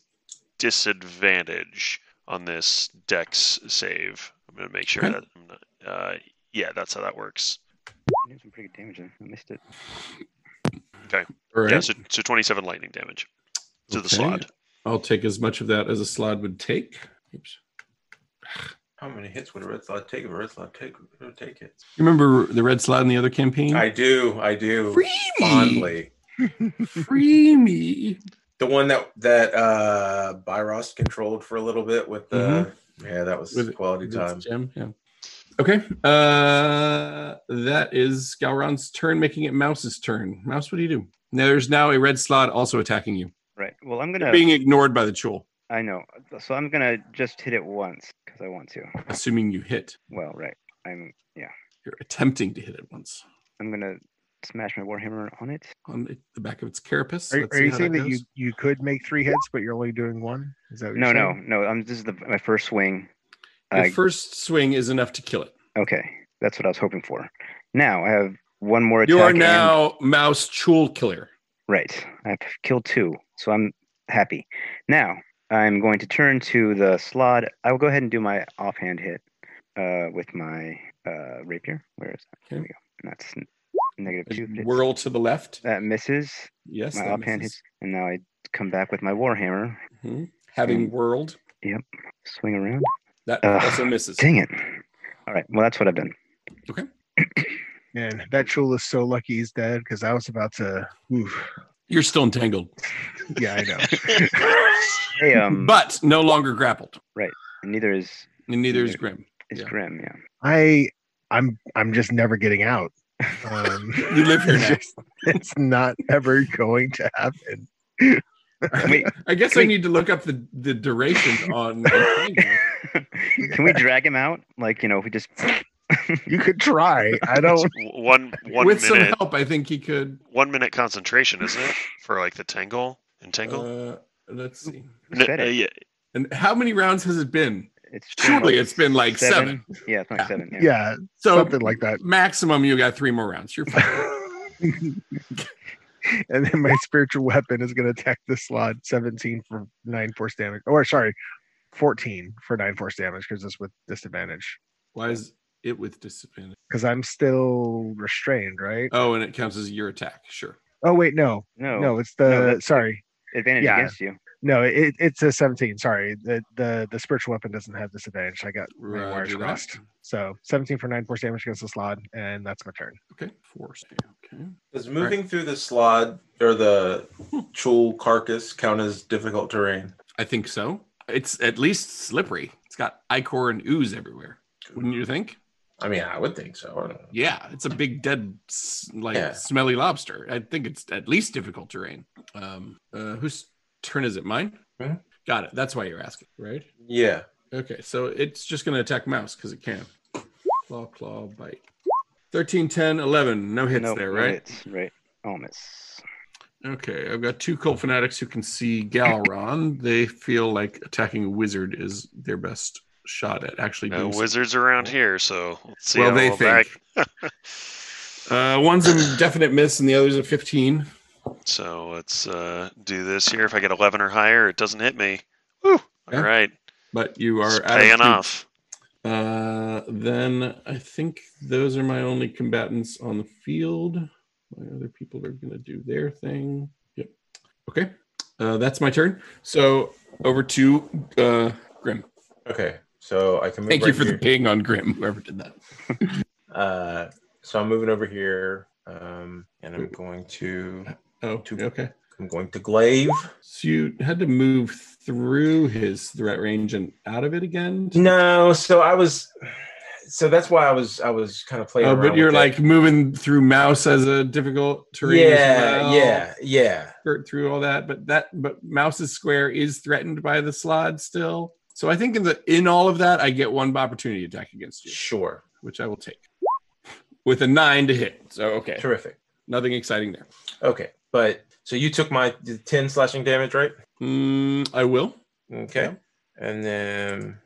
S3: disadvantage on this Dex save. I'm gonna make sure
S2: Okay.
S3: that. I'm not, uh, yeah, that's how that works.
S6: I did some pretty good damage. there. I missed it.
S2: All right.
S3: Yeah, so, so 27 lightning damage to
S2: Okay.
S3: the
S2: [laughs]
S3: slot.
S2: I'll take as much of that as a slot would take. Oops.
S5: How many hits would a red slot take? If a red slot take would take it.
S2: You remember the red slot in the other campaign?
S5: I do. I do.
S2: Free me.
S5: Fondly.
S2: Free me.
S5: The one that that uh Byros controlled for a little bit with the yeah, that Mm-hmm. was
S2: With-
S5: quality
S2: That's Gem,
S5: time.
S2: yeah. Okay. Uh, that is Galron's turn, making it Mouse's turn. Mouse, what do you do? Now, there's now a red slot also attacking you,
S6: Right. Well, I'm gonna.
S2: being ignored by the Chul,
S6: I know. So I'm gonna just hit it once because I want to.
S2: assuming you hit.
S6: Well, right. I'm. Yeah.
S2: You're attempting to hit it once
S6: I'm gonna smash my warhammer on it.
S2: on the- the back of its carapace.
S4: Are,
S2: Let's
S4: are
S2: see
S4: you
S2: how
S4: saying that
S2: goes.
S4: you you could make three hits, but you're only doing one? Is that what
S6: No,
S4: you're
S6: no,
S4: saying?
S6: no. I'm. This is the, my first swing.
S2: Your
S6: I-
S2: first swing is enough to kill it.
S6: okay, that's what I was hoping for. Now I have one more attack.
S2: You are
S6: and-
S2: now Mouse Chul Killer.
S6: right. I've killed two, so I'm happy. Now I'm going to turn to the slot. I will go ahead and do my offhand hit uh, with my uh, rapier. Where is that? There we
S2: Okay.
S6: go. And that's n- negative two. hits.
S2: Whirl to the left.
S6: That misses.
S2: Yes,
S6: my
S2: that
S6: offhand
S2: misses.
S6: hits, and now I come back with my warhammer.
S2: Mhm. Having
S6: Mm.
S2: whirled,
S6: Swing around.
S2: that
S6: Ugh,
S2: also misses.
S6: Dang it! All right. Well, that's what
S2: [laughs]
S6: I've done.
S4: Man, that Chul is so lucky he's dead because I was about to. Oof.
S9: You're still entangled,
S4: Yeah, I know.
S6: Hey, um,
S9: but no longer grappled.
S6: neither is
S9: And neither is Grim.
S6: is
S9: Yeah.
S6: Grim. Yeah.
S4: I I'm I'm just never getting out. Um,
S9: You live here
S4: it's
S9: now.
S4: just- [laughs] it's not ever going to happen.
S6: Wait,
S2: I guess
S6: Can
S2: I
S6: we-
S2: need to look up the, the duration
S6: [laughs]
S2: on. entangle.
S6: Can we drag him out? Like you know, if
S2: [laughs]
S6: we just
S4: You could try.
S3: [laughs]
S4: I don't.
S3: one one
S2: With some
S3: minute
S2: help, I think he could.
S3: one minute concentration, isn't it? For like the tangle and tangle.
S2: Uh, let's see.
S6: who
S3: N-
S6: said
S3: uh,
S6: it?
S3: yeah,
S2: And how many rounds has it been?
S6: It's been
S2: Surely
S6: like
S2: it's been like seven.
S6: Yeah, it's like
S2: Yeah.
S6: seven. Yeah.
S4: Yeah,
S2: So
S4: something like that.
S2: maximum, you got three more rounds. You're fine.
S4: [laughs] and then my spiritual weapon is going to attack the slot 17 for 9 force damage or sorry 14 for 9 force damage because it's with disadvantage
S2: Why is it with disadvantage?
S4: because i'm still restrained right
S2: Oh, and it counts as your attack. Sure.
S4: oh wait no
S6: No,
S4: no, it's the
S6: No, that's-
S4: sorry
S6: advantage
S4: yeah.
S6: against you.
S4: no it, it's a 17 sorry the, the the spiritual weapon doesn't have disadvantage i got my wires
S2: Roger that.
S4: crossed so 17 for 9 force damage against the slot and that's my turn
S2: Okay. Four. Okay.
S5: Does moving through the slod or [laughs] the chul carcass count as difficult terrain?
S2: I think so. It's at least slippery. It's got ichor and ooze everywhere. Wouldn't you think?
S5: I mean, I would think so. I don't know.
S2: Yeah, it's a big dead, s- like
S5: Yeah.
S2: smelly lobster. I think it's at least difficult terrain. Um, uh, whose turn is it? Mine.
S5: Mhm.
S2: Got it. That's why you're asking, right?
S5: Yeah.
S2: Okay, so it's just going to attack mouse because it can. Claw, claw, bite. 13, 10, 11. No hits
S6: no,
S2: there,
S6: no
S2: right?
S6: hits, right. All miss.
S2: Okay, I've got two cult fanatics who can see
S3: [laughs]
S2: Galron. they feel like attacking a wizard is their best shot at actually
S3: no
S2: doing
S3: uh, wizards around here, so let's see
S2: Well,
S3: how
S2: they
S3: all that-
S2: Uh, one's a definite miss, and the other's a 15.
S3: So let's uh, do this here. If I get 11 or higher, it doesn't hit me. Woo!
S2: Yeah.
S3: All right,
S2: But you are
S3: it's
S2: out of
S3: paying
S2: three.
S3: off.
S2: Uh, then I think those are my only combatants on the field. My other people are going to do their thing. Yep. Okay. Uh, that's my turn. So over to uh, Grim.
S5: Okay. So I can move.
S2: Thank
S5: right
S2: you for
S5: here.
S2: the ping on Grim, whoever did that.
S5: Uh, so I'm moving over here, um, and I'm going to
S2: Oh,
S5: Two.
S2: okay.
S5: I'm going to glaive.
S2: So you had to move through his threat range and out of it again?
S5: No, so I was, so that's why I was I was kind of playing.
S2: Oh,
S5: around
S2: but
S5: with
S2: you're
S5: it.
S2: like moving through mouse as a difficult terrain. as
S5: yeah,
S2: well.
S5: yeah, yeah.
S2: skirt through all that, but that but Mouse's Square is threatened by the slod still. So I think in the in all of that, I get one opportunity attack against you,
S5: Sure,
S2: which I will take with a nine to hit. So okay,
S5: terrific.
S2: nothing exciting there.
S5: Okay, but so you took my ten slashing damage, right?
S2: Mm, I will.
S5: Okay, and then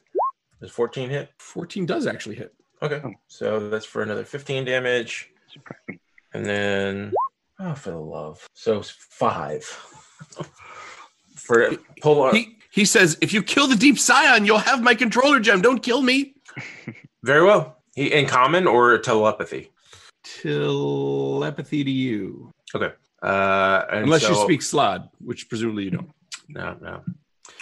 S5: there's 14 hit.
S2: Fourteen does actually hit.
S5: Okay,
S6: Oh.
S5: so that's for another 15 damage,
S6: Surprise me.
S5: and then oh, for the love, so it's five [laughs] for pull. up.
S2: He he says, if you kill the deep scion, you'll have my controller gem. Don't kill me.
S5: Very well. He in common or telepathy?
S2: Telepathy to you,
S5: Uh, and
S2: unless you
S5: so-
S2: speak slod, which presumably you don't.
S5: No, no.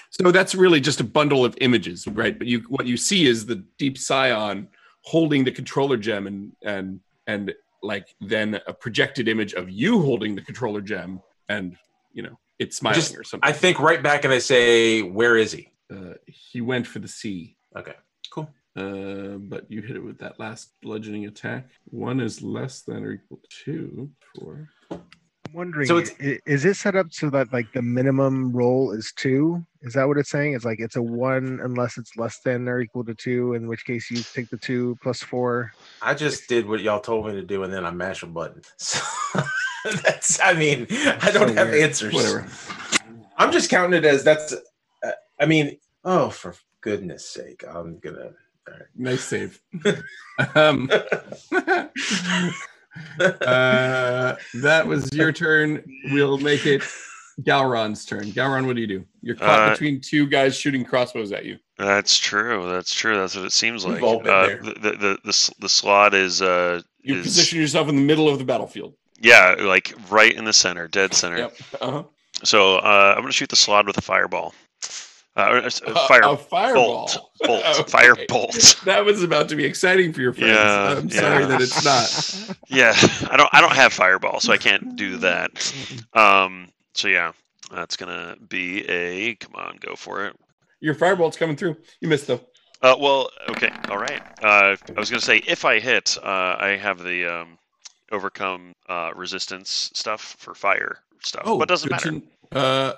S2: So that's really just a bundle of images, right? But you what you see is the deep scion holding the controller gem and and and like then a projected image of you holding the controller gem and you know it's smiling
S5: Just-
S2: or something.
S5: I think right back and I say, where is he?
S2: uh, he went for the C.
S5: Okay, cool.
S2: Uh, but you hit it with that last bludgeoning attack. One is less than or equal to four.
S4: i'm wondering
S5: So
S4: so
S5: it's-
S4: is it set up so that like the minimum roll is 2 is that what it's saying it's like it's a 1 unless it's less than or equal to 2 in which case you take the 2 plus 4
S5: I just did what y'all told me to do, and then I mashed a button. [laughs] So that's, I mean, I don't
S2: So
S5: have
S2: weird.
S5: answers.
S2: Whatever.
S5: I'm just counting it as that's. Uh, I mean, oh, for goodness sake, I'm gonna.
S2: Nice
S5: [laughs]
S2: save. um, uh, that was your turn. We'll make it Galron's turn. Galron, what do you do? You're caught
S3: Uh,
S2: between two guys shooting crossbows at you.
S3: That's true. That's true. That's what it seems
S5: We've
S3: like.
S5: all been
S3: uh,
S5: there.
S3: The, the, the, the, s- the slot is, uh,
S2: You
S3: is-
S2: position yourself in the middle of the battlefield.
S3: yeah, like right in the center, dead center.
S2: Yep. Uh-huh.
S3: So uh, I'm going to shoot the slot with a fireball. Uh, a s- a fire
S2: a fireball.
S3: bolt. bolt.
S2: [laughs] Okay.
S3: Fire bolt.
S2: That was about to be exciting for your friends.
S3: Yeah,
S2: I'm sorry
S3: yeah.
S2: that it's not.
S3: [laughs] Yeah, I don't. I don't have fireball, so I can't do that. Um, so yeah, that's gonna be a come on, go for it.
S2: Your firebolt's coming through. You missed though.
S3: Uh, well, okay, all right. Uh, I was gonna say if I hit, uh, I have the um, overcome uh, resistance stuff for fire stuff, Oh, but it doesn't
S2: good
S3: matter.
S2: to- Oh, uh,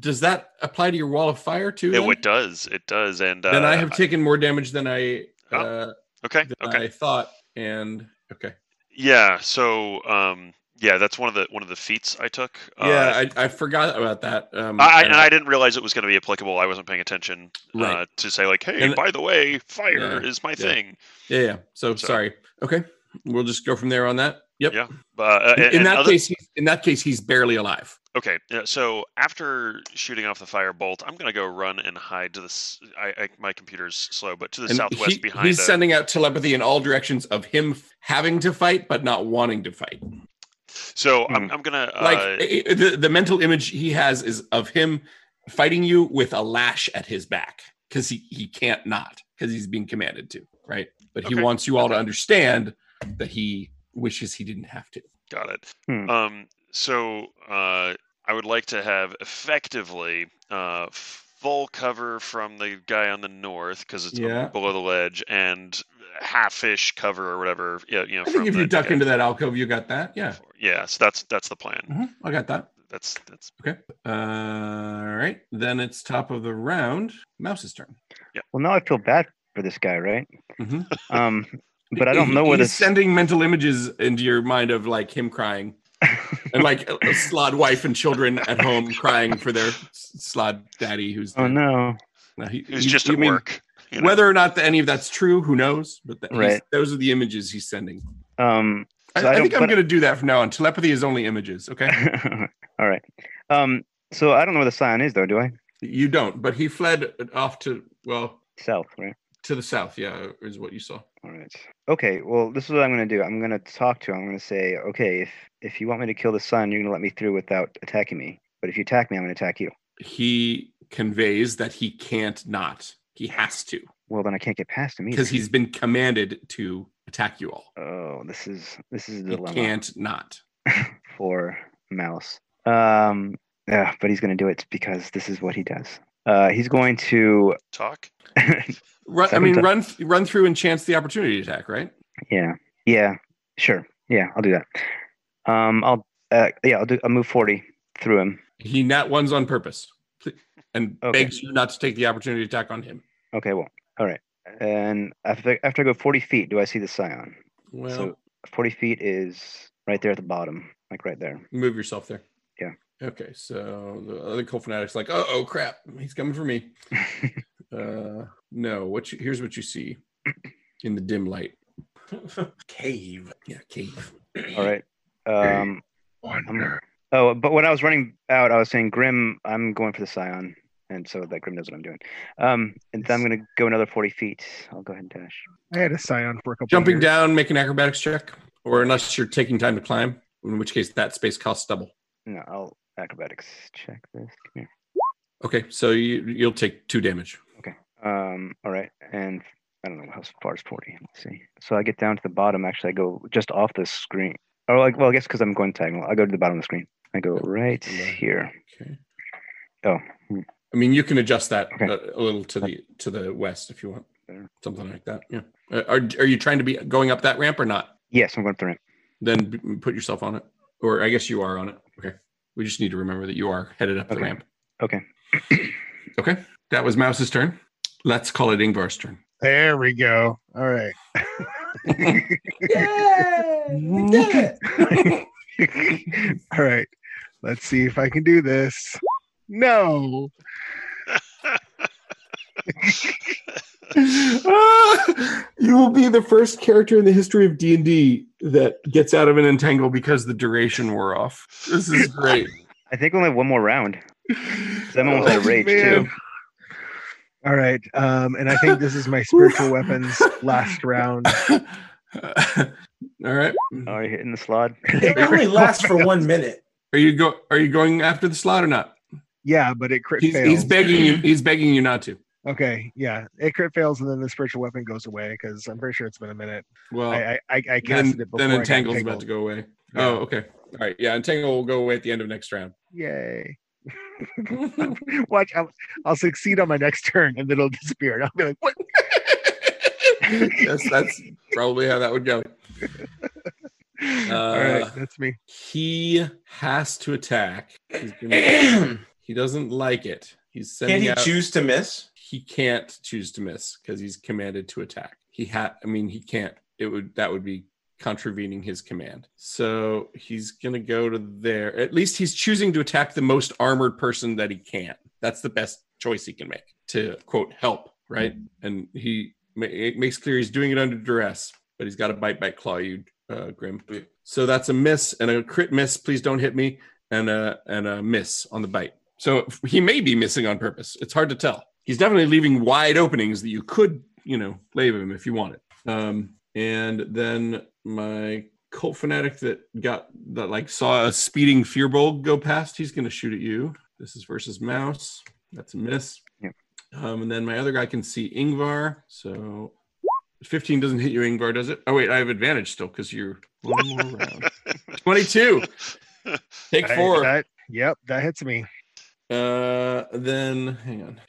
S2: does that apply to your wall of fire too?
S3: It, it does, it does, and uh,
S2: then I have taken more damage than I
S3: Oh,
S2: uh,
S3: okay,
S2: than
S3: okay.
S2: I thought. And okay,
S3: Yeah. So, um, yeah, that's one of the one of the feats I took. Uh,
S2: yeah, I, I forgot about that. Um,
S3: I, I,
S2: and
S3: and I didn't realize it was going to be applicable. I wasn't paying attention
S2: Right.
S3: uh, to say like, "Hey,
S2: And-
S3: by the way, fire
S2: Yeah,
S3: is my thing."
S2: yeah, yeah. So,
S3: So-
S2: sorry. Okay, we'll just go from there on that. Yep.
S3: Yeah. Uh,
S2: In,
S3: and,
S2: in
S3: and
S2: that
S3: other-
S2: case, he's, in that case, he's barely alive.
S3: okay. yeah, So after shooting off the fire bolt, I'm going to go run and hide to the. s- I, I- my computer's slow, but to the
S2: And
S3: southwest
S2: he-
S3: behind.
S2: he's
S3: a-
S2: sending out telepathy in all directions of him f- having to fight but not wanting to fight.
S3: so I'm, I'm going to.
S2: Hmm. like
S3: uh,
S2: i- i- the, the mental image he has is of him fighting you with a lash at his back because he, he can't not because he's being commanded to right but he
S3: Okay.
S2: wants you all to understand that he wishes he didn't have to
S3: Got it.
S6: Hmm.
S3: Um, so uh, I would like to have effectively uh, full cover from the guy on the north because it's um,
S2: Yeah.
S3: below the ledge and half-ish cover or whatever. Yeah, you know.
S2: i think
S3: from
S2: if you
S3: the
S2: duck
S3: guy-
S2: into that alcove you got that yeah
S3: Yeah, so that's that's the plan.
S2: Mhm, i got that
S3: That's that's
S2: uh, all right then it's top of the round mouse's turn
S6: Well, now I feel bad for this guy, right?
S2: Mhm.
S6: Um,
S2: [laughs]
S6: but I don't
S2: He-
S6: know whether
S2: he's sending mental images into your mind of like him crying and like a, a slod wife and children at home crying for their s- slod daddy who's
S6: [laughs] Oh
S2: dead.
S6: no!
S2: No, he,
S3: it was
S2: you-
S3: just
S2: you
S3: at
S2: mean
S3: work. you know?
S2: Whether or not that any of that's true, who knows? But that, he's-
S6: Right.
S2: those are the images he's sending.
S6: Um, [laughs]
S2: I,
S6: So I
S2: I
S6: don't-
S2: think I'm
S6: but-
S2: going to do that from now on. Telepathy is only images. Okay,
S6: all right. Um, so I don't know where the sign is, though. Do I?
S2: you don't. But he fled uh, off to well
S6: South, right?
S2: to the south. Yeah, is what you saw.
S6: All right. Okay. Well, this is what I'm going to do. I'm going to talk to him. I'm going to say, okay, if if you want me to kill the sun, you're going to let me through without attacking me. But if you attack me, I'm going to attack you.
S2: He conveys that he can't not. He has to
S6: Well, then I can't get past him either.
S2: because he's been commanded to attack you all.
S6: Oh, this is this is a
S2: He
S6: dilemma
S2: can't not.
S6: for Mouse. Um, yeah, but he's going to do it because this is what he does. Uh, he's going to, [laughs]
S2: [laughs]
S3: Talk.
S2: Run, I
S6: Seven
S2: mean,
S6: ti-
S2: run run through and chance the opportunity attack. Right.
S6: yeah, yeah, sure, yeah, I'll do that. Um, I'll, uh, yeah, I'll do. I'll move forty through him.
S2: He not ones on purpose, [laughs] and
S6: Okay.
S2: begs you not to take the opportunity attack on him.
S6: Okay, well, all right. And after after I go forty feet, do I see the scion?
S2: Well,
S6: So forty feet is right there at the bottom, like right there. [laughs]
S2: move yourself there.
S6: Yeah.
S2: Okay. So the other cold fanatic's like, oh, oh crap, he's coming for me. Uh, no. What you, here's what you see in the dim light. [laughs]
S5: Cave.
S2: Yeah, cave.
S6: all right. Um,
S4: Wonder.
S6: Oh, but when I was running out, I was saying Grim, I'm going for the Scion. And so that Grim knows what I'm doing. Um, and then I'm going to go another 40 feet. I'll go ahead and dash.
S4: I had a scion for a couple.
S2: Jumping
S4: years.
S2: down, make an acrobatics check, or unless you're taking time to climb, in which case that space costs double.
S6: No, I'll acrobatics check this. Come
S2: Okay, so you you'll take two damage.
S6: here. Um, all right. And I don't know how far is 40. Let's see. So I get down to the bottom. Actually, I go just off the screen. Or like, well, I guess because I'm going diagonal, I go to the bottom of the screen. I go right
S2: Hello.
S6: here.
S2: Okay.
S6: Oh, hmm.
S2: I mean, you can adjust that
S6: Okay.
S2: uh, a little to the to the west if you want,
S6: There.
S2: something like that. Yeah. Uh, Are are you trying to be going up that ramp or not?
S6: Yes, I'm going for it.
S2: then b- put yourself on it. Or I guess you are on it. Okay. We just need to remember that you are headed up the
S6: Okay.
S2: ramp.
S6: Okay.
S2: Okay. That was Mouse's turn. Let's call it Ingvar's turn.
S4: There we go. All right. [laughs] All right. Let's see if I can do this. No.
S2: [laughs] Ah, you will be the first character in the history of D&D that gets out of an entangle because the duration wore off. This is great. [laughs]
S6: I think we only have one more round. 'Cause I'm almost out of
S2: Oh,
S6: rage,
S2: man.
S6: too.
S4: All right. Um, and I think this is my spiritual weapons last round.
S2: All right.
S6: Are you Oh, hitting
S2: [laughs]
S6: the slot?
S5: It only lasts for one minute.
S2: Are you go are you going after the slot or not?
S4: Yeah, but it crit
S2: He's,
S4: fails.
S2: he's begging you he's begging you not to.
S4: okay. Yeah. It crit fails and then the spiritual weapon goes away because I'm pretty sure it's been a minute.
S2: Well,
S4: I I, I, I casted
S2: Oh, then,
S4: it before.
S2: then
S4: I got
S2: entangle's about to go away.
S4: Yeah.
S2: Oh, okay.
S10: All right. Yeah. Entangle will go away at the end of next round.
S4: Yay. [laughs] Watch, I'll, I'll succeed on my next turn and then it'll [laughs] disappear. And I'll be like, what?
S2: yes, [laughs] that's probably how that would go.
S4: All
S2: Uh,
S4: right, that's me.
S2: He has to attack. He's gonna-
S5: Can't
S2: he doesn't like it. He's sending
S5: he
S2: out.
S5: choose to miss?
S2: he can't choose to miss because he's commanded to attack. He had, I mean, he can't. It would that would be contravening his command. So he's gonna go to there. At least he's choosing to attack the most armored person that he can. That's the best choice he can make to quote help, right? And he ma- it makes clear he's doing it under duress, but he's got to bite, bite, claw you, uh, Grim. So that's a miss and a crit miss. Please don't hit me. And a and a miss on the bite. So he may be missing on purpose. It's hard to tell. He's definitely leaving wide openings that you could, you know, lave him if you wanted. Um, and then my cult fanatic that got that like saw a speeding fearbolt go past. He's going to shoot at you. This is versus mouse. That's a miss.
S6: Yep.
S2: Um, and then my other guy can see Ingvar. So 15 doesn't hit you, Ingvar, does it? Oh wait, I have advantage still because you're one more
S3: [laughs]
S2: round. 22. Take
S4: That-
S2: four.
S4: that- yep, that hits me.
S2: Uh, then hang on.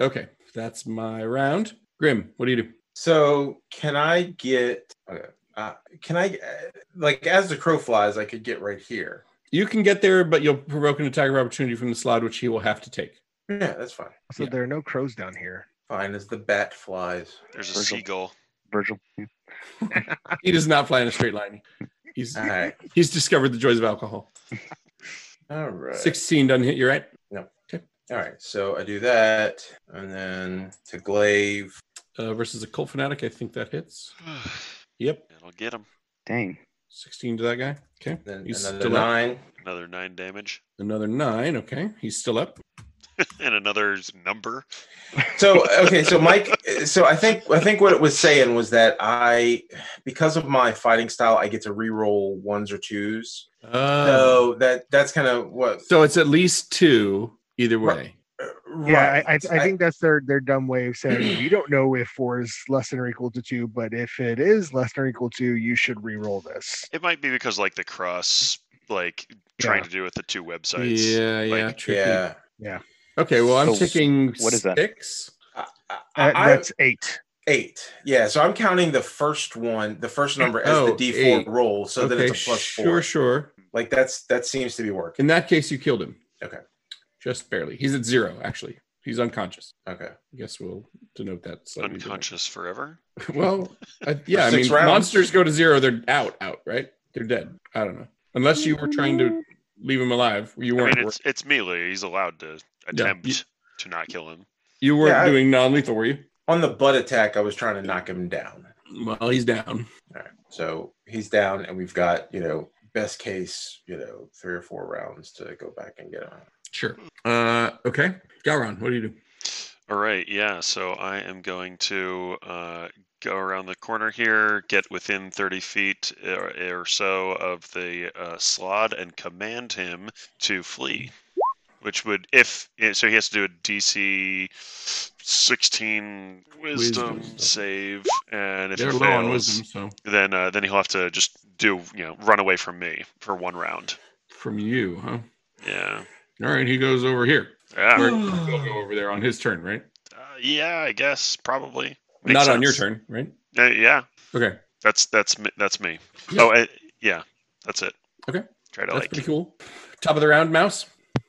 S2: Okay, that's my round. Grim, what do you do?
S5: So can I get? Okay. Uh, can I uh, like as the crow flies? I could get right here.
S2: You can get there, but you'll provoke an attack of opportunity from the slot, which he will have to take.
S5: Yeah, that's fine.
S4: So
S2: Yeah.
S4: there are no crows down here.
S5: Fine as the bat flies.
S3: There's a
S6: Virgil.
S3: seagull. [sighs]
S6: Virgil. Yeah.
S2: He does not fly in a straight line. He's
S5: All right.
S2: he's discovered the joys of alcohol.
S5: All right.
S2: Sixteen doesn't hit you, right?
S5: All right. So I do that, and then to glaive.
S2: Uh, versus a cult fanatic, I think that hits. Yep,
S3: It'll get him.
S6: Dang.
S2: sixteen to that guy. Okay,
S5: Then
S2: he's
S5: another
S2: still up.
S5: nine.
S3: Another nine damage
S2: Another nine. Okay, he's still up.
S3: and another s- number.
S5: So okay, so Mike, [laughs] so I think I think what it was saying was that I, because of my fighting style, I get to re-roll ones or twos.
S2: Uh,
S5: So that that's kind of what.
S2: so it's at least two either way.
S5: Right.
S4: Yeah,
S5: Right.
S4: I, I, I think that's their their dumb way of saying you don't know if four is less than or equal to two, but if it is less than or equal to, you should re-roll this.
S3: It might be because like the cross, like trying to do with the two websites.
S2: Yeah, yeah,
S3: like-
S2: tricky.
S5: Yeah.
S2: Okay, well, I'm
S6: So,
S2: taking
S6: what is that?
S2: six.
S5: I, I,
S4: That-
S5: I-
S4: that's eight.
S5: eight. Yeah. So I'm counting the first one, the first number as
S2: Oh,
S5: the D4
S2: eight.
S5: roll, so that
S2: Okay,
S5: it's a plus four.
S2: Sure, sure.
S5: Like that's that seems to be working.
S2: In that case, you killed him.
S5: Okay.
S2: Just barely. He's at zero, actually. He's unconscious.
S5: Okay.
S2: I guess we'll denote that slightly. different.
S3: Unconscious forever.
S2: [laughs] Well, I, yeah, I
S5: Six
S2: mean,
S5: rounds.
S2: monsters go to zero. They're out, out, right? They're dead. I don't know. Unless you were trying to leave him alive. You
S3: I
S2: weren't.
S3: mean, it's it's melee. He's allowed to
S2: you-
S3: attempt to not kill him.
S2: you weren't
S5: Yeah, I-
S2: doing non lethal, were you?
S5: On the butt attack, I was trying to knock him down.
S2: Well, he's down.
S5: All right. So he's down, and we've got, you know, best case, you know, three or four rounds to go back and get him. out.
S2: Sure. Uh, okay. Gowron, what do you do?
S3: All right, yeah, so I am going to uh, go around the corner here, get within 30 feet or, or so of the uh, slot, and command him to flee. Which would, if, eh, so he has to do a DC 16 wisdom,
S2: Wisdom.
S3: save, and if
S2: They're
S3: he
S2: low on
S3: fails,
S2: wisdom, so
S3: then uh, then he'll have to just do, you know, run away from me for one round.
S2: from you, huh?
S3: Yeah.
S2: All right, he goes over here. Or
S3: Yeah,
S2: he'll go over there on his turn, right?
S3: uh, yeah I guess, probably. Makes
S2: Not on your
S3: sense.
S2: turn, right?
S3: Uh, yeah.
S2: Okay,
S3: That's that's me, that's me.
S2: Yeah.
S3: Oh, I, yeah, that's it.
S2: Okay.
S3: Try to
S2: that's
S3: like.
S2: pretty cool. Top of the round, mouse.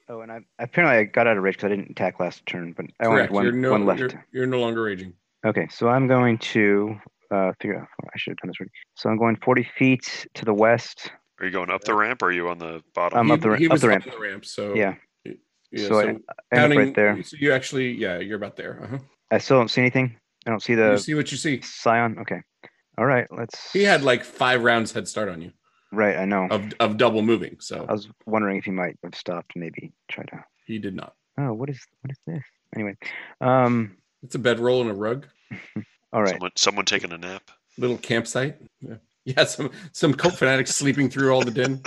S6: Oh, and I apparently I got out of rage because I didn't attack last turn, but I
S2: Correct.
S6: only
S2: you're
S6: had one,
S2: no,
S6: one left.
S2: You're, you're no longer raging.
S6: Okay, so I'm going to uh, figure out. I should have done this already. So I'm going 40 feet to the west.
S3: Are you going up the ramp or are you on the bottom?
S6: I'm
S2: he,
S6: up the ra-
S2: he
S6: up
S2: was
S6: the ramp.
S2: on the ramp, so
S6: Yeah.
S2: yeah,
S6: so, I, I end up right there.
S2: So you actually, yeah, you're about there. Uh-huh.
S6: I still don't see anything. I don't see the
S2: you see what you see.
S6: scion. Okay. All right. Let's.
S2: He had like Oh. five rounds head start on you
S6: Right. I know.
S2: of of double moving, so
S6: I was wondering if he might have stopped. and Maybe try to.
S2: he did not.
S6: Oh, what is what is this? Anyway. Um.
S2: It's a bedroll and a rug,
S6: All right.
S3: Someone someone taking
S2: [laughs]
S3: a nap. [laughs]
S2: little campsite. Yeah, [laughs] yeah some some cult fanatics sleeping through all the din.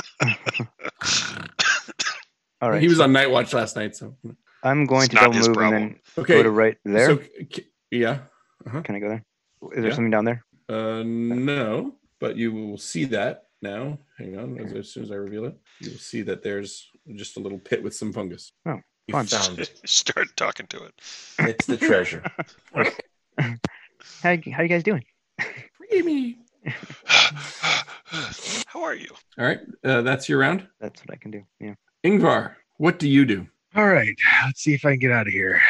S6: All right.
S2: He was on night watch last night, so
S6: I'm going
S3: It's
S6: to
S3: not
S6: double
S3: his
S6: move and
S3: problem.
S6: then
S2: okay.
S6: go to right there.
S2: So, c- yeah. Uh-huh.
S6: Can I go there? Is there
S2: Yeah.
S6: something down there?
S2: Uh, no, but you will see that now. Hang on, as, as soon as I reveal it, you'll see that there's just a little pit with some fungus.
S5: You
S6: Fun.
S5: found it.
S3: Start talking to it. [sighs]
S5: It's the treasure.
S6: How, how you guys doing?
S2: Creamy.
S3: How are you?
S2: All right, uh, that's your round.
S6: That's what I can do. Yeah.
S2: Ingvar, what do you do?
S4: All right, let's see if I can get out of here.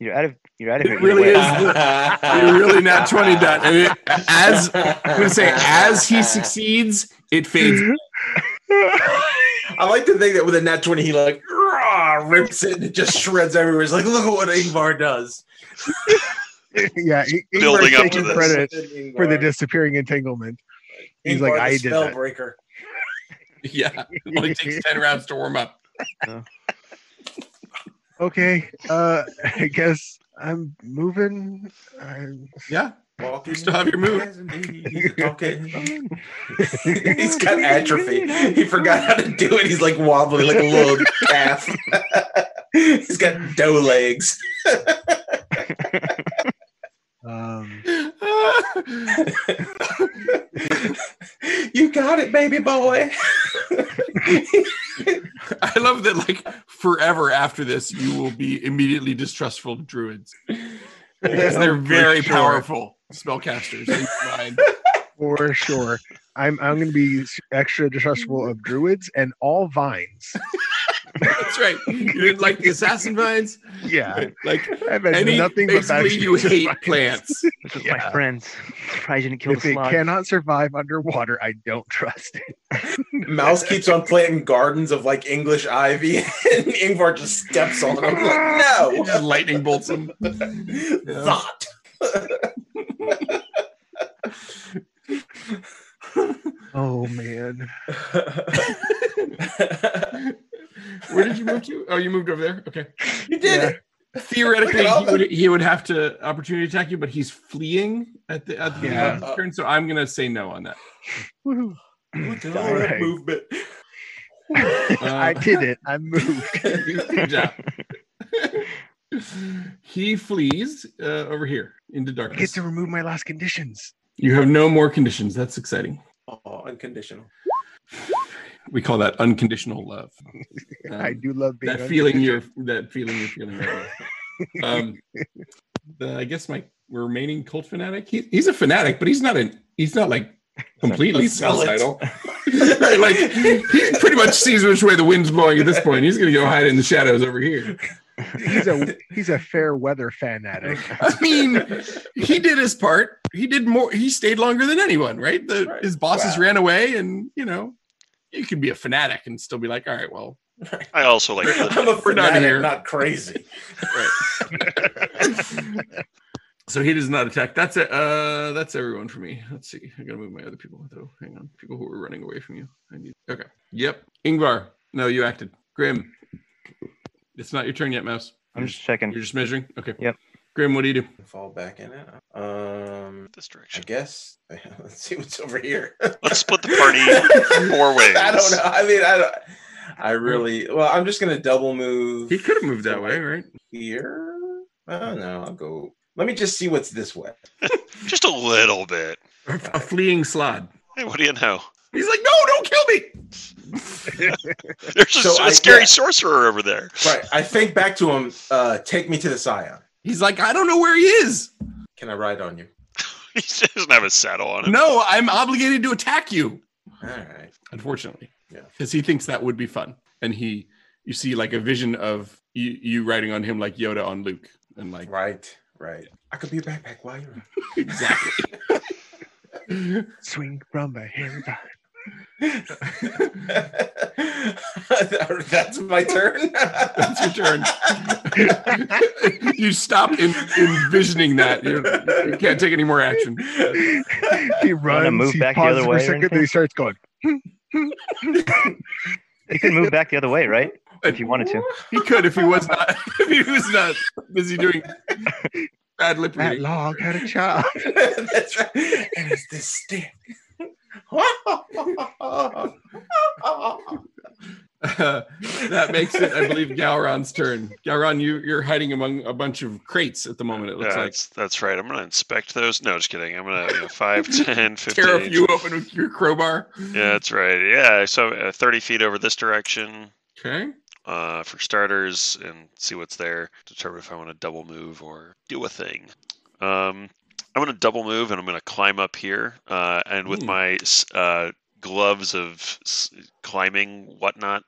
S6: You're out of you're out
S2: [laughs]
S6: of
S2: It
S6: here. either
S2: really
S6: way.
S2: is- You're really not twenty dot. I mean, as I'm gonna say, as he succeeds, it fades. [laughs]
S5: I like to think that with a nat 20, he like rah, rips it and it just shreds everywhere. He's like, look at what Ingvar does.
S4: [laughs] yeah, I- Ingvar's
S3: Building up to
S4: taking
S3: this.
S4: credit
S5: Ingvar.
S4: for the
S3: [laughs]
S4: disappearing entanglement. He's like,
S5: Ingvar, the
S4: I did
S5: spell
S4: that.
S5: breaker.
S2: Yeah, it only takes ten rounds to warm up.
S4: [laughs]
S2: [laughs]
S4: Okay, uh, I guess I'm moving. I'm...
S2: Yeah,
S5: Walking
S2: You still have your
S5: [laughs]
S2: move.
S5: move. Talking.
S4: He's
S5: [laughs] He's got atrophy. He forgot how to do it. He's like wobbly like a little calf. [laughs] He's got dough legs.
S4: Um,
S5: you got it, baby boy. [laughs]
S2: I love that. Like forever after this, you will be immediately distrustful of druids because they're very
S4: sure.
S2: powerful spellcasters. in your mind.
S4: for sure. I'm I'm gonna be s- extra distrustful of druids and all vines.
S2: That's right. You didn't like the assassin vines.
S4: Yeah,
S2: Like
S4: I've had
S2: any,
S4: nothing but
S2: basically,
S4: [laughs]
S2: you
S4: vines.
S2: hate plants.
S6: This is
S4: Yeah.
S6: my friends. [laughs] Surprised you didn't kill
S4: If
S6: the
S4: it
S6: slug.
S4: cannot survive underwater, I don't trust it.
S5: Mouse keeps on planting gardens of like English ivy, [laughs] and Ingvar just steps on
S2: [laughs]
S5: them.
S2: It
S5: Like,
S4: [laughs]
S2: just lightning bolts them.
S5: no, thought.
S4: Oh man.
S2: Where did you move to? Oh, you moved over there.
S4: [laughs]
S2: Okay.
S5: you did it.
S2: Theoretically,
S5: Look at all
S2: he would, he would have to opportunity attack you, but he's fleeing at the at the
S4: Yeah.
S2: end of his turn. So I'm gonna say no on that.
S4: Woohoo. [laughs]
S5: Look at
S4: all that
S5: movement.
S4: I
S2: Uh,
S4: did it. I moved.
S2: Good
S4: [laughs]
S2: job. he flees uh, over here into
S4: I get
S2: darkness.
S4: to remove my last conditions.
S2: You have no more conditions. That's exciting.
S5: Oh, unconditional. [laughs]
S2: We call that unconditional [laughs] love.
S4: I
S2: Um,
S4: do love being
S2: that feeling you're that feeling you're feeling right now. um the, i guess my remaining cult fanatic he, he's a fanatic but he's not an he's not like [laughs] completely suicidal right, like he pretty much sees which way the wind's blowing at this point he's gonna go hide in the shadows over here
S4: [laughs] he's a he's a fair weather eh?
S6: [laughs]
S4: fanatic.
S2: i mean he did his part he did more he stayed longer than anyone right, the,
S5: Right.
S2: his bosses
S5: Wow.
S2: ran away and you know you can be a fanatic and still be like all right well
S3: I also like the [laughs]
S5: [laughs] I'm a
S2: We're done
S5: fanatic,
S2: here.
S5: not crazy.
S2: So he does not attack. That's it. Uh, that's everyone for me. Let's see. I gotta move my other people though. Hang on. People who are running away from you. I need. Okay. Yep. Ingvar. No, you acted. Grim. It's not your turn yet, Mouse.
S6: I'm just checking.
S2: You're just measuring. Okay.
S6: Yep.
S2: Grim, what do you do?
S5: Fall back in it. Um,
S3: this
S5: I
S3: direction.
S5: guess. [laughs] Let's see what's over here.
S3: Let's split the
S5: [laughs]
S3: party four ways.
S5: I don't know. I mean, I don't. I really. Well, I'm just gonna double move.
S2: He could have moved that way, right?
S5: here. I don't know. I'll go. Let me just see what's this way.
S3: Just a little bit.
S2: A fleeing slod.
S3: Hey, what do you know?
S2: He's like, no, don't kill me.
S3: [laughs] There's a,
S5: So
S3: a
S5: I-
S3: scary
S5: yeah.
S3: sorcerer over there. [laughs]
S5: Right. I think back to him. Uh, take me to the Scion.
S2: He's like, I don't know where he is.
S5: Can I ride on you?
S3: He doesn't have a saddle on him.
S2: No, I'm obligated to attack you.
S5: All right.
S2: unfortunately.
S5: Yeah.
S2: Because he thinks that would be fun. And he, you see like a vision of you, you riding on him like Yoda on Luke. And like,
S5: Right. Right. I could be a backpack while you're.
S2: exactly.
S4: Swing from a hairy
S6: [laughs]
S4: vine.
S5: [laughs] That's
S3: [laughs]
S5: my turn.
S2: [laughs]
S5: [laughs]
S2: That's your turn. [laughs] you stop in, envisioning that. You're, you can not take any more action.
S4: He runs.
S6: move
S4: he
S6: back the
S4: pauses
S6: other
S4: for
S6: way or
S4: a second, then
S6: anything?
S4: he starts going. "Hmm,
S6: [laughs] You can
S4: [laughs]
S6: move back the other way, right? If you wanted to.
S2: He could if he was not [laughs] if he was not busy
S6: [laughs]
S2: doing bad lip
S4: That
S2: reading.
S4: log had a child.
S6: Uh,
S4: [laughs]
S6: [laughs]
S5: That's right.
S2: [laughs]
S5: And it's this stick.
S2: [laughs] that makes it, I believe, Gowron's turn. Gowron, you you're hiding among a bunch of crates at the moment. It looks like
S3: that's, that's right. I'm going to inspect those. No, just kidding. I'm going to you know, 5, 10,
S2: [laughs]
S3: 15.
S2: tear a few open with your crowbar.
S3: Yeah, that's right. Yeah, so uh, 30 feet over this direction
S2: Okay.
S3: uh, for starters and see what's there. Determine if I want to double move or do a thing. Um, I'm going to double move and I'm going to climb up here. Uh, and with
S2: Hmm.
S3: my s- uh, gloves of s- climbing, whatnot,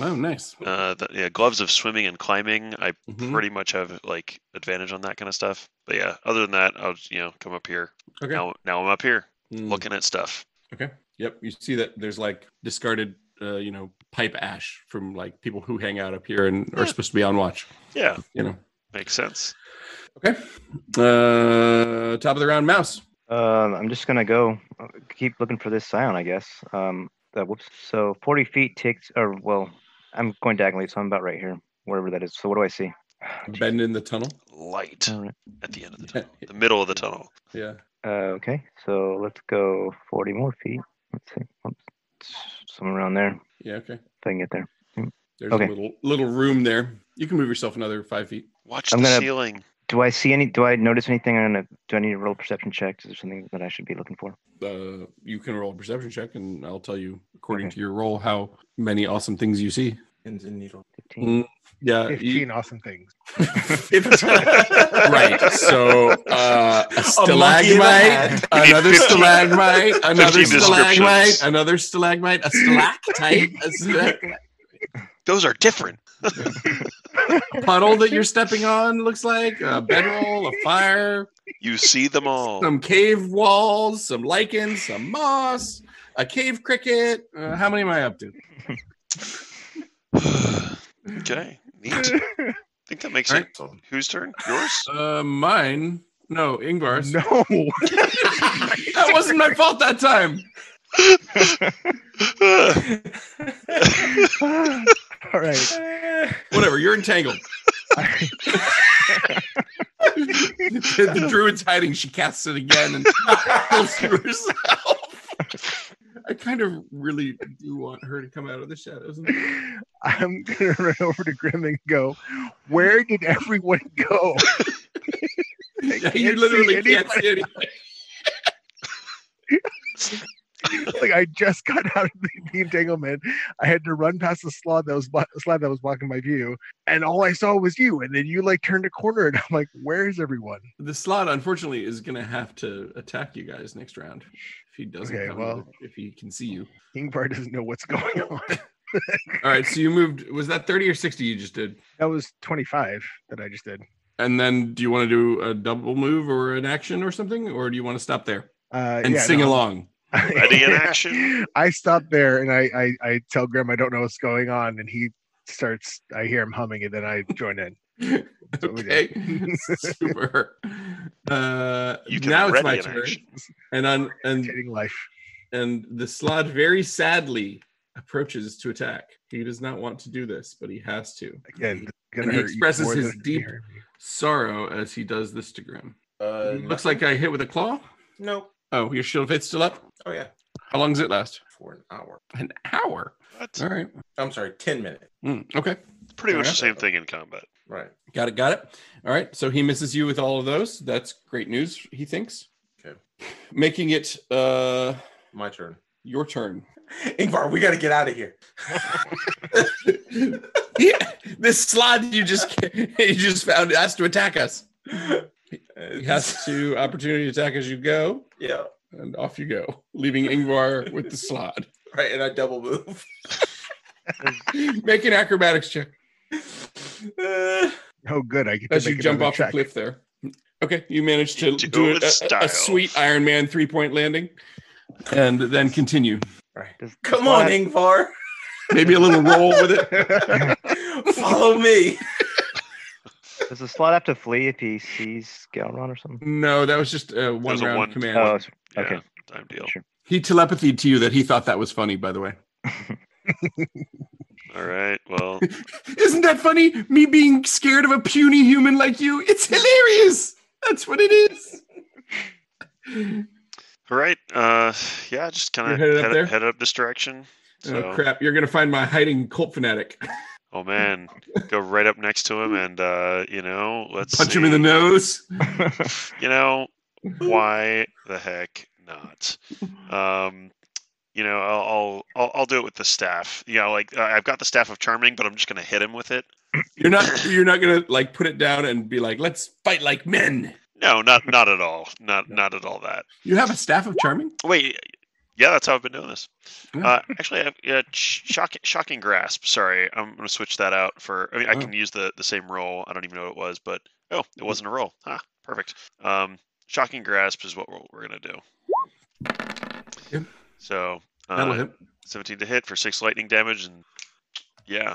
S2: Oh, nice.
S3: uh, the, yeah, gloves of swimming and climbing, I
S2: Mhm.
S3: pretty much have like advantage on that kind of stuff. But yeah, other than that, I'll you know come up here.
S2: Okay.
S3: Now, now I'm up here
S2: Mm.
S3: looking at stuff.
S2: Okay. Yep. You see that there's like discarded, uh, you know, pipe ash from like people who hang out up here and are
S3: Yeah.
S2: supposed to be on watch.
S3: Yeah,
S2: You know.
S3: makes sense.
S2: Okay. Uh, top of the round, mouse.
S6: Um, I'm just gonna go uh, keep looking for this scion, I guess. Um, uh, whoops. So 40 feet takes, or well, I'm going diagonally, so I'm about right here, wherever that is. So what do I
S4: [sighs]
S6: see?
S2: Bend in the tunnel.
S3: Light
S2: Um,
S6: All right.
S3: at the end of the tunnel, the middle of the tunnel.
S2: Yeah.
S6: Uh, okay, so let's go 40 more feet. Let's see, whoops, somewhere around there. If
S2: Yeah. Okay.
S6: I can get there,
S2: There's a
S6: Okay.
S2: little little room there. You can move yourself another five feet.
S3: Watch
S6: I'm
S3: the
S6: gonna-
S3: ceiling.
S6: do I see any? Do I notice anything? I'm gonna. Do I need to roll perception checks? Is there something that I should be looking for?
S2: Uh, you can roll a perception check, and I'll tell you according
S6: Okay.
S2: to your roll how many awesome things you see.
S5: Pins and needles.
S6: 15.
S2: Yeah.
S4: [laughs] Fifteen awesome things.
S2: right. So uh, a stalagmite,
S3: We need
S2: another
S3: 15
S2: stalagmite, another
S3: 15
S2: stalagmite,
S3: descriptions.
S2: another stalagmite, a stalactite, a, sta-
S3: Those are different.
S2: a puddle that you're stepping on looks like, a bedroll, a fire, [laughs]
S3: You see them all.
S2: some cave walls, some lichens, some moss, a cave cricket. Uh, how many am I up to?
S3: [sighs] okay, neat.
S2: [laughs]
S3: I think that makes
S2: All
S3: it. Whose turn?
S2: [laughs]
S3: Yours?
S2: Uh, mine. No, Ingvar's.
S4: No, [laughs]
S2: [laughs] That wasn't my fault that time.
S4: all right.
S6: [laughs]
S2: Whatever, you're
S4: [laughs]
S2: entangled. the, the druid's hiding. She casts it again and kills herself. I kind of really do want her to come out of the shadows. And
S4: I'm gonna run over to Grim and go. Where did everyone go?
S2: [laughs] yeah,
S4: can't
S2: you
S4: see
S2: literally can't
S4: anybody.
S2: see anything.
S4: [laughs] like I just got out of the, the entanglement. I had to run past the slab that was blo- slab that was blocking my view, and all I saw was you. And then you like turned a corner, and [laughs] I'm like, "Where is everyone?"
S2: The slot, unfortunately, is going to have to attack you guys next round if he doesn't.
S4: Okay,
S2: come-
S4: well.
S2: if he can see you.
S4: Ingvar doesn't know what's [laughs] going on.
S2: [laughs] All right, so you moved. Was that thirty or sixty you just did?
S4: That was 25 that I just did.
S2: And then, do you want to do a double move or an action or something, or do you want to stop there
S4: Uh,
S2: and
S4: yeah,
S2: sing
S4: [laughs] no,
S2: along?
S3: Ready in action?
S4: I stop there and I, I I tell Grim I don't know what's going on, and he starts. I hear him humming, and then I join in. what we
S2: okay,
S4: [laughs]
S2: super. Uh,
S3: You can
S2: now it's
S3: ready
S2: my
S3: in
S2: turn,
S3: action.
S2: and on and
S4: Imitating life.
S2: and the slot very sadly approaches to attack. He does not want to do this, but he has to.
S4: Again, it's gonna
S2: And he
S4: hurt you
S2: expresses
S4: more
S2: his
S4: than it's gonna
S2: deep-
S4: hurt me.
S2: Sorrow as he does this to Grim.
S5: Uh,
S4: Mm-hmm.
S2: Looks like I hit with a claw.
S5: no.
S2: Oh, your shield of faith's still up.
S5: Oh yeah,
S2: How long does it last?
S5: for an hour.
S2: An hour.
S3: That's
S2: All right.
S5: I'm sorry, ten minutes.
S2: Mm, okay.
S3: pretty much
S2: Yeah.
S3: the same thing in combat.
S5: Right.
S2: Got it. Got it. All right. So he misses you with all of those. That's great news. He thinks.
S5: Okay.
S2: Making it uh
S5: My turn. [laughs]
S2: your turn.
S5: Ingvar, we got to get out of here.
S2: yeah, this slot you just [laughs] you just found has to attack us. He has to opportunity attack as you go,
S5: Uh, [laughs] Yeah.
S2: and off you go, leaving Ingvar with the slot.
S5: Right. And I double [laughs] move.
S2: Make an acrobatics check
S5: Uh,
S4: Oh, good. I get to
S2: as you
S4: make
S2: jump
S4: another
S2: off
S4: check.
S2: the cliff there. Okay, you managed to
S3: You
S2: do,
S3: do it
S2: it
S3: with
S2: a, a- a
S3: style.
S2: sweet Iron Man three point landing, and then continue.
S6: Does-
S5: come
S6: well,
S5: on, [laughs] Ingvar.
S2: Maybe a little roll with it.
S5: Follow [laughs] me.
S6: [laughs] Does the slot have to flee if he sees Galron or something?
S2: No, that was just a one
S3: was a
S2: round
S3: one-
S2: command.
S6: Oh, it's-
S3: Yeah,
S6: okay.
S3: time deal.
S6: Sure.
S2: He telepathied to you that he thought that was funny. By the way.
S3: All right.
S2: [laughs]
S3: Well,
S2: Isn't that funny? Me being scared of a puny human like you? It's hilarious. That's what it is.
S3: all right. Uh, yeah, just kind
S2: You're headed
S3: of
S2: up
S3: head,
S2: there?
S3: head up this direction.
S2: Oh
S3: So-
S2: crap! You're gonna find my hiding cult fanatic.
S3: Oh man, go right up next to him and uh, you know, let's
S11: Punch him in the
S3: see.
S11: nose.
S3: You know, why the heck not? Um, you know, I'll, I'll I'll I'll do it with the staff. You know, like uh, I've got the staff of charming, but I'm just gonna hit him with it.
S2: You're not. You're not gonna like put it down and be like, "Let's fight like men."
S3: No, not not at all. Not not at all that.
S2: You have a staff of charming.
S3: Wait, yeah, that's how I've been doing this.
S2: Yeah.
S3: Uh, actually, I've, yeah, sh- shocking, shocking grasp. Sorry, I'm gonna switch that out for. I mean, I
S2: Oh. Mm.
S3: can use the the same roll. I don't even know what it was, but oh, it wasn't a roll. Huh, perfect. Um, shocking grasp is what we're, we're gonna do.
S2: Yep.
S3: So
S2: That'll
S3: uh,
S2: hit.
S3: 17 to hit for six lightning damage, and yeah,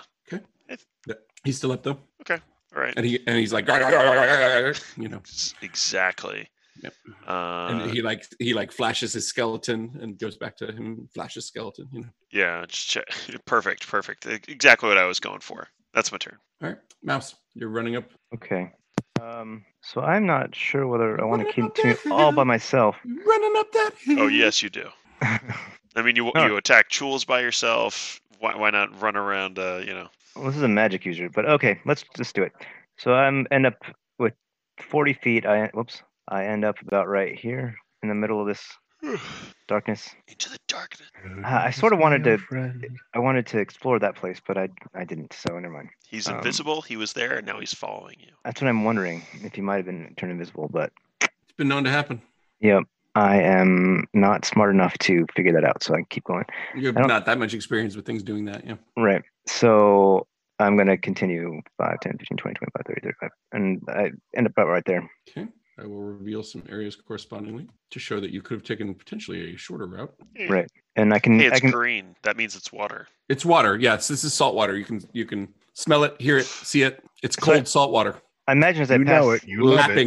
S2: He's still up though,
S3: all right,
S2: and he and he's like, "Gar, gar, gar, gar, gar, gar," you know,
S3: S- exactly.
S2: Yep.
S3: Uh,
S2: and he like he like flashes his skeleton and goes back to him, flashes skeleton. You know.
S3: yeah, just check- [laughs] perfect, perfect. E- Exactly what I was going for. That's my turn.
S2: All right, mouse, you're running up.
S6: Okay. Um, so I'm not sure whether I want to
S2: What about
S6: continue
S2: that
S6: all by
S2: hill?
S6: myself. [laughs]
S2: Running up that hill.
S3: Oh yes, you do.
S6: well,
S3: I mean, you
S6: No.
S3: you attack tools by yourself. Why why not run around? Uh, you know.
S6: this is a magic user, but okay, let's just do it. So I'm end up with 40 feet. I whoops. I end up about right here in the middle of this darkness.
S3: [sighs] Into the darkness.
S6: Uh, I sort of wanted to-
S4: Friend.
S6: I wanted to explore that place, but I I didn't. So never mind.
S3: He's
S6: Um,
S3: invisible. he was there, and now he's following you.
S6: That's what I'm wondering if you might have been turned invisible, but
S2: It's been known to happen.
S6: yep, I am not smart enough to figure that out. So I keep going.
S2: You have
S6: I don't-
S2: not that much experience with things doing that. Yeah.
S6: Right. So I'm going to continue 5, 10, 15, 20, 25, 30, 35. And I end up about right there.
S2: Okay. I will reveal some areas correspondingly to show that you could have taken potentially a shorter route.
S6: Right. And I can,
S3: Hey, it's
S6: mm, I can,
S3: green. That means it's water.
S2: It's water. Yes, this is salt water. You can you can smell it, hear it, see it. It's
S6: So-
S2: cold salt water.
S6: I imagine as I
S4: You
S6: pass,
S4: know it. You love it.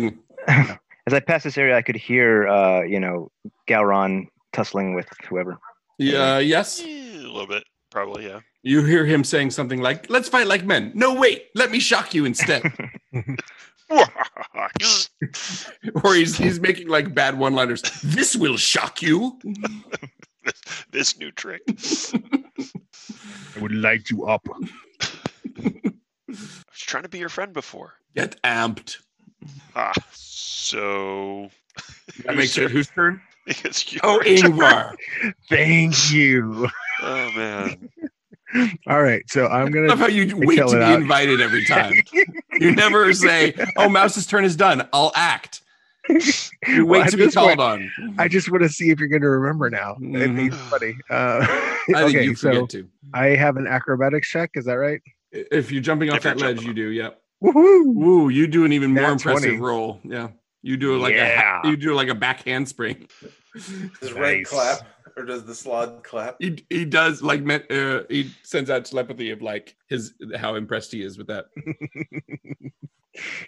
S2: Lapping.
S6: as I pass this area, I could hear, uh, you know, Gowron tussling with whoever.
S2: Yeah, yes.
S3: Eh, A little bit, probably. Yeah. [laughs]
S2: You hear him saying something like, "Let's fight like men." No, wait. Let me shock you [laughs] instead. or he's he's making like bad one-liners. This will shock you.
S3: this new
S6: [laughs]
S3: trick. I
S4: I would light you up.
S3: was trying to be your friend before.
S2: Get amped.
S3: Ah, so [laughs]
S2: That
S3: Who's
S2: makes it
S3: turn?
S2: whose turn?
S3: it's your
S2: [laughs] Oh,
S3: turn.
S2: Ingvar.
S4: Thank you.
S3: [laughs] Oh man.
S4: All right, so I'm
S2: I
S4: gonna
S2: love how you wait to
S4: kill
S2: be
S4: it out.
S2: invited [laughs] every time. You never say, "Oh, Mouse's turn is done. I'll act." [laughs] You wait
S4: Well, at
S2: to be
S4: this
S2: called
S4: point,
S2: on.
S4: I just want to see if you're going to remember now. I think
S2: Mhm.
S4: it's funny. [laughs] Uh,
S2: I think
S4: okay,
S2: you forget
S4: so
S2: to.
S4: I have an acrobatics check. Is that right?
S2: I- If you're jumping off
S3: If you're
S2: that ledge,
S3: jumping
S2: you
S3: off.
S2: do. Yeah.
S4: Woohoo!
S2: Ooh, you do an even more
S4: Nat
S2: impressive
S4: 20.
S2: roll. Yeah. You do like a ha-
S4: Yeah.
S2: you do like a back handspring. [laughs]
S5: Does
S4: Nice.
S5: red clap or does the slod clap?
S2: He, he does like men- uh, he sends out telepathy of like his how impressed he is with that.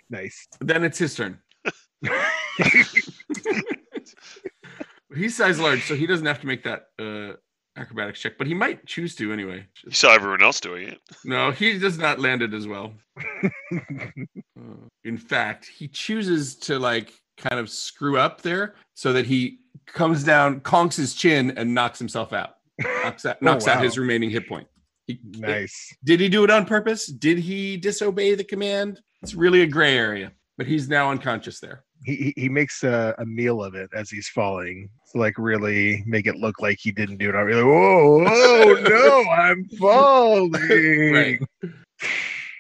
S4: Nice. [laughs]
S2: Then it's his turn. He's size large, so he doesn't have to make that uh, acrobatics check, but he might choose to anyway.
S3: You saw everyone else doing it.
S2: No, he does not land it as well. Uh, in fact, he chooses to like kind of screw up there so that he comes down, conks his chin, and knocks himself out. Knocks out, knocks out
S4: Oh, wow.
S2: his remaining hit point. He-
S4: nice.
S2: Did he do it on purpose? Did he disobey the command? It's really a gray area, but he's now unconscious there.
S4: He he- he makes a, a meal of it as he's falling. So like really make it look like he didn't do it. I'm like, whoa, whoa, no,
S2: [laughs]
S4: I'm falling.
S2: Right. [laughs]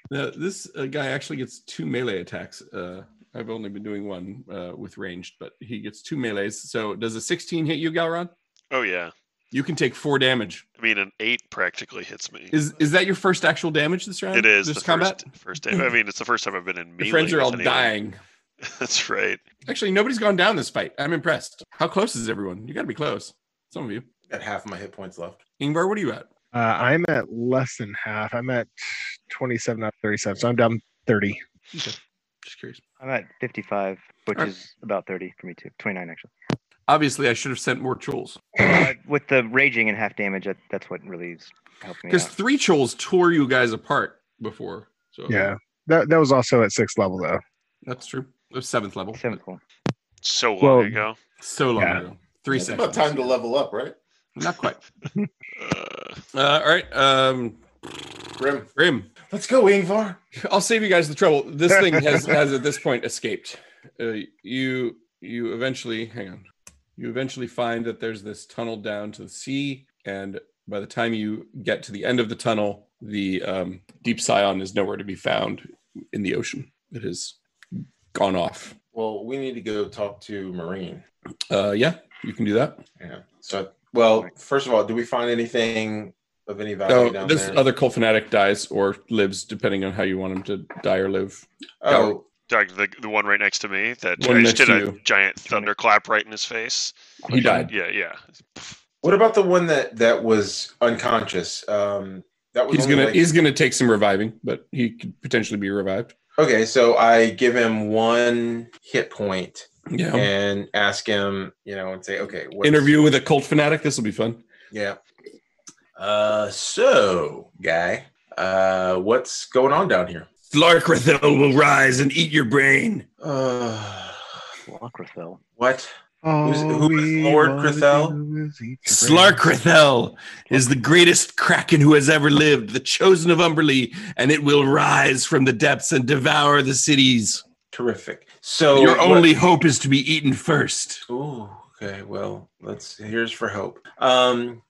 S2: Now, this uh, guy actually gets two melee attacks. Uh, I've only been doing one uh, with ranged, but he gets two melees. So does a 16 hit you, Galron?
S3: Oh yeah.
S2: You can take four damage.
S3: I mean, an eight practically hits me.
S2: Is is that your first actual damage this round?
S3: it is
S2: this
S3: the
S2: combat.
S3: first [laughs] first time. I mean, it's the first time I've been in melee.
S2: Your friends are
S3: with
S2: all
S3: anyone.
S2: dying.
S3: [laughs] That's right.
S2: Actually, nobody's gone down this fight. I'm impressed. How close is everyone? You got to be close. Some of you.
S5: Got half my hit points left.
S2: Ingvar, what are you at?
S4: Uh, I'm at less than half. I'm at 27 out of 37. So I'm down 30.
S2: Just curious.
S6: I'm at 55, which
S2: Alright.
S6: is about 30 for me too. 29 actually.
S2: Obviously, I should have sent more trolls
S6: Uh, with the raging and half damage, that, that's what really is helping me
S2: because
S6: out.
S2: three trolls tore you guys apart before. So
S4: Yeah. That, that was also at sixth level though.
S2: that's true. It was seventh level.
S6: Seventh level.
S3: So long
S4: Well,
S3: ago.
S2: So long
S4: Yeah.
S2: ago. Three
S5: It's
S2: sessions.
S5: about time to level up, right?
S2: Not quite.
S3: Uh,
S2: [laughs] Uh, all right. Um,
S5: Grim.
S2: Grim,
S5: Let's go, Ingvar.
S2: I'll save you guys the trouble. This thing has, has at this point escaped. Uh, you you eventually hang on. You eventually find that there's this tunnel down to the sea, and by the time you get to the end of the tunnel, the um, deep scion is nowhere to be found in the ocean. It has gone off.
S5: Well, we need to go talk to Marine.
S2: Uh, yeah, you can do that.
S5: Yeah. So, well, first of all, do we find anything of any value
S2: Oh,
S5: down
S2: this
S5: there?
S2: other coal fanatic dies or lives, depending on how you want him to die or live.
S5: oh,
S3: Doug, the, the one right next to me that
S2: One
S3: I just
S2: next
S3: did
S2: to
S3: a
S2: you.
S3: giant thunderclap right in his face.
S2: He died.
S3: Yeah, yeah.
S2: [laughs]
S5: what about the one that that was unconscious? Um, that was
S2: He's
S5: only
S2: gonna
S5: like-
S2: he's gonna take some reviving, but he could potentially be revived.
S5: okay. So I give him one hit point
S2: Yeah.
S5: and ask him, you know, and say, okay, what's,
S2: Interview with a cult fanatic. This will be fun.
S5: Yeah. Uh, so guy, uh, what's going on down here?
S2: Flarkrathel will rise and eat your brain.
S5: Uh,
S6: Lockrethel.
S5: what?
S4: Oh,
S5: Who's- who is Lord Crithel?
S4: [laughs]
S2: Slarkrathel is the greatest kraken who has ever lived, the chosen of Umberly, and it will rise from the depths and devour the cities.
S5: Terrific. So
S2: your
S5: what-
S2: only hope is to be eaten first.
S5: Ooh, okay. Well, let's here's for hope. Um,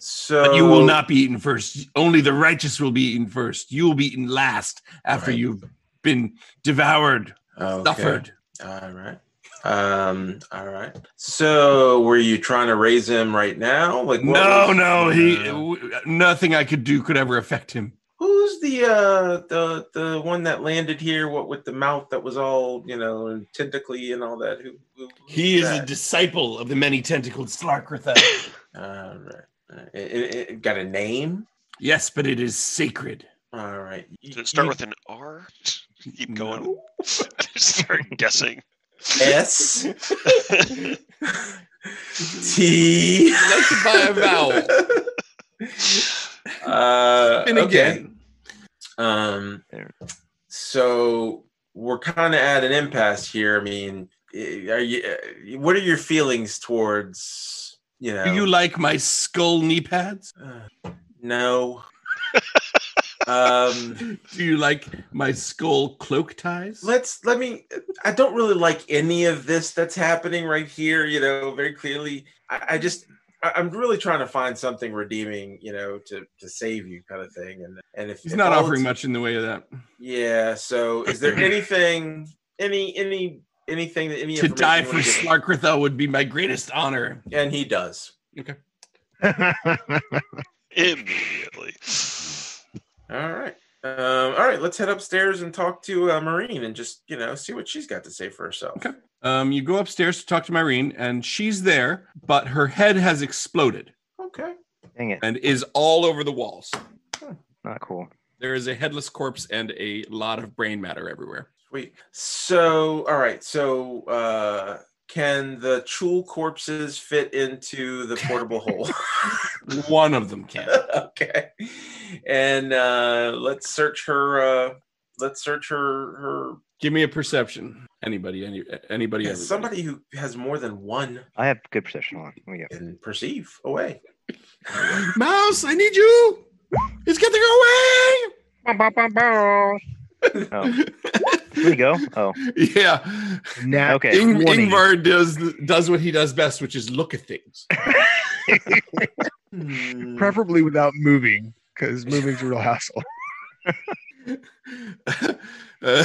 S5: so
S2: But you will not be eaten first. Only the righteous will be eaten first. You will be eaten last after
S5: Right.
S2: you've been devoured,
S5: okay.
S2: suffered.
S5: All right. Um, all right. So, were you trying to raise him right now? Like, what
S2: No,
S5: was-
S2: no, he
S5: Uh,
S2: w- nothing I could do could ever affect him.
S5: who's the uh the the one that landed here? What with the mouth that was all you know and tentacly and all that? Who? who who
S2: He is a
S5: that?
S2: disciple of the many tentacled Slarkratha.
S5: all right. All right. It, it- it got a name.
S2: yes, but it is sacred.
S5: All right. You-
S3: Did it start
S5: you-
S3: with an R? Keep going. [laughs]
S2: [laughs]
S3: Start guessing. [laughs]
S5: S T.
S2: Selected by a
S5: [laughs]
S2: vowel.
S5: Uh,
S2: And
S5: okay.
S2: again,
S5: Um,
S6: There.
S5: so we're kind of at an impasse here. I mean, eh, are you? eh, What are your feelings towards? You know,
S2: do you like my skull knee pads?
S5: uh, no. um,
S2: Do you like my skull cloak ties?
S5: let's let me i don't really like any of this that's happening right here you know very clearly i, I just I, i'm really trying to find something redeeming you know to to save you kind of thing and and if
S2: He's
S5: if
S2: not
S5: all
S2: offering
S5: it's-
S2: much in the way of that.
S5: yeah so is
S2: [clears throat]
S5: there anything any any anything that any
S2: to die for
S5: information you wanna
S2: Slarkrathel would be my greatest honor.
S5: give? and he does
S3: Immediately.
S5: all right um, all right, let's head upstairs and talk to uh, Marine and just you know see what she's got to say for herself.
S2: Okay. Um, you go upstairs to talk to Myrene, and she's there, but her head has exploded
S5: Okay.
S6: Dang it.
S2: and is all over the walls.
S6: Not cool.
S2: There is a headless corpse and a lot of brain matter everywhere.
S5: Sweet. So, all right. So, uh, can the chul corpses fit into
S2: [laughs]
S5: the portable hole? [laughs]
S2: One of them can.
S5: okay. And uh, let's search her. Uh, let's search her. Her
S2: Give me a perception. Anybody, any, anybody, everybody.
S5: somebody who has more than one
S6: I have good perception. Hold on. Let me go.
S5: can perceive away.
S2: Mouse, I need you. It's getting away.
S6: [laughs] Oh. Here we go. Oh.
S2: Yeah.
S4: Nat
S6: Okay.
S2: Ing-
S4: 20.
S2: Ingvar does does what he does best, which is look at things.
S5: Hmm.
S4: preferably without moving, because moving's a
S5: [laughs]
S4: real hassle.
S2: [laughs] Uh,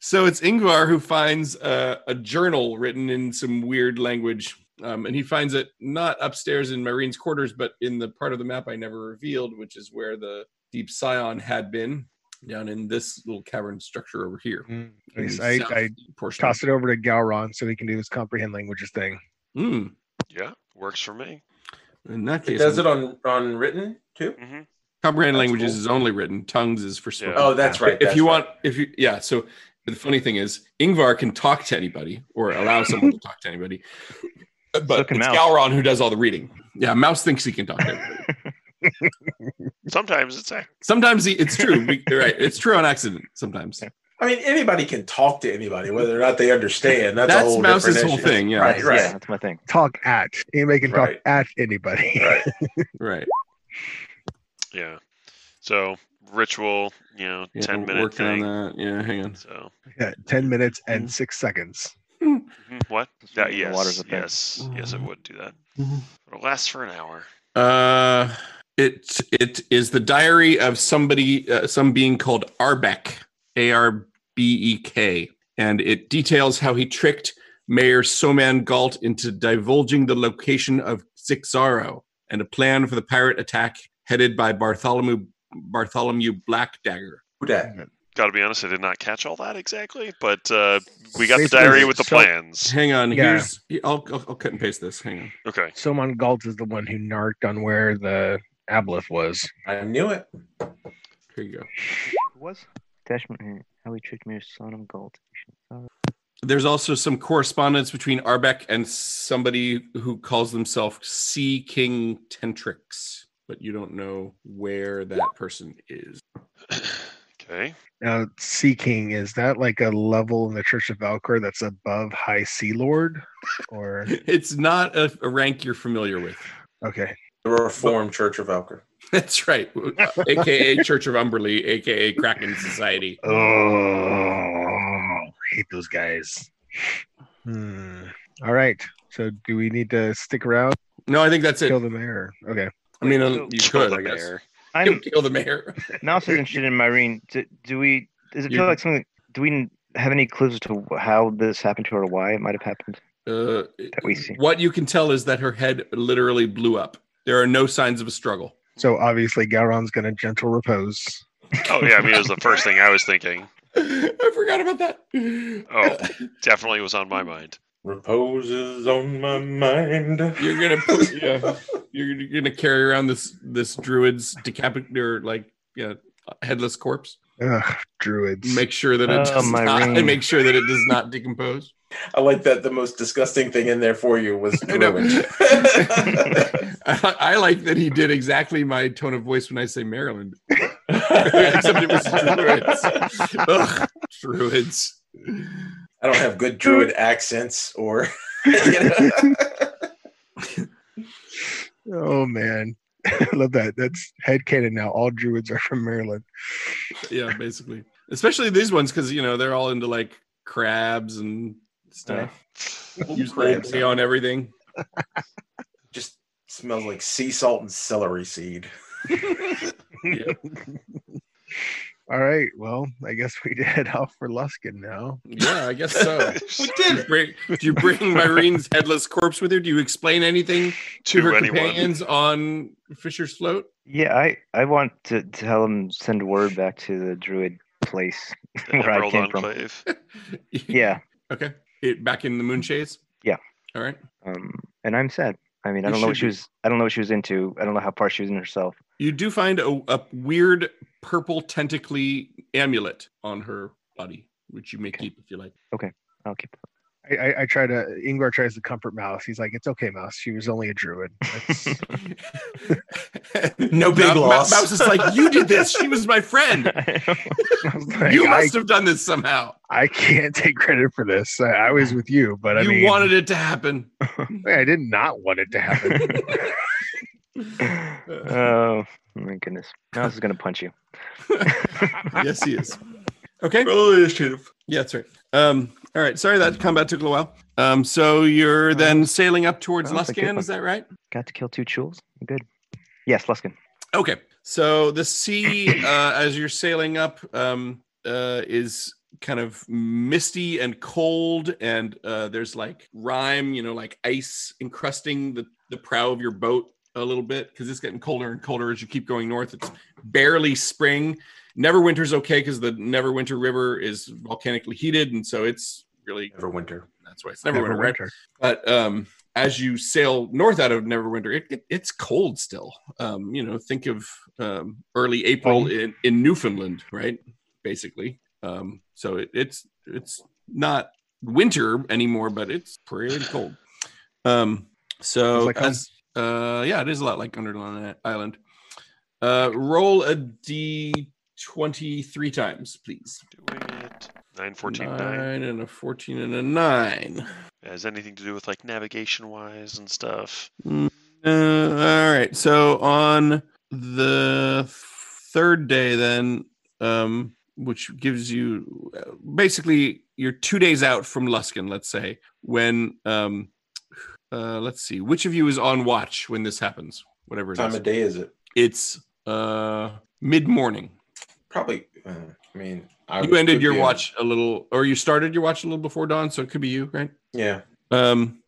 S2: so it's Ingvar who finds uh, a journal written in some weird language. Um, and he finds it not upstairs in Marine's quarters, but in the part of the map I never revealed, which is where the deep scion had been, down in this little cavern structure over here.
S5: Mm,
S2: in
S4: Nice.
S2: the
S4: I,
S2: south
S4: I
S2: portion.
S4: toss it over to Galron so he can do his comprehend languages thing.
S2: Mm,
S3: Yeah, works for me.
S2: in that
S5: It
S2: case,
S5: does it on on written too.
S3: hmm
S2: comprehend
S5: That's
S2: languages
S5: cool.
S2: is only written. Tongues is for spoken.
S5: Oh, that's right.
S2: if
S5: that's
S2: you
S5: right.
S2: want if you yeah so the funny thing is ingvar can talk to anybody or allow someone to talk to anybody uh, but
S6: can
S2: it's
S6: Mouse.
S2: galron who does all the reading yeah mouse thinks he can talk to everybody
S3: Sometimes it's a
S2: sometimes he, it's true We- you're right it's true on accident sometimes
S5: I mean, anybody can talk to anybody, whether or not they understand. That's, a
S2: That's
S5: whole
S2: Mouse's
S5: different
S2: whole
S5: issue.
S2: thing, yeah.
S5: Right. Right.
S6: Yeah, that's my thing.
S4: Talk at. Anybody [laughs] can talk
S5: Right.
S4: at anybody.
S5: Right.
S2: right
S3: Yeah. So ritual, you know,
S2: Yeah,
S3: ten
S2: we're
S3: minute
S2: working
S3: thing.
S2: on that. Yeah, hang on.
S3: So
S4: Yeah, 10 minutes
S2: Mhm.
S5: Mm.
S4: and six seconds.
S3: mhm, what?
S6: Just
S3: That,
S6: the
S3: yes,
S6: water's up there.
S3: yes, yes. It
S2: Mhm.
S3: would do that.
S2: Mhm.
S3: It'll last for an hour.
S2: Uh, it it is the diary of somebody, uh, some being called Arbeck, A R B E K, and it details how he tricked Mayor Soman Galt into divulging the location of Zixaro and a plan for the pirate attack headed by Bartholomew Bartholomew Blackdagger.
S5: Who dat?
S3: Got to be honest, I did not catch all that exactly, but uh, we got the
S4: Basically,
S3: diary with the
S4: so-
S3: plans.
S2: Hang on,
S4: Yeah.
S2: here's I'll, I'll I'll cut and paste this. Hang on.
S6: [laughs]
S3: Okay.
S4: Soman Galt is the one who narked on where the aboleth was.
S5: I knew it.
S2: Here you go.
S6: Who was? Attachment. eh, How we tricked Mir Sonam Gold.
S2: There's also some correspondence between Arbeck and somebody who calls themselves Sea King Tentrix, but you don't know where that person is.
S3: okay.
S4: Now, Sea King, is that like a level in the Church of Valkyr that's above High Sea Lord? Or,
S2: It's not a, a rank you're familiar with. [laughs]
S4: [laughs] okay.
S5: The Reformed Church of Valkyr.
S2: That's right, aka Church of Umberly, aka Kraken Society.
S4: Oh, I hate those guys. Hmm. All right. So, do we need to stick around?
S2: No, I think that's it.
S4: Kill the mayor. Okay.
S2: I mean, uh,
S6: So-
S2: you
S3: Kill
S2: could,
S3: the
S2: I guess.
S3: bear.
S6: I'm
S2: Kill the mayor.
S6: now so interested in Myrene. Do, do we? Does it feel
S2: You-
S6: like something? Do we have any clues to how this happened to her or why it might have happened?
S2: Uh,
S6: we see.
S2: what you can tell is that her head literally blew up. There are no signs of a struggle. [laughs]
S4: So, obviously, Gowron's going to gentle repose.
S3: Oh yeah, I mean it was [laughs] the first thing I was thinking.
S2: I forgot about that.
S3: Oh.
S2: [laughs]
S3: Definitely was on my [laughs] mind.
S5: Reposes on my mind.
S2: You're gonna put, yeah, you're, you're gonna carry around this this druid's decapitated or like yeah headless corpse.
S4: Ugh, druids.
S2: Make sure that it
S6: Oh,
S2: does
S6: my
S2: not, [laughs]
S6: ring.
S2: make sure that it does not decompose.
S5: [laughs] I like that the most disgusting thing in there for you was
S2: [laughs] I know.
S5: druid.
S2: I, I like that he did exactly my tone of voice when I say Maryland, [laughs] except it was
S5: [laughs]
S2: [laughs] druids. Ugh, druids.
S5: I don't have good druid accents or [laughs] you know.
S4: Oh man, [laughs] love that. That's headcanon now. All druids are from Maryland.
S2: Yeah, basically, especially these ones because you know they're all into like crabs and stuff. Use
S5: Crabs.
S2: crabs on everything.
S5: just smells like sea salt and celery seed.
S4: All right. Well, I guess we [laughs] did head off for Luskin now.
S2: Yeah, I guess so.
S3: [laughs]
S5: We
S2: Do
S5: did
S2: you bring, do you bring Myrene's headless corpse with her? Do you explain anything to, her
S3: anyone.
S2: companions on Fisher's float? [laughs]
S6: Yeah, I I want to tell him send word back to the druid place
S3: The
S6: where I
S3: [laughs] Emerald
S6: came from.
S3: Enclave.
S6: Yeah.
S2: Okay. It, back in the moon chase?
S6: Yeah.
S2: All right.
S6: Um, and I'm sad. I mean, I
S2: You
S6: don't know what
S2: should
S6: she
S2: be.
S6: was. I don't know what she was into. I don't know how far she was in herself.
S2: You do find a, a weird purple tentacly amulet on her body, which you may keep if you like.
S6: I'll [laughs] keep.
S4: I, I, I try to. Ingvar tries to comfort Mouse. He's like, "It's okay, Mouse. She was only
S2: [laughs]
S4: a druid." That's, [laughs]
S5: No big
S2: Mou- Mou-
S5: loss.
S2: Mouse is like, you did this. She was my
S6: [laughs]
S2: friend.
S4: I, was like,
S2: You
S4: I,
S2: must have done this somehow.
S4: I can't take credit for this. I, I was with you, but I
S2: you
S4: mean,
S2: wanted it to happen.
S4: I did not want it to
S2: [laughs]
S4: happen.
S6: oh my goodness! Now this is gonna punch you.
S2: yes, he is. [laughs] Okay.
S5: Relative.
S2: Yeah, that's right. Um, all right. Sorry that combat took a little while. Um, so you're
S6: Uh,
S2: then sailing up towards
S6: well, that's a good
S2: Luskan,
S6: one.
S2: is that right?
S6: Got to kill two chules. I'm good. Yes, Luskin.
S2: Okay. So the sea, uh, as you're sailing up, um, uh, is kind of misty and cold, and uh, there's like rime, you know, like ice encrusting the, the prow of your boat a little bit because it's getting colder and colder as you keep going north. It's barely spring. Neverwinter's okay because the Neverwinter River is volcanically heated, and so it's really
S5: Neverwinter.
S2: that's why it's
S4: Never
S2: Neverwinter, right?
S4: winter.
S2: but um as you sail north out of Neverwinter, it, it, it's cold still. Um, you know, think of um, early April
S4: Fine.
S2: in, in Newfoundland, right? Basically, um, so it, it's it's not winter anymore, but it's pretty cold. Um, so
S4: Sounds like
S2: as, uh, yeah, it is a lot like Underland Island. Uh, roll a d twenty three times, please.
S3: Doing it. Nine fourteen nine.
S2: Nine and a fourteen and a nine.
S3: Has anything to do with like navigation wise and stuff.
S2: Mm, Uh, all right. So on the third day then um which gives you basically you're two days out from luskin let's say when um uh let's see which of you is on watch when this happens whatever
S5: What
S2: it
S5: time
S2: is
S5: of day is it?
S2: it's uh mid-morning
S5: Probably. Uh, I mean, I
S2: you ended
S5: could
S2: your
S5: be on-
S2: watch a little or you started your watch a little before dawn so it could be you right
S5: Yeah.
S2: um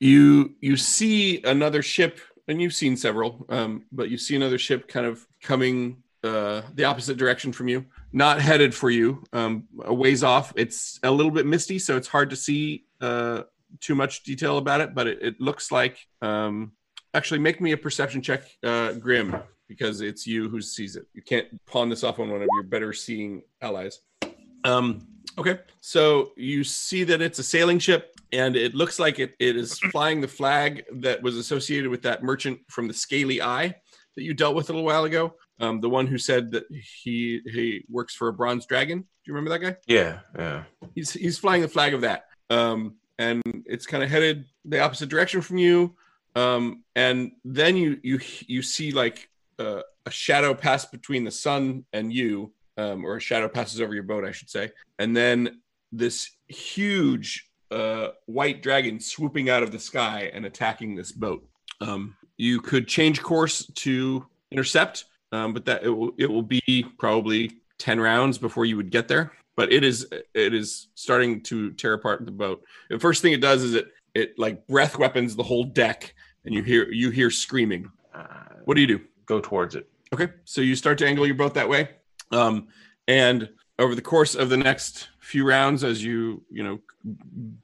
S2: you you see another ship and you've seen several um but you see another ship kind of coming uh the opposite direction from you not headed for you um a ways off it's a little bit misty so it's hard to see uh too much detail about it but it, it looks like um actually make me a perception check uh grim because it's you who sees it you can't pawn this off on one of your better seeing allies um Okay. So you see that it's a sailing ship and it looks like it, it is flying the flag that was associated with that merchant from the Scaly Eye that you dealt with a little while ago. Um, the one who said that he he works for a bronze dragon. Do you remember that guy?
S5: Yeah. Yeah.
S2: he's he's flying the flag of that um and it's kind of headed the opposite direction from you um and then you you you see like uh, a shadow pass between the sun and you um or a shadow passes over your boat i should say and then this huge uh white dragon swooping out of the sky and attacking this boat um you could change course to intercept um, but that it will it will be probably ten rounds before you would get there. But it is it is starting to tear apart the boat. The first thing it does is it it like breath weapons the whole deck, and you hear you hear screaming.
S5: Uh,
S2: What do you do?
S5: go towards it.
S2: Okay, so you start to angle your boat that way, um, and over the course of the next few rounds, as you you know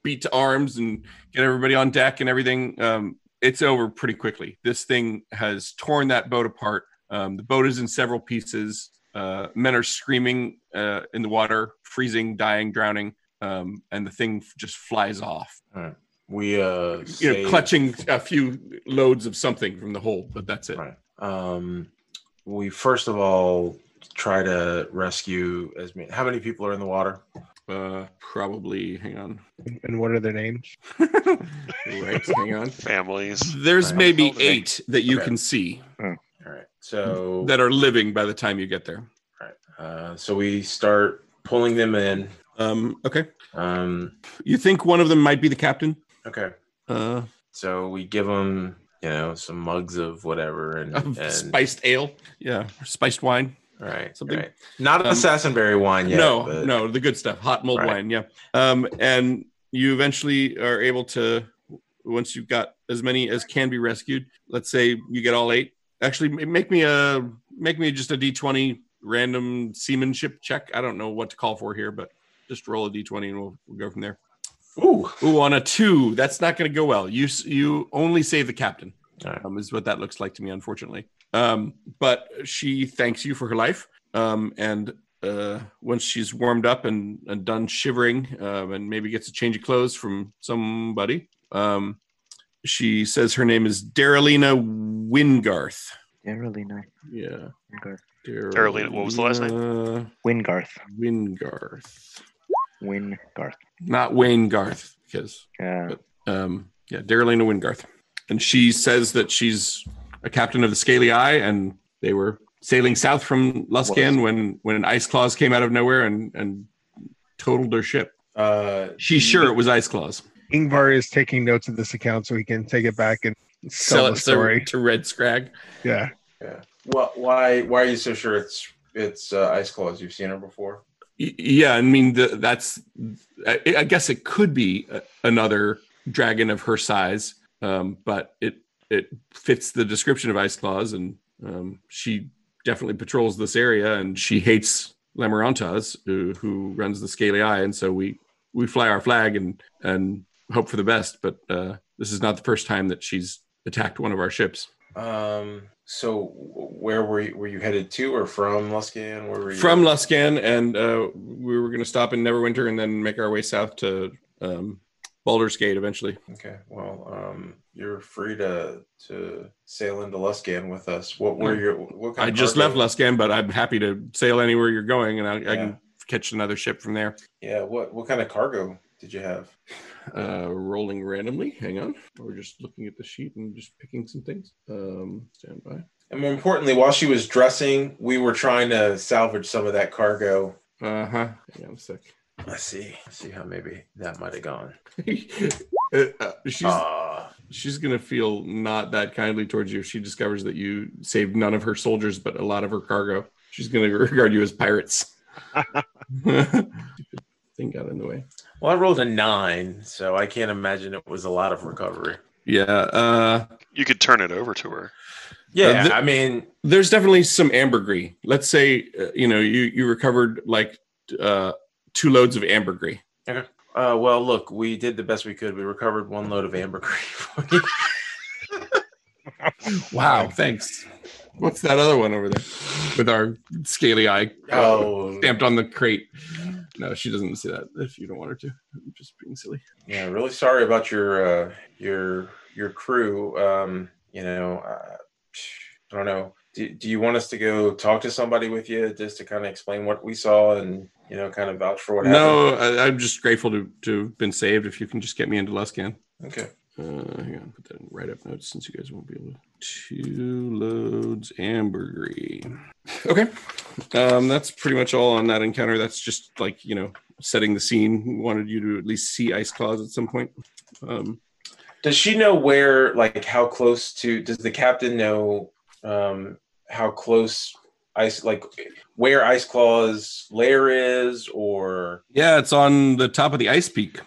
S2: beat to arms and get everybody on deck and everything, um, it's over pretty quickly. This thing has torn that boat apart. Um, the boat is in several pieces. Uh, men are screaming uh, in the water, freezing, dying, drowning, um, and the thing f- just flies off.
S5: We uh
S2: You know,
S5: save-
S2: clutching a few loads of something from the hole, but that's it.
S5: Right. Um, we first of all try to rescue as many. How many people are in the water?
S2: Uh, probably, hang on.
S4: And what are their names?
S2: [laughs] right, hang on.
S3: Families.
S2: There's
S5: Right.
S2: maybe
S3: Elderly.
S2: eight that you
S5: Okay.
S2: can see
S5: All right. So
S2: that are living by the time you get there.
S5: uh, so we start pulling them in.
S2: Um, okay.
S5: Um,
S2: You think one of them might be the captain?
S5: okay.
S2: Uh,
S5: So we give them you know some mugs of whatever and,
S2: of
S5: and
S2: spiced ale. Yeah, or spiced wine.
S5: right
S2: something.
S5: right. Not an
S2: Um,
S5: assassinberry wine yet.
S2: no,
S5: but-
S2: no, the good stuff, hot mulled
S5: Right.
S2: wine. Yeah. Um, and you eventually are able to, once you've got as many as can be rescued, let's say you get all eight. Actually, ma- make me a make me just a d20 random seamanship check. I don't know what to call for here, but just roll a d20 and we'll, we'll go from there.
S5: Ooh.
S2: Ooh, on a two, that's not going to go well. You s- you only save the captain,
S5: All right.
S2: um, is what that looks like to me, unfortunately. Um, but she thanks you for her life, um, and uh, once she's warmed up and, and done shivering, um, and maybe gets a change of clothes from somebody, um, she says her name is Darylina Wingarth.
S6: Darylina
S2: Yeah,
S6: Wingarth.
S2: Darylina.
S3: what was the last name?
S2: name?
S6: Wingarth.
S2: Wingarth,
S6: Wingarth.
S2: not Wayne Garth, because
S6: Uh,
S2: um, yeah, Darylina Wingarth. And she says that she's a captain of the Scaly Eye, and they were sailing south from Luskan when when ice claws came out of nowhere and and totaled their ship.
S5: Uh,
S2: She's sure it was ice claws.
S4: Ingvar is taking notes of this account so he can take it back and sell
S2: Sell
S4: the
S2: it to,
S4: story.
S2: to Red Scrag.
S4: Yeah.
S5: yeah. What? Why? Why are you so sure it's it's uh, ice claws? You've seen her before.
S2: Y- yeah, I mean the, that's. I, I guess it could be a, another dragon of her size, um, but it it fits the description of ice claws, and um, she definitely patrols this area, and she hates Lamorantas, who, who runs the Scaly Eye, and so we we fly our flag and and hope for the best. But uh, this is not the first time that she's attacked one of our ships.
S5: Um. So where were you, were you headed to, or from Luskan? Where were you?
S2: from Luskan, and uh, we were going to stop in Neverwinter and then make our way south to um, Baldur's Gate eventually.
S5: Okay. Well, um, you're free to to sail into Luskan with us. What were your? What kind
S2: Mm. I
S5: of
S2: just
S5: cargo-
S2: left Luskan, but I'm happy to sail anywhere you're going, and I, I
S5: Yeah.
S2: can catch another ship from there.
S5: Yeah. What what kind of cargo did you have?
S2: Uh, rolling randomly. Hang on. We're just looking at the sheet and just picking some things. Um, stand by.
S5: And more importantly, while she was dressing, we were trying to salvage some of that cargo.
S2: Uh huh. Yeah, I'm sick.
S5: Let's see. Let's see how maybe that might have gone.
S2: [laughs] Uh, uh, she's
S5: Ah,
S2: she's gonna feel not that kindly towards you if she discovers that you saved none of her soldiers but a lot of her cargo. She's gonna [laughs] regard you as pirates. [laughs] Stupid Thing got in the way.
S5: well, I rolled a nine, so I can't imagine it was a lot of recovery.
S2: Yeah. Uh,
S3: You could turn it over to her.
S5: Yeah,
S2: Uh, th-
S5: I mean,
S2: there's definitely some ambergris. Let's say uh, you know you you recovered like uh, two loads of ambergris.
S5: uh, well, look, we did the best we could. We recovered one load of ambergris. for you.
S2: Wow. Thanks. What's that other one over there with our scaly eye?
S5: [laughs] [laughs] oh,
S2: stamped on the crate. No, she doesn't see that. If you don't want her to, I'm just being silly.
S5: yeah. Really sorry about your uh, your your crew. Um, you know, uh, I don't know. Do, do you want us to go talk to somebody with you just to kind of explain what we saw and you know, kind of vouch for what
S2: No, I, I'm just grateful to to have been saved. If you can just get me into Luscan.
S5: happened? Okay.
S2: Uh, hang on, put that in write up notes since you guys won't be able to. Two loads ambergris. Okay, um, that's pretty much all on that encounter. That's just like you know setting the scene. Wanted you to at least see Ice Claws at some point. Um,
S5: Does she know where, like, how close to? Does the captain know um, how close ice, like, where Ice Claw's lair is, or
S2: Yeah, it's on the top of the ice peak.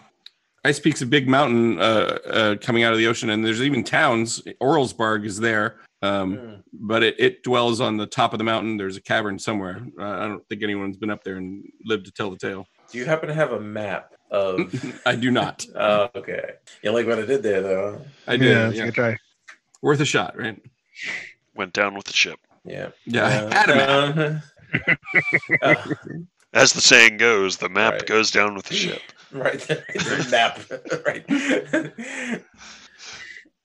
S2: Ice Peak's a big mountain uh, uh, coming out of the ocean, and there's even towns. Orlsbarg is there, um,
S5: Hmm.
S2: but it, it dwells on the top of the mountain. There's a cavern somewhere. Uh, I don't think anyone's been up there and lived to tell the tale.
S5: do you happen to have a map
S2: [laughs]
S5: of?
S2: I do not.
S5: uh, okay, you like what I did there, though.
S2: I do.
S4: [laughs] yeah,
S2: Yeah,
S4: that's a good try.
S2: Worth a shot, right?
S3: Went down with the ship.
S5: Yeah,
S2: Yeah, I [laughs] had a map.
S5: Uh, uh, [laughs]
S3: As the saying goes, the map
S5: Right.
S3: goes
S2: [sighs]
S3: down with the ship.
S5: right there, [laughs] it's a map. right. [laughs]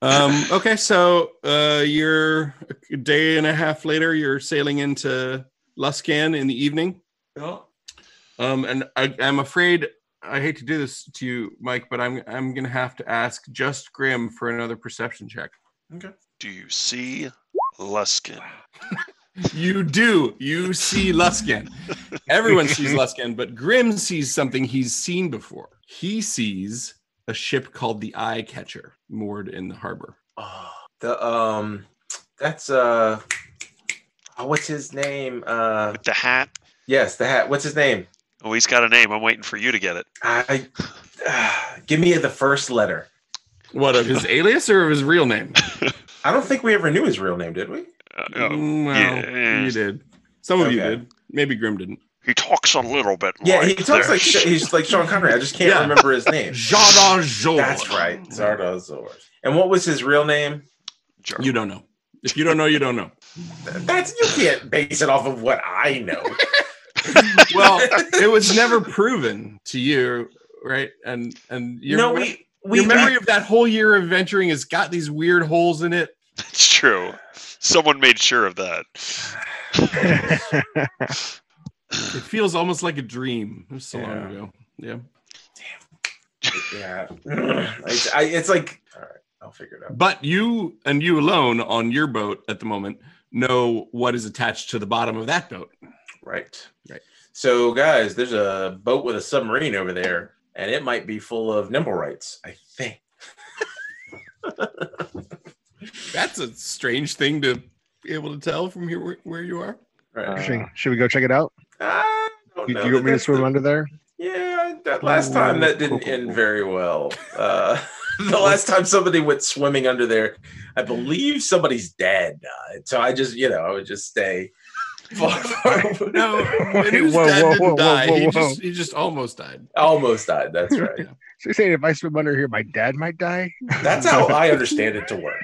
S2: Um, okay, so uh, you're a day and a half later. You're sailing into Luscan in the evening.
S5: Oh,
S2: Um, and I, I'm afraid I hate to do this to you, Mike, but I'm I'm gonna have to ask just Grim for another perception check.
S3: Do you see Luskin?
S2: You do. You see Luskin. Everyone
S5: [laughs]
S2: sees Luskin, but Grim sees something he's seen before. He sees a ship called the Eye Catcher moored in the harbor.
S5: Oh, the um, that's uh, oh, what's his name? Uh,
S3: With the hat?
S5: yes, the hat. What's his name?
S3: Oh, he's got a name. I'm waiting for you to get it.
S5: I [sighs] uh, give me the first letter.
S2: What of his alias or of his real name?
S5: [laughs] I don't think we ever knew his real name, did we?
S3: Uh, oh,
S2: Mm, well,
S3: yeah.
S2: you did. Some of you
S5: Okay.
S2: did. Maybe Grim didn't.
S3: he talks a little bit.
S5: Yeah, he
S3: like
S5: talks
S3: [laughs]
S5: like
S3: this.
S5: he's like Sean Connery. I just can't
S2: Yeah.
S5: remember
S2: [laughs]
S5: his name.
S2: Jean
S5: That's right, Zardoz. And what was his real name?
S3: Jar-
S2: You don't know. If you don't know, you don't know.
S5: That's you can't base it off of what I know.
S2: well, it was never proven to you, right? And and [laughs] your,
S5: no,
S2: me-
S5: we we
S2: your memory of that whole year of venturing has got these weird holes in it.
S3: It's true. Someone made sure of that.
S2: It feels almost like a dream. It was so
S5: Yeah.
S2: long ago. Yeah.
S5: yeah. [sighs] It's, I, it's like all right, I'll figure it out.
S2: But you and you alone on your boat at the moment know what is attached to the bottom of that boat.
S5: Right.
S2: Right.
S5: So guys, there's a boat with a submarine over there, and it might be full of nimble rights. I think.
S2: That's a strange thing to be able to tell from here where, where you
S4: [laughs]
S2: are.
S5: Right.
S6: Uh,
S4: Should, should we go check it out?
S5: I don't
S2: oh,
S4: Do
S5: know
S4: do you want
S5: that
S4: me to
S5: that's
S4: swim Oh,
S5: the-
S4: under there?
S5: Yeah, that last time that didn't end very well. Uh, [laughs] the last time somebody went swimming under there, I believe somebody's dad died. So I just, you know, I would just stay. [laughs] far- far-
S2: No,
S4: [laughs] Wait,
S2: Manu's
S4: whoa,
S2: dad
S4: whoa,
S2: didn't
S4: whoa, whoa,
S2: die.
S4: whoa,
S2: he
S4: whoa.
S2: just he just almost died.
S5: Almost died. That's
S4: [laughs]
S5: right.
S4: So you're saying if I swim under here, my dad might die?
S5: That's how I understand it to work.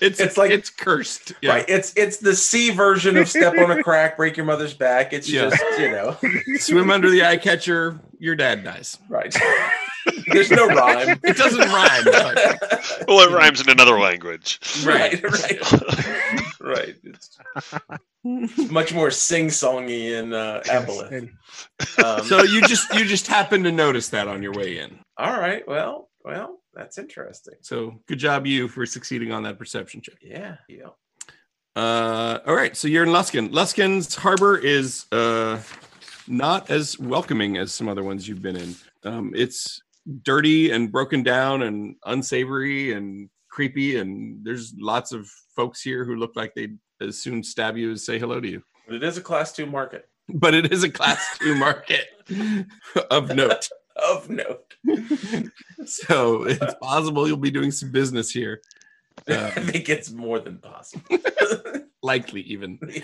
S2: it's
S5: It's like-
S2: it's cursed. Yeah.
S5: Right? It's it's the C version of step
S4: [laughs]
S5: on a crack, break your mother's back. It's
S2: Yeah.
S5: just you know,
S2: [laughs] Swim under the eye catcher, your dad dies.
S4: [laughs]
S5: right? There's no rhyme.
S2: It doesn't rhyme. but- [laughs]
S3: Well, it rhymes in another language.
S5: [laughs] right, right, right. It's much more sing-songy in uh, Appalachian.
S4: And
S5: Um,
S2: so you just you just happen to notice that on your way in.
S5: all right, well, well, That's interesting.
S2: So good job you for succeeding on that perception check.
S5: Yeah. Yeah.
S2: Uh, all right, so you're in Luskin. Luskin's harbor is uh, not as welcoming as some other ones you've been in. Um, it's dirty and broken down and unsavory and creepy, and there's lots of folks here who look like they'd as soon stab you as say hello to you.
S5: But it is a class two market.
S2: But it is a class two market of note,
S5: Of note.
S2: so it's possible you'll be doing some business here. Uh,
S5: [laughs] I think it's more than possible.
S2: [laughs] likely even.
S5: Yeah.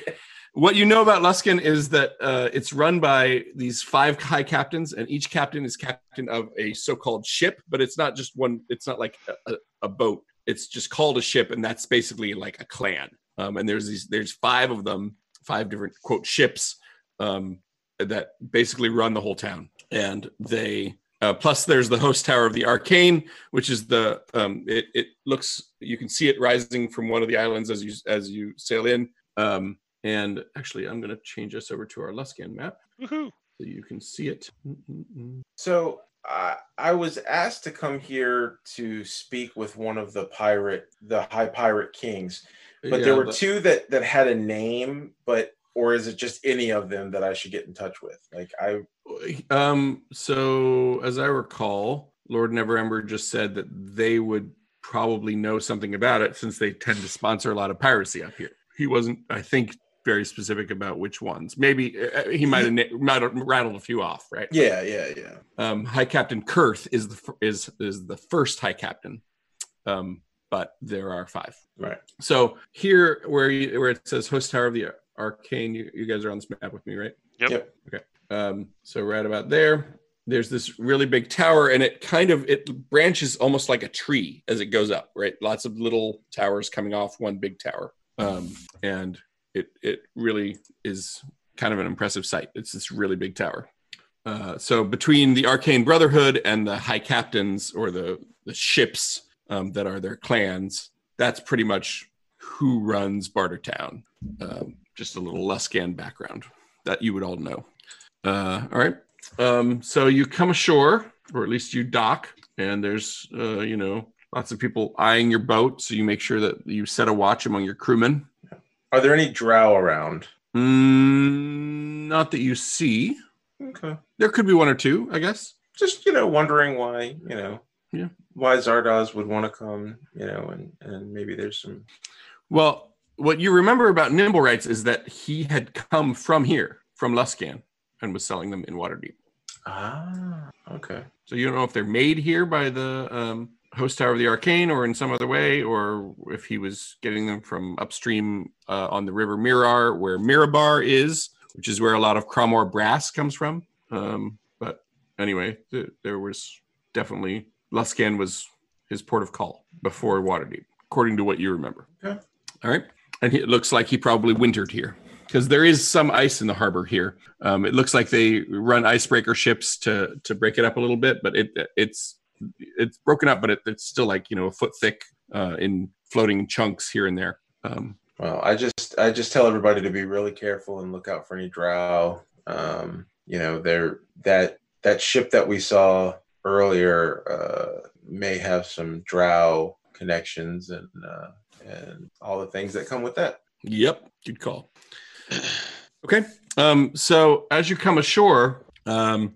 S2: What you know about Luskin is that uh, it's run by these five high captains, and each captain is captain of a so-called ship, but it's not just one. It's not like a, a, a boat. It's just called a ship, and that's basically like a clan. Um, and there's these. There's five of them, five different quote ships um, that basically run the whole town, and they. Uh, plus, there's the host tower of the arcane, which is the um, it, it looks you can see it rising from one of the islands as you as you sail in. Um, and actually, I'm going to change us over to our Luskan map
S3: Woohoo.
S2: so you can see it. Mm-mm-mm.
S5: So I I was asked to come here to speak with one of the pirate, the high pirate kings, but
S2: Yeah,
S5: there were
S2: but-
S5: two that that had a name, but or is it just any of them that I should get in touch with? Like I
S2: Um, so as I recall, Lord Neverember just said that they would probably know something about it since they tend to sponsor a lot of piracy up here. He wasn't, I think, very specific about which ones. Maybe uh, he might have na- might have rattled a few off, right?
S5: yeah yeah yeah
S2: Um, High Captain Kurth is the fir- is is the first High Captain, um, but there are five.
S5: right
S2: So here, where you, where it says host tower of the arcane, you, you guys are on this map with me, right?
S3: Yep.
S5: Yep.
S2: Okay. Um, so right about there, there's this really big tower, and it kind of it branches almost like a tree as it goes up, right? Lots of little towers coming off one big tower, um, and it it really is kind of an impressive sight. It's this really big tower. Uh, so between the arcane brotherhood and the high captains or the the ships um, that are their clans, that's pretty much who runs Bartertown. Um, just a little Luskan background that you would all know. Uh, all right. Um, so you come ashore, or at least you dock, and there's, uh, you know, lots of people eyeing your boat. So you make sure that you set a watch among your crewmen.
S5: are there any drow around
S2: Mm, not that you see.
S5: okay
S2: There could be one or two, I guess.
S5: just you know wondering why you know
S2: Yeah.
S5: why Zardoz would want to come you know and and maybe there's some
S2: Well, what you remember about Nimble Rights is that he had come from here, from Luskan, and was selling them in Waterdeep.
S5: ah okay
S2: So you don't know if they're made here by the um, host tower of the arcane or in some other way, or if he was getting them from upstream uh, on the river Mirar, where Mirabar is, which is where a lot of Cromor brass comes from. Um, but anyway, th- there was definitely Luskan was his port of call before Waterdeep, according to what you remember.
S5: Okay.
S2: All right. And he- it looks like he probably wintered here because there is some ice in the harbor here. Um, it looks like they run icebreaker ships to to break it up a little bit, but it it's it's broken up, but it, it's still like you know a foot thick uh, in floating chunks here and there. Um,
S5: well I just I just tell everybody to be really careful and look out for any drow um you know there that that ship that we saw earlier uh may have some drow connections and uh and all the things that come with that
S2: yep, good call. [clears throat] Okay. Um, so as you come ashore, um,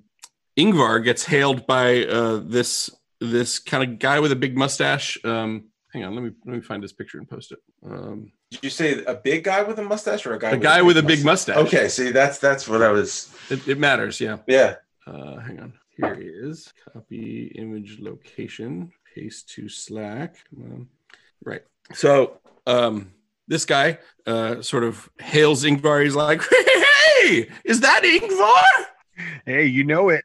S2: Ingvar gets hailed by uh, this this kind of guy with a big mustache. Um, hang on, let me let me find this picture and post it. Um,
S5: Did you say a big guy with a mustache or a guy?
S2: a guy with a big mustache.
S5: Okay, see that's that's what I was.
S2: It, it matters. Yeah.
S5: Yeah,
S2: Uh, hang on. Here he is. Copy image location. Paste to Slack. Come on. Right. So um, this guy uh, sort of hails Ingvar. He's like, [laughs] "Hey, is that Ingvar?
S4: Hey, you know it.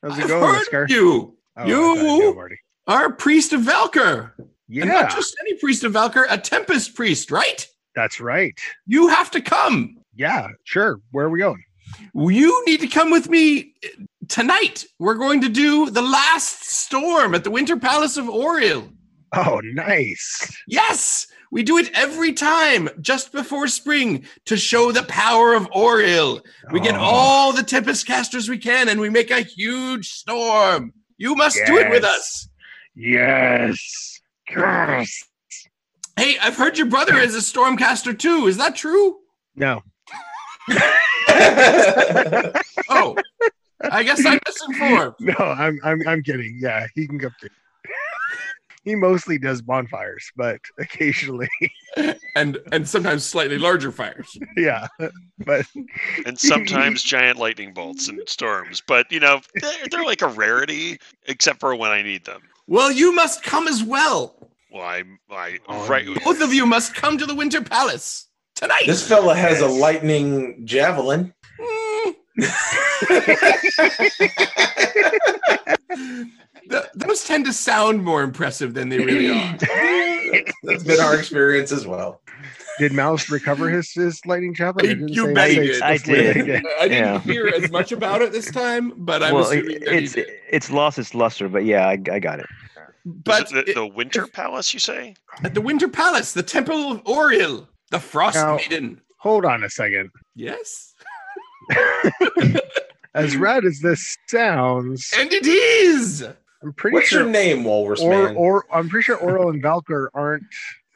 S4: How's it
S2: I've
S4: going,
S2: heard
S4: Oscar?
S2: you
S4: Oh, I thought I'd
S2: You-
S4: go, Marty.
S2: are a priest of Valkyr, and
S4: Yeah,
S2: not just any priest of Valkyr, a Tempest priest, right?
S4: that's right.
S2: You have to come.
S4: Yeah, sure. Where are we going?
S2: You need to come with me." Tonight, we're going to do the last storm at the Winter Palace of Oriel.
S4: Oh, nice.
S2: Yes, we do it every time just before spring to show the power of Oriel. We get
S4: Oh,
S2: all the Tempest casters we can and we make a huge storm. You must do it with
S4: Yes.
S2: us.
S4: Yes. Yes.
S2: Hey, I've heard your brother is a stormcaster too. Is that true?
S4: No.
S2: Oh, I guess I'm misinformed.
S4: No, I'm I'm I'm kidding. Yeah, he can come too. [laughs] he mostly does bonfires, but [laughs] occasionally,
S2: And and sometimes slightly larger fires.
S4: yeah. But
S3: [laughs] and sometimes giant lightning bolts and storms. But you know, they're, they're like a rarity, except for when I need them.
S2: Well, you must come as well.
S3: Well, I, I right.
S2: Oh, Both of you must come to the Winter Palace
S5: [laughs]
S2: tonight.
S5: This fella has a lightning javelin.
S2: Mm,
S5: yeah,
S2: [laughs] th- those tend to sound more impressive than they really are.
S5: that's been our experience as well.
S4: did Mouse recover his his lightning javelin?
S2: [laughs]
S4: I didn't
S2: You
S4: say-
S2: bet he
S4: I
S2: did.
S4: said-
S6: I did.
S2: I didn't
S6: Yeah.
S2: hear as much about it this time, but I'm
S6: well,
S2: assuming
S6: it,
S2: that he
S6: it's
S2: did.
S6: it's lost its luster, but yeah, I, I got it.
S2: But
S3: the,
S2: it-
S3: the Winter Palace, you say?
S2: at the Winter Palace, the Temple of Oriel, the Frost
S4: Now-
S2: Maiden.
S4: Hold on a second.
S2: Yes,
S4: As rad as this sounds,
S2: and it is.
S4: I'm pretty
S5: What's
S4: sure
S5: your name, Walrus
S4: or
S5: Man?
S4: or I'm pretty sure Oral and Valkyr aren't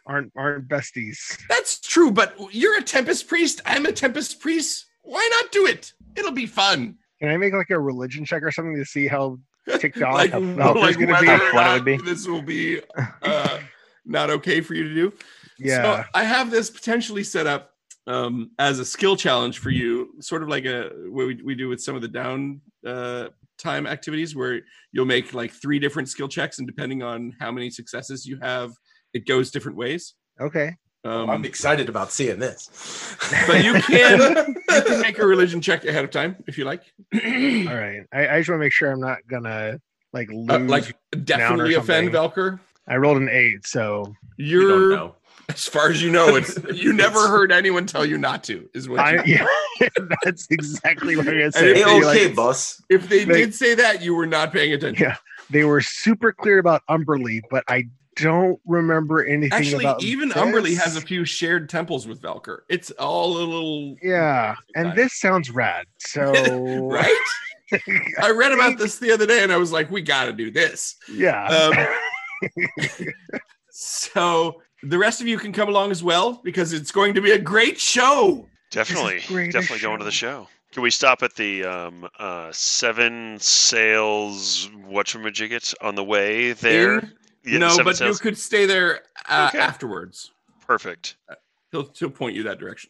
S4: aren't aren't besties.
S2: That's true, but you're a Tempest priest. I'm a Tempest priest. Why not do it? It'll be fun.
S4: Can I make like a religion check or something to see how ticked
S2: [laughs]
S4: off?
S2: like,
S4: how-
S6: no,
S4: how
S2: like
S4: it's gonna
S2: whether
S4: be?
S6: how
S2: or
S6: fun it
S2: not
S6: would be.
S2: this will be uh, not okay for you to do.
S4: Yeah.
S2: So I have this potentially set up um, as a skill challenge for you, sort of like a what we, we do with some of the down uh, time activities, where you'll make like three different skill checks, and depending on how many successes you have, it goes different ways.
S4: okay.
S6: Oh,
S2: Um,
S5: I'm excited about seeing this.
S2: but you
S5: [laughs]
S2: can [laughs] you can make a religion check ahead of time if you like. [clears throat]
S4: All right. I, I just want to make sure I'm not gonna like lose.
S2: Uh, like definitely offend
S4: something.
S2: Velker.
S4: I rolled an eight, so
S5: You don't
S2: You're
S5: know.
S2: as far as you know,
S4: [laughs]
S2: it's you never heard anyone tell you not to. Is what [laughs] you-
S4: I yeah, [laughs] that's exactly what I'm gonna
S2: And
S4: say.
S2: if
S5: Hey,
S2: you
S4: You're
S5: okay,
S4: like-
S5: boss.
S2: if they
S4: They-
S2: did say that, you were not paying attention.
S4: yeah, they were super clear about Umberly, but I don't remember anything
S2: Actually,
S4: about
S2: even
S4: this.
S2: Umberly has a few shared temples with Velker. It's all a little
S4: yeah, and this sounds rad. So
S2: [laughs]
S4: [laughs]
S2: right. I read about this the other day, and I was like, we got to do this.
S4: yeah,
S2: Um, so the rest of you can come along as well because it's going to be a great show.
S3: Definitely,
S4: great,
S3: definitely
S4: a
S3: going to the show. Can we stop at the um, uh, seven sails whatchamajigget on the way there?
S2: In-
S3: Yeah,
S2: no,
S3: seven
S2: but
S3: sails.
S2: you could stay there uh,
S3: Okay.
S2: afterwards.
S3: Perfect.
S2: he'll he'll point you that direction.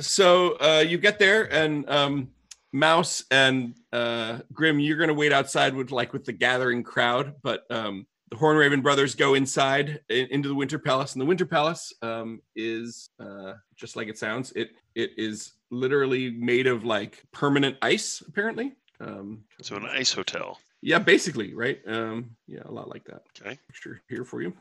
S2: So uh, you get there, and um, Mouse and uh, Grim, you're going to wait outside with like with the gathering crowd. But um, the Hornraven brothers go inside in, into the Winter Palace, and the Winter Palace um, is uh, just like it sounds. It it is literally made of like permanent ice, apparently. Um,
S3: So an ice hotel.
S2: yeah, basically, right? Um, yeah, a lot like that.
S3: Okay.
S2: Picture here for you.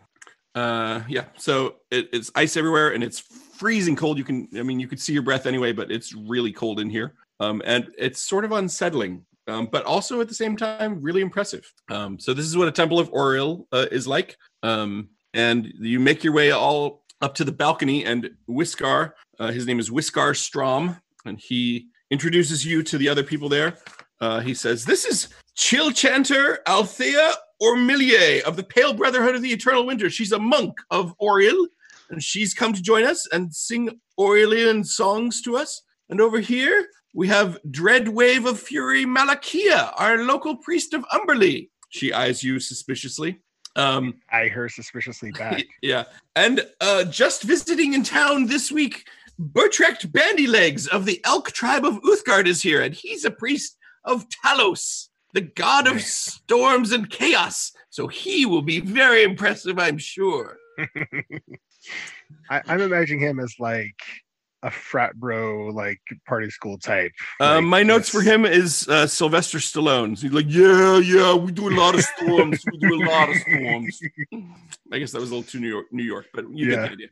S2: Uh, yeah. So it, it's ice everywhere, and it's freezing cold. You can, I mean, you could see your breath anyway, but it's really cold in here. Um, and it's sort of unsettling, um, but also at the same time really impressive. Um, so this is what a temple of Oriel uh, is like. Um, and you make your way all up to the balcony, and Whiskar, uh, his name is Whiskar Strom, and he introduces you to the other people there. Uh, he says, "This is Chilchanter Althea Ormilier of the Pale Brotherhood of the Eternal Winter. She's a monk of Oriel, and she's come to join us and sing Aurelian songs to us. And over here, we have Dread Wave of Fury Malakia, our local priest of Umberly. She eyes you suspiciously. Um,
S4: I
S2: [laughs]
S4: hear suspiciously back.
S2: yeah. And uh, just visiting in town this week, Bertrecht Bandylegs of the Elk tribe of Uthgard is here, and he's a priest of Talos, the god of storms and chaos. So he will be very impressive, I'm sure.
S4: I, I'm imagining him as like a frat bro, like party school type.
S2: Uh,
S4: like,
S2: my notes for
S4: that's-
S2: him is uh, Sylvester Stallone. He's like, yeah, yeah, we do a lot of storms. we do a lot of storms. I guess that was a little too New York, New York, but you
S4: Yeah.
S2: get the idea.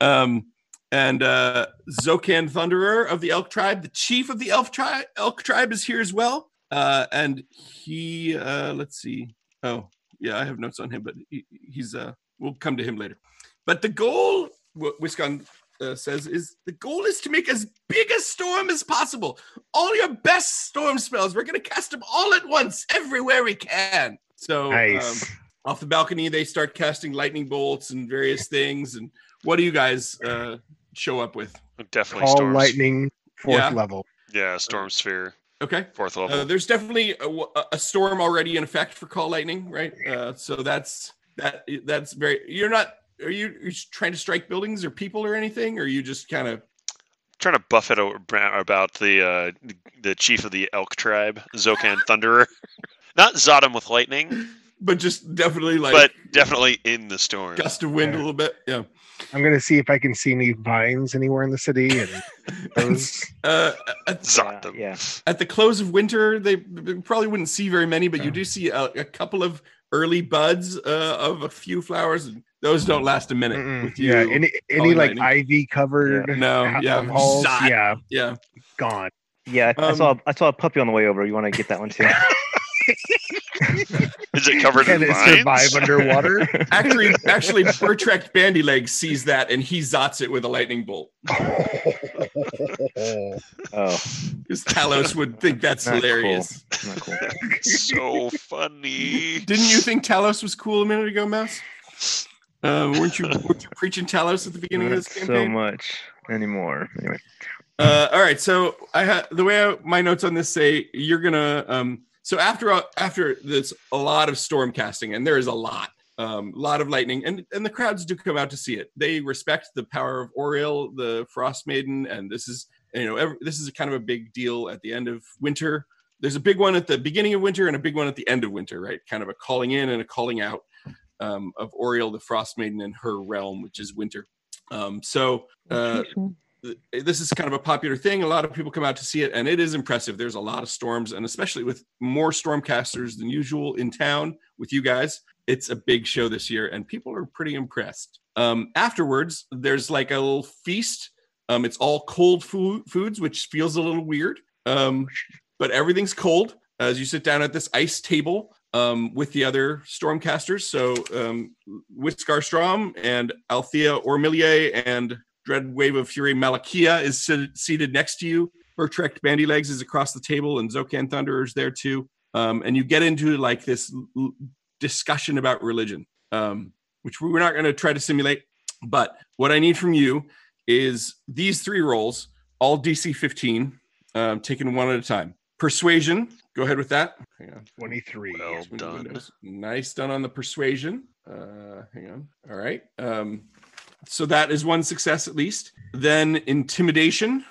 S2: Um, and uh, Zokan Thunderer of the Elk Tribe, the chief of the Elf Tribe, Elk Tribe is here as well. Uh, and he, uh, let's see. Oh, yeah, I have notes on him, but he, he's. Uh, we'll come to him later. But the goal, Wh- Wiscon uh, says, is the goal is to make as big a storm as possible. All your best storm spells, we're going to cast them all at once, everywhere we can. So, um,
S4: Nice.
S2: off the balcony they start casting lightning bolts and various things and what do you guys uh show up with
S3: Definitely
S4: All
S3: storms.
S4: lightning, fourth
S2: Yeah.
S4: level.
S3: Yeah, storm sphere,
S2: okay
S3: fourth
S2: uh,
S3: level.
S2: there's definitely a, a- a storm already in effect for call lightning right uh so that's that that's very you're not are you, are you trying to strike buildings or people or anything or you just kind of
S3: trying to buff it o- bra- about the uh, the chief of the elk tribe,
S2: [laughs]
S3: Zokan Thunderer. Not Zodom with lightning,
S2: but just definitely like
S3: but definitely in the storm.
S2: gust of wind a
S4: Yeah.
S2: little bit yeah
S4: I'm gonna see if I can see any vines anywhere in the city.
S2: [laughs]
S4: And those,
S2: uh at-
S3: Zot
S6: Yeah,
S3: them.
S6: yeah.
S2: at the close of winter, they they probably wouldn't see very many, but you
S4: Yeah.
S2: do see a, a couple of early buds uh, of a few flowers. and Those don't last a minute
S4: Mm-mm.
S2: with you.
S4: yeah, any any
S2: calling
S4: like
S2: lightning.
S4: ivy covered
S2: no, yeah,
S4: halls,
S2: Zot.
S4: yeah,
S2: yeah.
S4: gone.
S6: Yeah, I, I
S2: Um,
S6: saw I saw a puppy on the way over. You want to get
S2: [laughs]
S6: that one too?
S3: Is it covered
S4: Can
S3: in
S4: it
S3: vines? [laughs]
S4: survive underwater? [laughs]
S2: Actually, actually, Bertrand Bandyleg sees that and he zots it with a lightning bolt
S6: Oh,
S2: because Talos would think that's
S6: Not cool.
S2: hilarious. [laughs]
S6: not
S3: so
S6: cool.
S3: funny.
S2: Didn't you think Talos was cool a minute ago, Mouse? Uh, weren't you weren't you preaching Talos at the beginning of
S6: Not
S2: this
S6: so
S2: campaign?
S6: much anymore. Anyway,
S2: Uh, all right. So I ha- the way I, my notes on this say you're gonna. Um, so after a- after there's a lot of storm casting, and there is a lot, um, lot of lightning, and and the crowds do come out to see it. They respect the power of Oriel, the Frost Maiden, and this is you know every, this is kind of a big deal at the end of winter. There's a big one at the beginning of winter and a big one at the end of winter, right? Kind of a calling in and a calling out um, of Oriel, the Frost Maiden, and her realm, which is winter. Um, so. Uh, th- this is kind of a popular thing. A lot of people come out to see it, and it is impressive. There's a lot of storms, and especially with more stormcasters than usual in town with you guys, it's a big show this year, and people are pretty impressed. Um, afterwards, there's like a little feast. Um, it's all cold food, foods, which feels a little weird, um, but everything's cold as you sit down at this ice table um, with the other stormcasters. So, um, Whitskar Strom and Althea Ormillier and Dread Wave of Fury Malakia is sit- seated next to you. Bertrect Bandylegs is across the table, and Zokan Thunderer is there too. Um, and you get into like this l- l- discussion about religion, um, which we- we're not going to try to simulate. But what I need from you is these three rolls, all DC 15, um, taken one at a time. Persuasion, go ahead with that. Hang on.
S4: Twenty three.
S3: Well
S2: Swing the
S3: done.
S2: windows. Nice done on the persuasion. Uh, hang on. All right. Um, so that is one success at least. Then intimidation,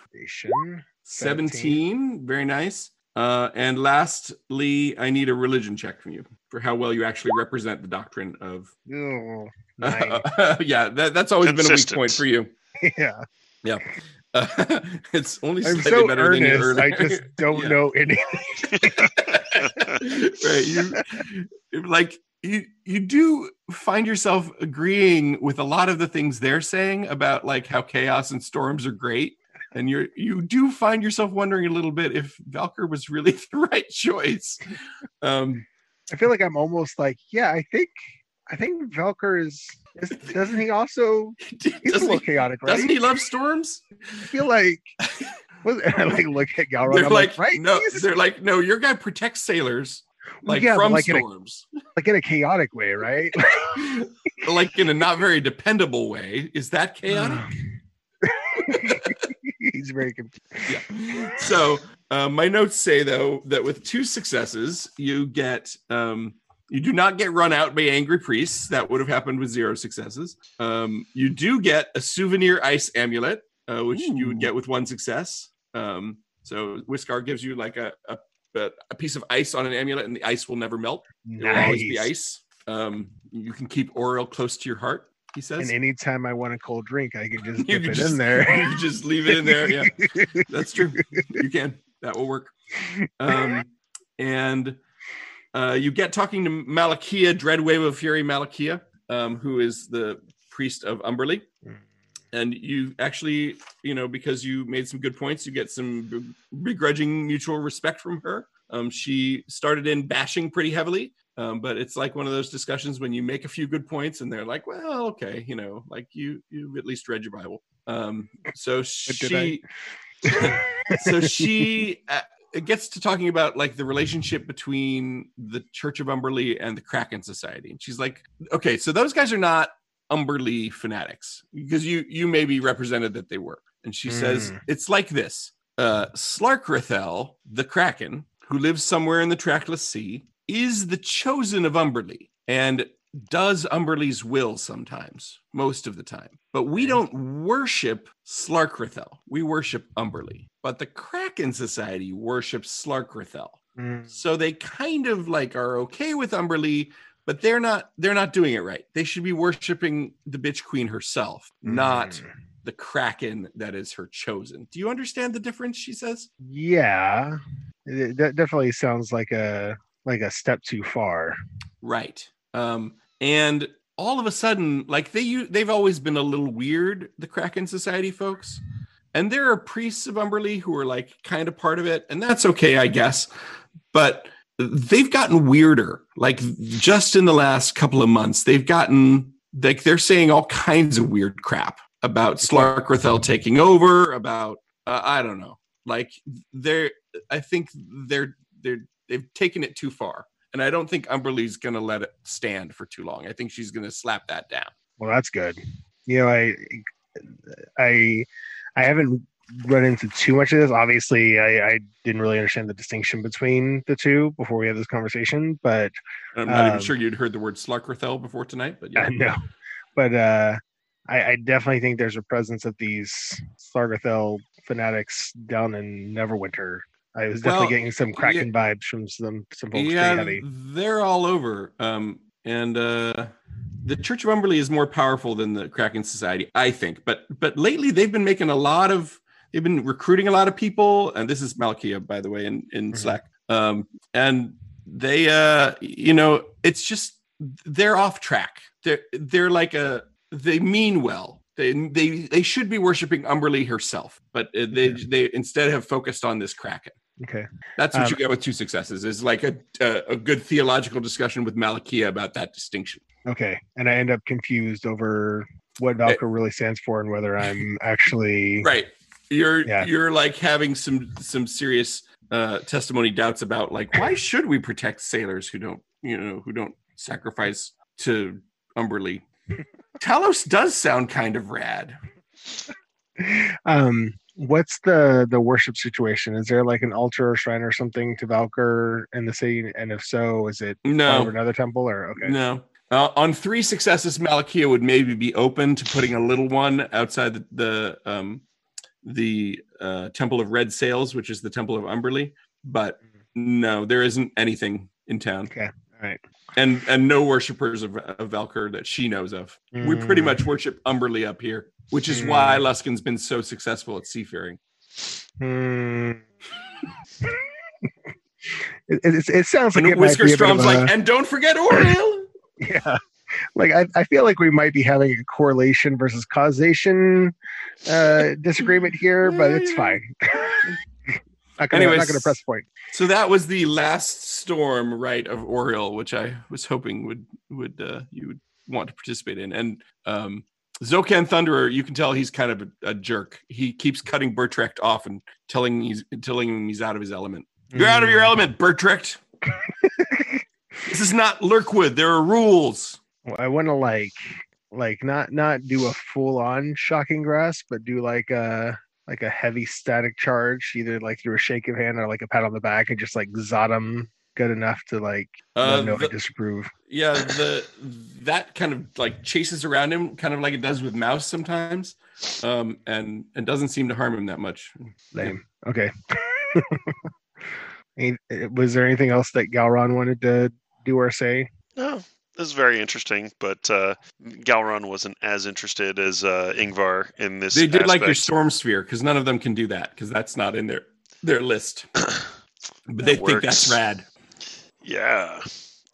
S2: 17. Very nice. Uh, and lastly, I need a religion check from you for how well you actually represent the doctrine of. [laughs]
S4: Ew, nine. [laughs]
S2: yeah, that, that's always been a weak
S3: Consistent.
S2: point for you. [laughs]
S4: yeah,
S2: Uh, it's only
S4: I'm
S2: slightly
S4: so
S2: better than you
S4: earnest.
S2: earlier.
S4: I just
S2: [laughs]
S4: don't
S2: Yeah.
S4: know any.
S2: right you it- like you you do find yourself agreeing with a lot of the things they're saying about like how chaos and storms are great and you're you do find yourself wondering a little bit if valkyr was really [laughs] the right choice um
S4: I feel like I'm almost like, yeah, I think, I think Velker is. is doesn't he also? He's a
S2: doesn't,
S4: little
S2: he,
S4: chaotic, right?
S2: doesn't he love storms
S4: I
S2: [laughs]
S4: feel like. Was, [laughs] I like look at Galron.
S2: they're
S4: Oh, I'm
S2: like,
S4: like, right?
S2: no
S4: He's-
S2: they're like no your guy protects sailors like
S4: yeah, but
S2: from
S4: like in a-
S2: storms
S4: like in a chaotic way, right?
S2: like in a not very dependable way is
S4: [sighs]
S2: that [laughs] chaotic
S4: [laughs] He's very confused.
S2: yeah. So uh, my notes say though that with two successes, you get um, you do not get run out by angry priests. That would have happened with zero successes. Um, you do get a souvenir ice amulet, uh, which you would get with one success. Um, so Whiskar gives you like a, a a- a piece of ice on an amulet, and the ice will never melt. It will always be
S4: Nice.
S2: ice. Um, you can keep Oriel close to your heart. He says.
S4: And anytime I want a cold drink, I can just
S2: [laughs] You
S4: dip
S2: can
S4: it
S2: just-
S4: in there.
S2: [laughs] you just leave it in there. Yeah. That's true. You can. That will work. Um, and uh, you get talking to Malakia, Dreadwave of Fury Malakia, um, who is the priest of Umberly. And you actually, you know, because you made some good points, you get some be- begrudging mutual respect from her. Um, she started in bashing pretty heavily, um, but it's like one of those discussions when you make a few good points and they're like, "Well, okay, you know, like you you've at least read your Bible." Um, so
S4: did I?
S2: she so she uh, it gets to talking about like the relationship between the Church of Umberley and the Kraken Society, and she's like, okay, so those guys are not Umberley fanatics because you you maybe represented that they were, and she says
S4: Mm.
S2: it's like this: uh, Slarkrathel, the Kraken, who lives somewhere in the trackless sea, is the chosen of Umberley, and does Umberley's will sometimes, most of the time. But we don't worship Slarkrathel. We worship Umberley. But the Kraken Society worships Slarkrathel.
S4: [laughs] Hmm.
S2: So they kind of like are okay with Umberly, but they're not they're not doing it right. They should be worshiping the bitch queen herself, [laughs] not the Kraken that is her chosen. Do you understand the difference? She says.
S4: Yeah, It- that definitely sounds like a like a step too far.
S2: Right. Um, and all of a sudden, like they u- they've always been a little weird, the Kraken Society folks. And there are priests of Umberley who are like kind of part of it, and that's okay, I guess. But they've gotten weirder. Like just in the last couple of months, they've gotten like they're saying all kinds of weird crap about Slarkrathel taking over, about uh, I don't know. Like they're I think they're they're they've taken it too far. And I don't think Umberly's going to let it stand for too long. I think she's going to slap that down.
S4: Well, that's good. You know, I I I haven't run into too much of this. Obviously, I, I didn't really understand the distinction between the two before we had this conversation, but [laughs]
S2: I'm not even
S4: Um,
S2: sure you'd heard the word Slarkrathel before tonight, but
S4: [laughs]
S2: yeah.
S4: I know. But uh, I, I definitely think there's a presence of these Sargathel fanatics down in Neverwinter. I was definitely
S2: Well,
S4: getting some Kraken vibes from some some folks
S2: yeah,
S4: pretty heavy.
S2: they're all over. Um, and uh, the Church of Umberley is more powerful than the Kraken Society, I think. But but lately they've been making a lot of they've been recruiting a lot of people, and this is Malkia, by the way, in in
S4: Mhm.
S2: Slack. Um, and they uh, you know, it's just they're off track. They're they're like a they mean well. They, they they should be worshiping Umberly herself, but uh, they they instead have focused on this Kraken.
S4: Okay.
S2: That's what
S4: Um,
S2: you get with two successes. Is like a, a a good theological discussion with Malakia about that distinction.
S4: Okay. And I end up confused over what Valka really stands for and whether I'm
S2: [laughs]
S4: actually
S2: Right. You're
S4: Yeah.
S2: you're like having some some serious uh, testimony doubts about like why should we protect sailors who don't you know who don't sacrifice to
S4: [laughs]
S2: Umberly? Talos does sound kind of rad.
S4: [laughs] um what's the the worship situation is there like an altar or shrine or something to valkyr in the city and if so is it part of
S2: No,
S4: another temple or okay
S2: no. Uh, on three successes, Malakia would maybe be open to putting a little one outside the, the um, the uh, Temple of Red Sails, which is the Temple of Umberly. But no, there isn't anything in town,
S4: okay all right
S2: and and no worshippers of, of Valkyr that she knows of. We pretty
S4: Mm.
S2: much worship Umberly up here, which is why Luskin's been so successful at seafaring.
S4: Mm. [laughs] it, it, it's- it sounds like
S2: And
S4: it might
S2: Whisker
S4: be a bit of
S2: Strom's
S4: a-
S2: like, and don't forget Oriel.
S4: [laughs] yeah like I, I feel like we might be having a correlation versus causation
S2: [laughs]
S4: uh disagreement here but it's fine [laughs] not gonna,
S2: Anyways.
S4: not gonna press point
S2: So that was the last storm, right, of Oriole, which I was hoping would would uh, you would want to participate in. And um, Zokan Thunderer, you can tell he's kind of a, a jerk. He keeps cutting Bertrecht off and telling he's telling him he's out of his element. You're out of your element, Bertrecht. this is not Lurkwood. There are rules.
S4: Well, I want to like like not not do a full on shocking grasp, but do like a like a heavy static charge, either like through a shake of hand or like a pat on the back, and just like zot 'em good enough to like let
S2: Uh,
S4: 'em know I
S2: the-
S4: disapprove.
S2: yeah, the that kind of like chases around him, kind of like it does with Mouse sometimes, um, and and doesn't seem to harm him that much.
S4: Lame. Okay. [laughs] Ain't- uh, Was there anything else that Galron wanted to do or say?
S3: No, this is very interesting, but uh, Galron wasn't as interested as uh, Ingvar in this.
S2: they did like your
S3: aspect.
S2: storm sphere because none of them can do that because that's not in their their
S3: [clears throat]
S2: list but they
S3: That
S2: think that's
S3: works.
S2: rad
S3: yeah,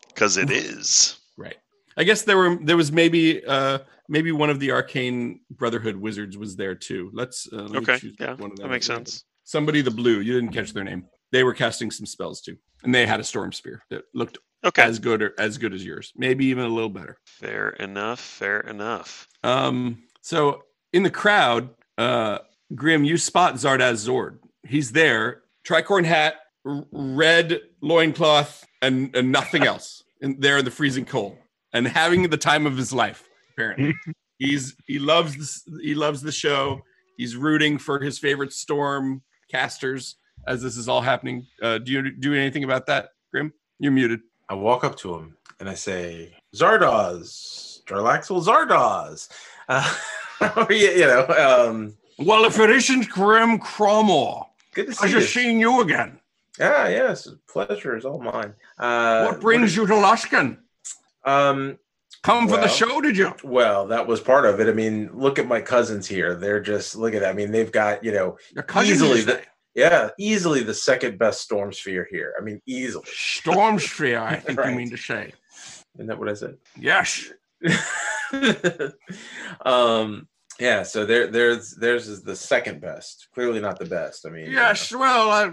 S3: because it is.
S2: right i guess there were there was maybe uh maybe one of the arcane brotherhood wizards was there too let's uh, let me
S3: Okay,
S2: choose
S3: yeah,
S2: one of them
S3: that makes
S2: at random.
S3: sense.
S2: somebody the blue you didn't catch their name they were casting some spells too and they had a storm sphere that looked
S3: Okay,
S2: as good or as good as yours maybe even a little better
S3: fair enough. Fair enough.
S2: Um, so in the crowd, uh, Grim, you spot Zardoz Zord. He's there, tricorn hat, r- red loincloth, and, and nothing else. And there in the freezing cold, and having the time of his life. Apparently, he's he loves this, he loves the show. He's rooting for his favorite storm casters as this is all happening. Uh, do you do anything about that, Grim? You're muted.
S5: I walk up to him and I say, Zardoz, Darlaxel Zardoz. Uh, [laughs] you, you know, um,
S2: Well, if it isn't Grim Cromwell,
S5: good to see
S2: I
S5: you.
S2: just seen you again.
S5: yeah, yes, pleasure is all mine. Uh,
S2: what brings you to Luskin?
S5: Um,
S2: Come for the
S5: well-
S2: show, did you?
S5: well, that was part of it. I mean, look at my cousins here. They're just look at. that. I mean, they've got you know,
S2: Your cousin
S5: Easily
S2: is
S5: the- yeah, easily the second best storm sphere here. I mean, easily.
S2: Storm Sphere,
S5: [laughs]
S2: I think
S5: Right.
S2: you mean to say.
S5: Isn't that what I said?
S2: Yes.
S5: [laughs] um yeah so there there's theirs is the second best clearly not the best i mean you
S2: Yes, well, uh,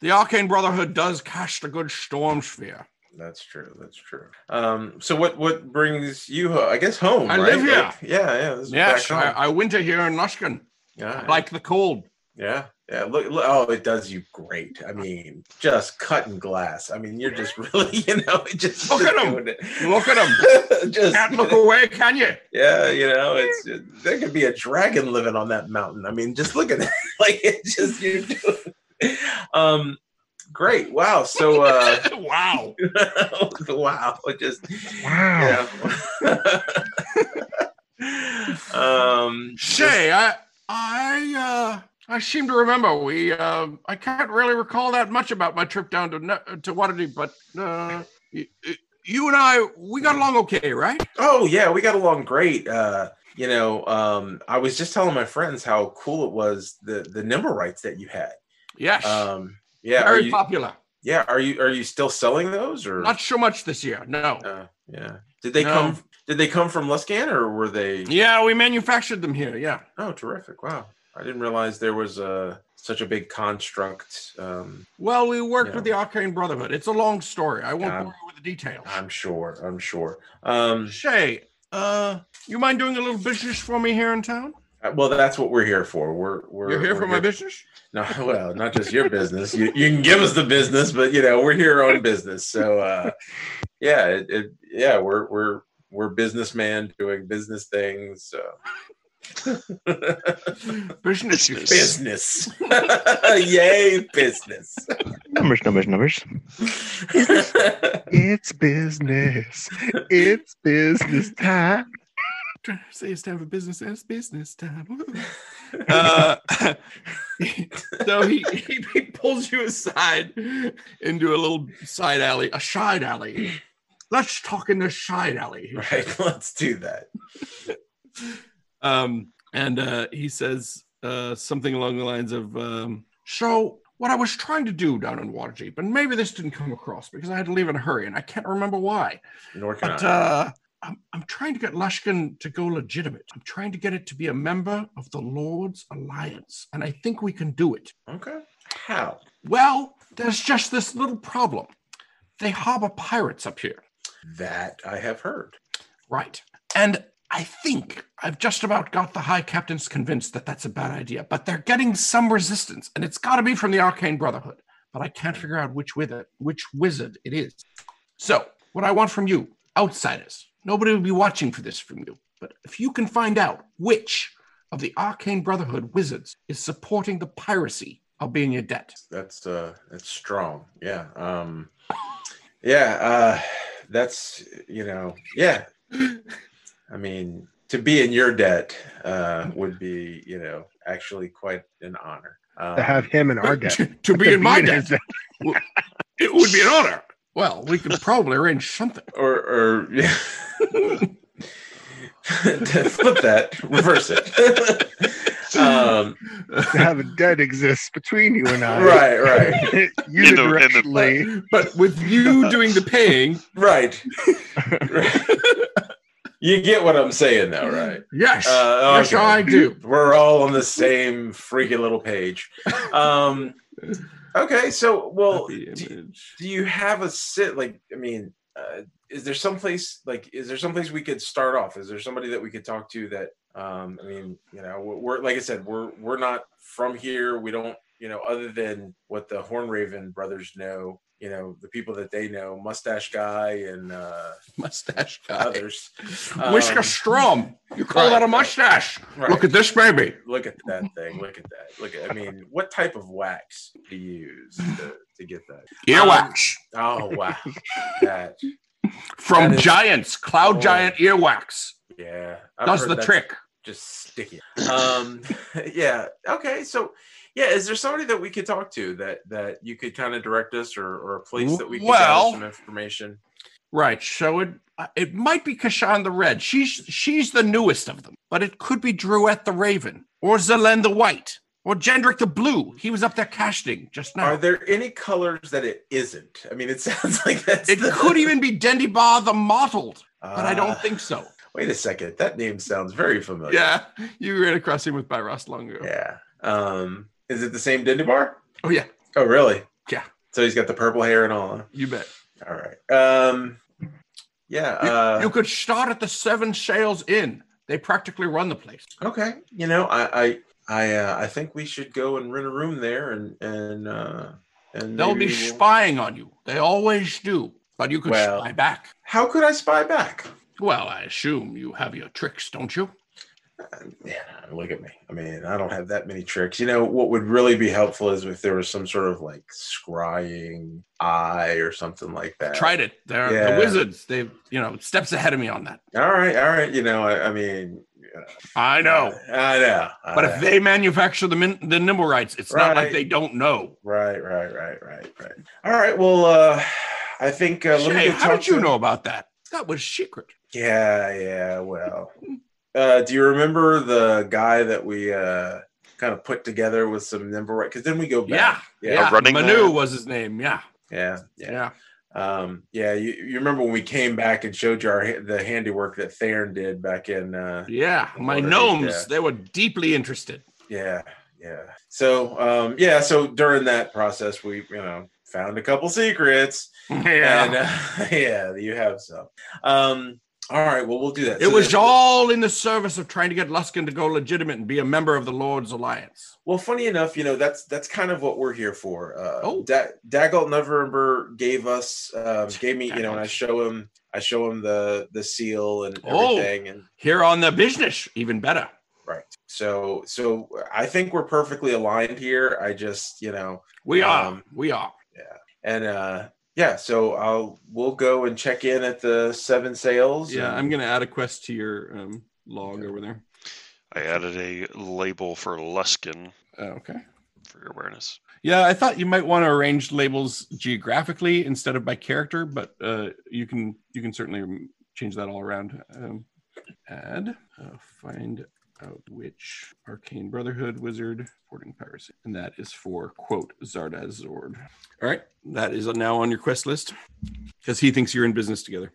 S2: the Arcane Brotherhood does cast a good Storm Sphere.
S5: know, that's true that's true um so what what brings you ho- i guess home
S2: I
S5: right?
S2: live here.
S5: Like, yeah yeah this is
S2: Yes, I,
S5: back home.
S2: I winter here in Luskin.
S5: yeah
S2: Like the cold.
S5: yeah yeah look, look oh it does you great i mean just cutting glass i mean you're just [laughs] really you know it just
S2: Look at
S5: just
S2: 'em.
S5: doing it.
S2: Look at him.
S5: [laughs] just
S2: Can't look away, can you?
S5: Yeah, you know, it's it, there could be a dragon living on that mountain. I mean, just look at it. [laughs] Like it just you're doing. Um, great. Wow. So uh, [laughs]
S2: wow.
S5: wow. It just
S4: Wow.
S5: yeah. [laughs] um.
S2: Shay, I, I, uh, I seem to remember we. Uh, I can't really recall that much about my trip down to Ne- to Waterdeep, but uh, y- y- you and I, we got along okay, right?
S5: Oh yeah, we got along great. Uh, you know, um, I was just telling my friends how cool it was the the nimble rights that you had.
S2: Yes,
S5: Um. Yeah. Are
S2: very
S5: you,
S2: popular.
S5: yeah. Are you are you still selling those or
S2: Not so much this year, no.
S5: Uh, yeah. Did they
S2: No.
S5: come? Did they come from Luscan or were they?
S2: yeah, we manufactured them here. Yeah,
S5: Oh, terrific! Wow, I didn't realize there was a such a big construct. Um,
S2: well, we worked
S5: Yeah.
S2: with the Arcane Brotherhood. It's a long story. I won't
S5: Yeah.
S2: bore you with the details.
S5: I'm sure. I'm sure. Um,
S2: Shay, uh, you mind doing a little business for me here in town?
S5: well, that's what we're here for. We're we're
S2: You're here
S5: we're
S2: for my
S5: [laughs]
S2: business.
S5: No, well, not just your business. You, you can give us the business, but you know we're here on business. So uh, yeah, it, it, yeah, we're we're we're businessman doing business things. uh, So.
S2: Business. you-
S3: Business.
S5: business. [laughs] Yay, business. [laughs]
S6: Numbers, numbers, numbers.
S4: It's business. It's business time.
S2: Trying to say it's time for business and it's business time. Woo. [laughs] uh, so he, he he pulls you aside into a little side alley, a side alley. Let's talk in the side alley.
S5: right, let's do that.
S2: Um, and uh, he says uh, something along the lines of, um, "So what I was trying to do down in Waterdeep, and maybe this didn't come across because I had to leave in a hurry, and I can't remember why.
S5: Nor can
S2: But
S5: I.
S2: uh, I'm, I'm trying to get Lushkin to go legitimate. I'm trying to get it to be a member of the Lord's Alliance. And I think we can do it.
S5: Okay. How?
S2: Well, there's just this little problem. They harbor pirates up here.
S5: That I have heard.
S2: Right. And I think I've just about got the high captains convinced that that's a bad idea, but they're getting some resistance, and it's got to be from the Arcane Brotherhood. But I can't figure out which wizard, which wizard it is. So, what I want from you, outsiders, nobody will be watching for this from you, but if you can find out which of the Arcane Brotherhood wizards is supporting the piracy, I'll be in your debt.
S5: That's uh that's strong. Yeah. Um yeah, uh that's you know, yeah. I mean, to be in your debt uh would be, you know, actually quite an honor. Um,
S4: To have him in our debt.
S2: [laughs] to be in my debt,
S4: his
S2: it would be an honor. Well, we could probably arrange something.
S5: or or yeah. [laughs] to flip that, reverse it. [laughs] um
S4: To have a debt exists between you and
S2: [laughs]
S4: I. [laughs]
S5: right, right.
S4: Unidirectionally.
S2: But with
S5: [laughs]
S2: you doing the paying,
S4: [laughs]
S5: Right. [laughs] Right. you get what I'm saying, though, right?
S2: yes,
S5: Uh,
S2: yes,
S5: okay.
S2: I do.
S5: We're all on the same freaky little page. Um, okay, so well,
S2: Happy
S5: do,
S2: image.
S5: do you have a sit? Like, I mean, uh, is there someplace like is there someplace we could start off? Is there somebody that we could talk to that? Um, I mean, you know, we're, we're like I said, we're we're not from here. We don't you know, other than what the Hornraven brothers know, you know, the people that they know, Mustache Guy and uh,
S2: Mustache guy.
S5: others.
S2: Whisker Strom. You call
S5: Uh, um, right,
S2: that a
S5: right.
S2: mustache?
S5: Um, Right. Uh,
S2: Look at this baby.
S5: look at
S2: [laughs]
S5: that thing. Look at that. Look at. I mean, what type of wax do you use to, to get that?
S2: Earwax
S5: Oh
S2: [laughs]
S5: wow, that
S2: from
S5: that is-
S2: giants, cloud
S5: Oh.
S2: giant earwax.
S5: yeah. I've
S2: Does
S5: heard
S2: the
S5: that's
S2: trick.
S5: Just sticky. Um, [laughs] yeah. Okay. So, yeah, is there somebody that we could talk to that that you could kind of direct us or or a place that we could gather
S2: Well-
S5: some information?
S2: Right. So it uh, it might be Kashan the Red. She's she's the newest of them, but it could be Druette the Raven or Zelen the White or Jendrick the Blue. He was up there casting just now.
S5: Are there any colors that it isn't? I mean, it [laughs] sounds like that's.
S2: it
S5: the- [laughs]
S2: could even be Dendibar the Mottled, but I
S5: Ah,
S2: don't think so.
S5: Wait a second. That name sounds very familiar.
S2: Yeah, you ran across him with Byross long ago.
S5: Yeah. Um, is it the same Dendibar?
S2: Oh yeah,
S5: Oh, really?
S2: Yeah.
S5: So he's got the purple hair and all.
S2: you bet.
S5: huh? All right. Um, yeah.
S2: You,
S5: Uh,
S2: you could start at the Seven Shales Inn. They practically run the place.
S5: okay. You know, I, I, I, uh, I think we should go and rent a room there, and and uh, and
S2: They'll
S5: maybe
S2: be
S5: we'll-
S2: spying on you. They always do. But you could
S5: Well-
S2: spy back.
S5: How could I spy back?
S2: Well, I assume you have your tricks, don't you?
S5: Yeah, look at me. I mean, I don't have that many tricks. You know, what would really be helpful is if there was some sort of like scrying eye or something like that.
S2: Tried it. They're
S5: Uh, Yeah.
S2: the wizards. They've you know steps ahead of me on that.
S5: All right, all right. You know, I, I mean,
S2: I know.
S5: I know. I
S2: But
S5: know.
S2: if they manufacture the min- the nimble rights, it's not like
S5: Uh, Right.
S2: they don't know.
S5: Right, right, right, right, right. All right. Well, uh, I think uh, let me
S2: Shay,
S5: go
S2: how
S5: talk
S2: did you
S5: to-
S2: know about that? That was secret.
S5: Yeah, yeah. Well, uh, do you remember the guy that we uh, kind of put together with some nimble right? Because then we go
S2: Yeah,
S5: back.
S2: yeah.
S5: yeah,
S3: running
S2: Manu
S3: the-
S2: was his name. Yeah,
S5: yeah,
S2: yeah.
S5: yeah. Um, yeah. You, you remember when we came back and showed you our ha- the handiwork that Theron did back in? Uh,
S2: Yeah, my
S5: Water,
S2: gnomes,
S5: yeah.
S2: they were deeply [laughs] interested.
S5: yeah, yeah. So, um, yeah. So during that process, we you know found a couple secrets. And, uh, [laughs] yeah, you have some. Um, all right, well, we'll do that.
S2: it
S5: So
S2: was
S5: then-
S2: all in the service of trying to get Luskin to go legitimate and be a member of the Lord's Alliance.
S5: Well, funny enough, you know that's that's kind of what we're here for. Uh,
S2: Oh.
S5: da- Dagalt November gave us um, gave me you know, and I
S2: Dagalt.
S5: show him I show him the the seal and
S2: Oh.
S5: everything, and
S2: Here on the business, even better.
S5: right. So so I think we're perfectly aligned here. I just you know
S2: We are.
S5: Um,
S2: we are.
S5: and uh yeah, so I'll we'll go and check in at the seven sales.
S2: Yeah,
S5: and-
S2: I'm going to add a quest to your um, log over there.
S3: I added a label for Luskin
S2: Oh, okay.
S3: for your awareness.
S2: Yeah, I thought you might want to arrange labels geographically instead of by character, but uh, you can you can certainly um, change that all around. Um, add, uh, find out which arcane brotherhood wizard supporting piracy, and that is for quote Zardazord. All right, that is now on your quest list because he thinks you're in business together.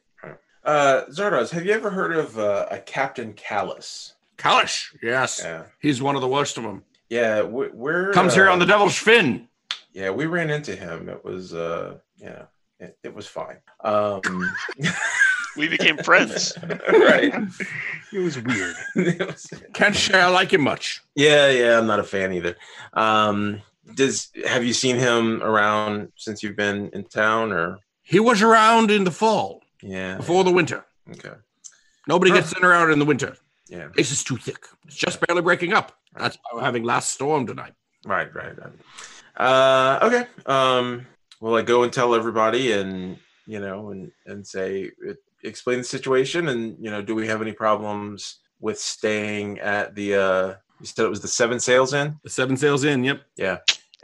S5: Uh, Zardoz, have you ever heard of uh, a Captain Callus?
S2: Kalish, yes,
S5: Yeah,
S2: he's one of the worst of them.
S5: yeah. we- We're
S2: Comes here
S5: uh,
S2: on the devil's fin.
S5: Yeah, we ran into him. It was uh, yeah, it, it was fine.
S2: [laughs]
S5: Um,
S3: We became friends.
S5: right?
S4: It was weird.
S5: [laughs] It was-
S2: Can't say I like him much.
S5: yeah, yeah. I'm not a fan either. Um, does have you seen him around since you've been in town or?
S2: He was around in the fall
S5: Yeah.
S2: before the winter.
S5: Okay.
S2: Nobody
S5: Huh.
S2: gets sent around in the winter.
S5: Yeah.
S2: Ice is too thick. It's just barely breaking up. That's why we're having last storm tonight.
S5: Right. Right. right. Uh, okay. Um, well, I go and tell everybody, and you know, and and say, it, explain the situation, and you know, do we have any problems with staying at the? Uh, you said it was the Seven Sales Inn.
S2: The seven sails in. Yep.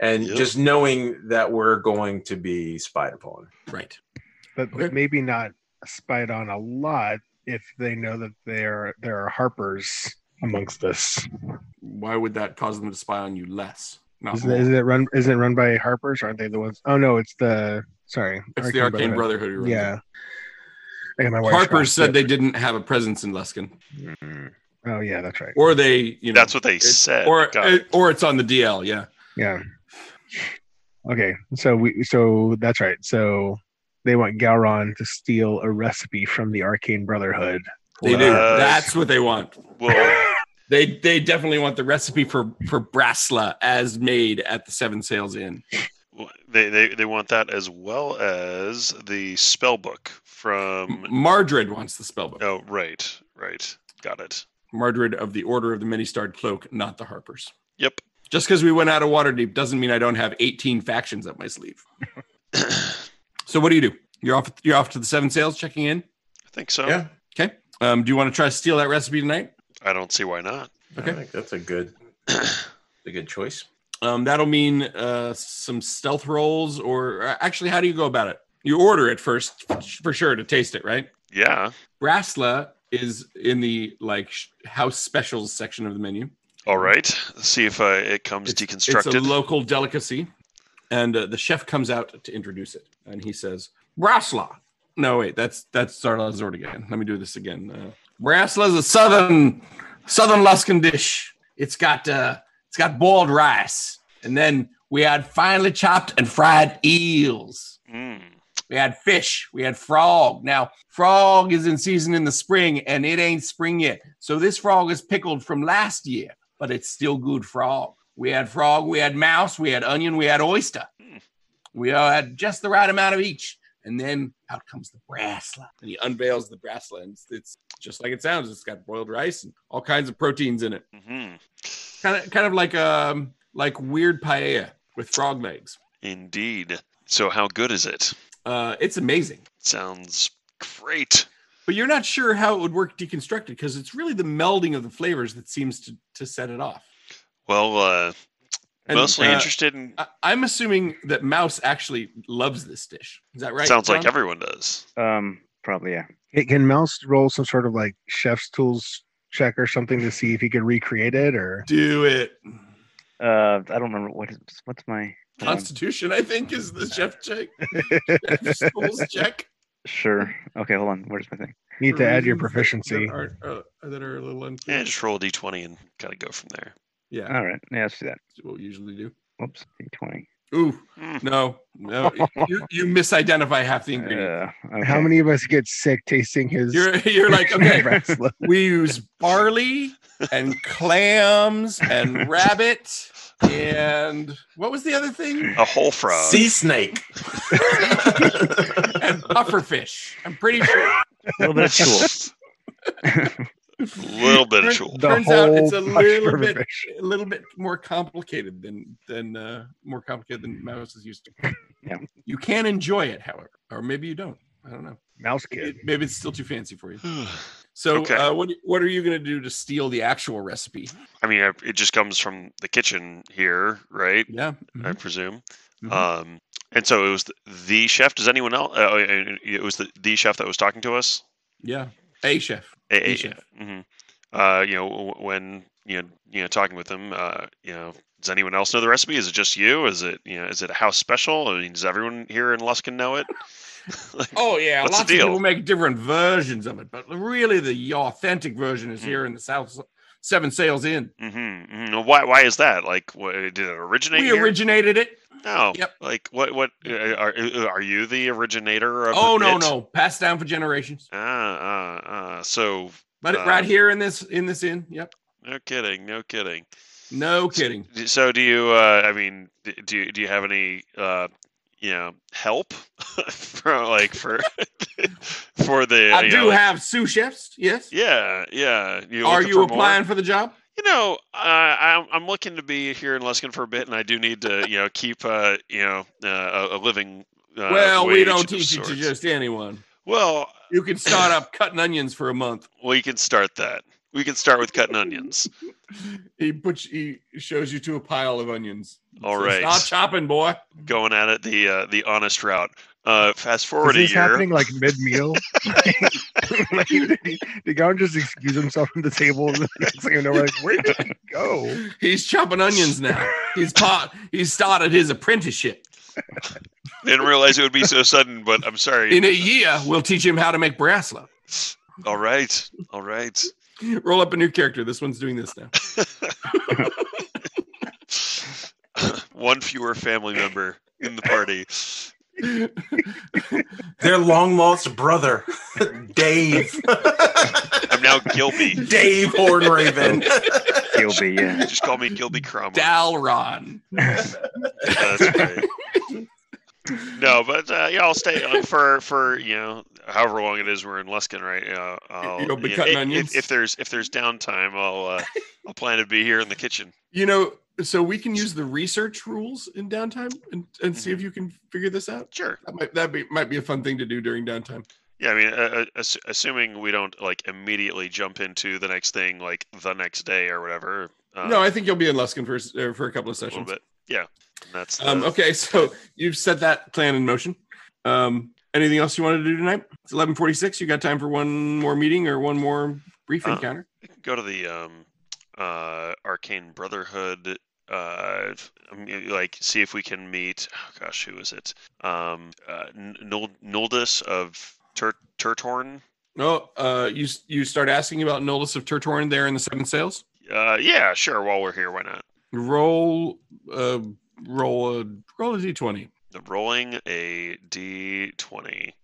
S5: and
S3: Yep.
S5: just knowing that we're going to be spied upon.
S2: Right.
S4: but, but
S2: Okay.
S4: maybe not spied on a lot if they know that there there are harpers amongst us.
S2: Why would that cause them to spy on you less? Not
S4: Isn't,
S2: more.
S4: it- isn't it run? Isn't it run by harpers? Aren't they the ones? Oh no, it's the sorry.
S2: it's the Arcane Brotherhood. who runs
S4: Yeah.
S2: it.
S4: I got my wires
S2: Harper
S4: crossed,
S2: said
S4: but-
S2: they didn't have a presence in Luskin,
S4: Oh yeah, that's right.
S2: or they, you know,
S3: That's what they said.
S2: or
S3: Got it.
S2: or it's on the DL. Yeah.
S4: Yeah. Okay, so we so that's right. So they want Gowron to steal a recipe from the Arcane Brotherhood.
S2: They
S5: Well,
S2: do.
S3: uh,
S2: That's what they want.
S3: Well,
S2: They they definitely want the recipe for for brasla as made at the Seven Sails Inn.
S3: W- They, they they want that as well as the spell book from.
S2: Mardred wants the spellbook.
S3: Oh, right, right, got it. [clears throat]
S2: Mardred of the Order of the Many Starred Cloak, not the Harpers.
S3: Yep.
S2: Just because we went out of Waterdeep doesn't mean I don't have 18 factions up my sleeve.
S3: I
S2: So what do you do? You're off. You're off to the Seven Sails, checking in.
S3: think so.
S5: Yeah.
S2: Um, do you want to try to steal that recipe tonight?
S3: I don't see why not. [clears throat]
S2: Okay.
S5: I think that's a good, a good choice.
S2: Um, that'll mean uh, some stealth rolls, or uh, actually, how do you go about it? You order it first for sure to taste it, right?
S3: yeah.
S2: Brasla is in the like sh- house specials section of the menu.
S3: All right. Let's see if uh, it comes deconstructed.
S2: It's a local delicacy, and uh, the chef comes out to introduce it, and he says, "Brasla." No, wait, that's that's Zord again. Let me do this again. Uh, Brasla is a southern southern Luskin dish. It's got uh, it's got boiled rice, and then we had finely chopped and fried eels.
S3: Mm.
S2: We had fish. We had frog. Now, frog is in season in the spring, and it ain't spring yet. So this frog is pickled from last year, but it's still good frog. We had frog. We had mouse. We had onion. We had oyster.
S3: Hmm.
S2: We all had just the right amount of each. And then out comes the brassla. And he unveils the brassla, and it's, it's just like it sounds. It's got boiled rice and all kinds of proteins in it.
S3: hmm
S2: Kind of, kind of like um, like weird paella with frog legs.
S3: Indeed. So, how good is it?
S2: Uh, it's amazing.
S3: Sounds great.
S2: but you're not sure how it would work deconstructed because it's really the melding of the flavors that seems to to set it off.
S3: Well, uh,
S2: And,
S3: mostly
S2: uh,
S3: interested in.
S2: I, I'm assuming that Mouse actually loves this dish. Is that right?
S3: sounds like
S2: John?
S3: everyone does.
S6: Um, probably yeah.
S4: Hey, Can Mouse roll some sort of like chef's tools check or something to see if he could recreate
S2: [laughs]
S4: it or
S2: Do it.
S6: Uh, I don't remember what is what's my um,
S2: Constitution, I think, is the chef
S4: [laughs]
S2: check. Chef's tools check.
S6: sure. Okay, hold on. Where's my thing?
S4: need to add your
S2: Reasons that-
S4: proficiency?
S2: That are, uh, that are a little unclear.
S3: Yeah, just roll a d20 and kind of go from there.
S2: Yeah,
S4: Uh,
S6: All right, yeah, let's do that.
S2: that's what we usually do.
S6: Whoops, twenty.
S2: Ooh,
S3: Mm.
S2: no,
S4: [laughs]
S2: no. you, you misidentify half the ingredient.
S6: Uh,
S4: How
S6: okay.
S4: many of us get sick tasting his
S2: You're, [laughs] you're like, okay,
S4: Brassla?
S2: we use barley and clams and rabbit and what was the other
S3: [laughs]
S2: thing?
S3: A whole frog.
S5: Sea snake.
S2: And pufferfish. I'm pretty sure.
S6: A little bit of
S3: [laughs]
S6: tool.
S3: little bit of
S2: Turn-
S3: tool.
S4: the
S2: Turns out it's a
S4: whole
S2: little
S4: mushroom
S2: bit-
S4: fish.
S2: A little bit more complicated than than uh, more complicated than mouse is used to.
S6: Yeah.
S2: You can enjoy it, however, or maybe you don't. I don't know.
S4: Mouse
S2: It-
S4: kid.
S2: maybe it's still too fancy for you. So,
S3: Okay.
S2: uh, what what are you going to do to steal the actual recipe?
S3: [sighs] I mean, I- it just comes from the kitchen here, right?
S2: Yeah. Mm-hmm.
S3: I presume.
S2: Mhm.
S3: Um, and so it was th- the chef. Does anyone else? Uh, uh, it was the, the chef that was talking to us.
S2: Yeah. A chef.
S3: A-
S2: The
S3: a-
S2: chef.
S3: mhm. Uh, you know, w- when you know, you know, talking with them, uh, you know, does anyone else know the recipe? Is it just you? Is it you know, is it a house special? I mean, does everyone here in Luskin know it? [laughs] Like,
S2: Oh yeah,
S3: What's the
S2: lots of people
S3: deal?
S2: make different versions of it, but really the authentic version is
S3: Mm.
S2: here in the South Seven Sails Inn.
S3: mhm, mhm. Why? Why is that? Like, wha- did it originate?
S2: We
S3: here?
S2: originated it.
S3: No.
S2: Yep.
S3: Like, what? What uh, are? uh, Are you the originator of?
S2: Oh no,
S3: it?
S2: no, passed down for generations.
S3: Ah, ah, ah. So,
S2: But it
S3: Uh,
S2: right here in this in this inn. Yep.
S3: no kidding. No kidding.
S2: No kidding.
S3: D- So do you? Uh, I mean, d- do you, do you have any, uh, you know, help [laughs] for like for [laughs] for the?
S2: I
S3: you know,
S2: do
S3: like-
S2: have sous chefs. Yes.
S3: Yeah, yeah. You
S2: Are
S3: looking
S2: you
S3: for more?
S2: applying for the job?
S3: You know, uh, I'm I'm looking to be here in Luskin for a bit, and I do need to, you know, keep, uh, you know, uh, a, a living. Uh,
S2: well, we
S3: wage
S2: don't
S3: of
S2: teach it to
S3: sorts.
S2: just anyone.
S3: Well,
S2: You can start up cutting onions for a month.
S3: we can start that. We can start with
S2: [laughs]
S3: cutting onions.
S2: He puts he shows you to a pile of onions.
S3: All
S2: Says,
S3: right.
S2: Stop chopping, boy.
S3: Going at it the uh, the honest route. Uh, fast
S4: Is
S3: forward
S4: this
S3: a year.
S4: happening like mid meal? like, [laughs] did, he, did Gowan just excuse himself from the table? [laughs] And the next thing you know, we're like, where did he go?
S2: He's chopping onions now. He's pot. He's started his apprenticeship.
S3: Didn't realize it would be so sudden, but I'm sorry.
S2: In a year, we'll teach him how to make brassla.
S3: All right. All right. [laughs]
S2: Roll up a new character. This one's doing this now.
S3: One fewer family member in the party.
S5: Their long lost brother, [laughs] Dave.
S3: I'm now Gilby.
S2: [laughs]
S5: Dave Hornraven.
S6: Gilby, yeah.
S3: Just call me Gilby Cromwell. Uh,
S12: Dalron.
S3: That's great. No, but uh, yeah, I'll stay on for for you know however long it is we're in Luskin, right? Uh, I'll,
S2: You'll be
S3: yeah,
S2: cutting
S3: i- if,
S2: onions?
S3: If there's if there's downtime, I'll uh, I'll plan to be here in the kitchen.
S2: You know, so we can use the research rules in downtime and, and see
S3: Mm-hmm.
S2: if you can figure this out.
S3: Sure.
S2: That might that be might be a fun thing to do during downtime.
S3: Yeah, I mean, uh, uh, ass- assuming we don't like immediately jump into the next thing like the next day or whatever. Uh,
S2: no, I think you'll be in Luskin for s- uh, for a couple of
S3: a little
S2: sessions.
S3: bit. Yeah, and that's the,
S2: Um, okay, [laughs] so you've set that plan in motion. Um, anything else you want to do tonight? It's eleven forty six. You got time for one more meeting or one more brief
S3: Uh,
S2: encounter?
S3: go to the um uh arcane brotherhood uh um, y- like see if we can meet oh gosh who is it um uh N- Nol- noldus of Tur- turtorn
S2: Oh, uh, you s- you start asking about Nolus of Turtorn there in the Seven Sails.
S3: uh yeah sure while we're here why not
S2: Roll, uh, roll a roll a d twenty.
S3: I'm rolling a d20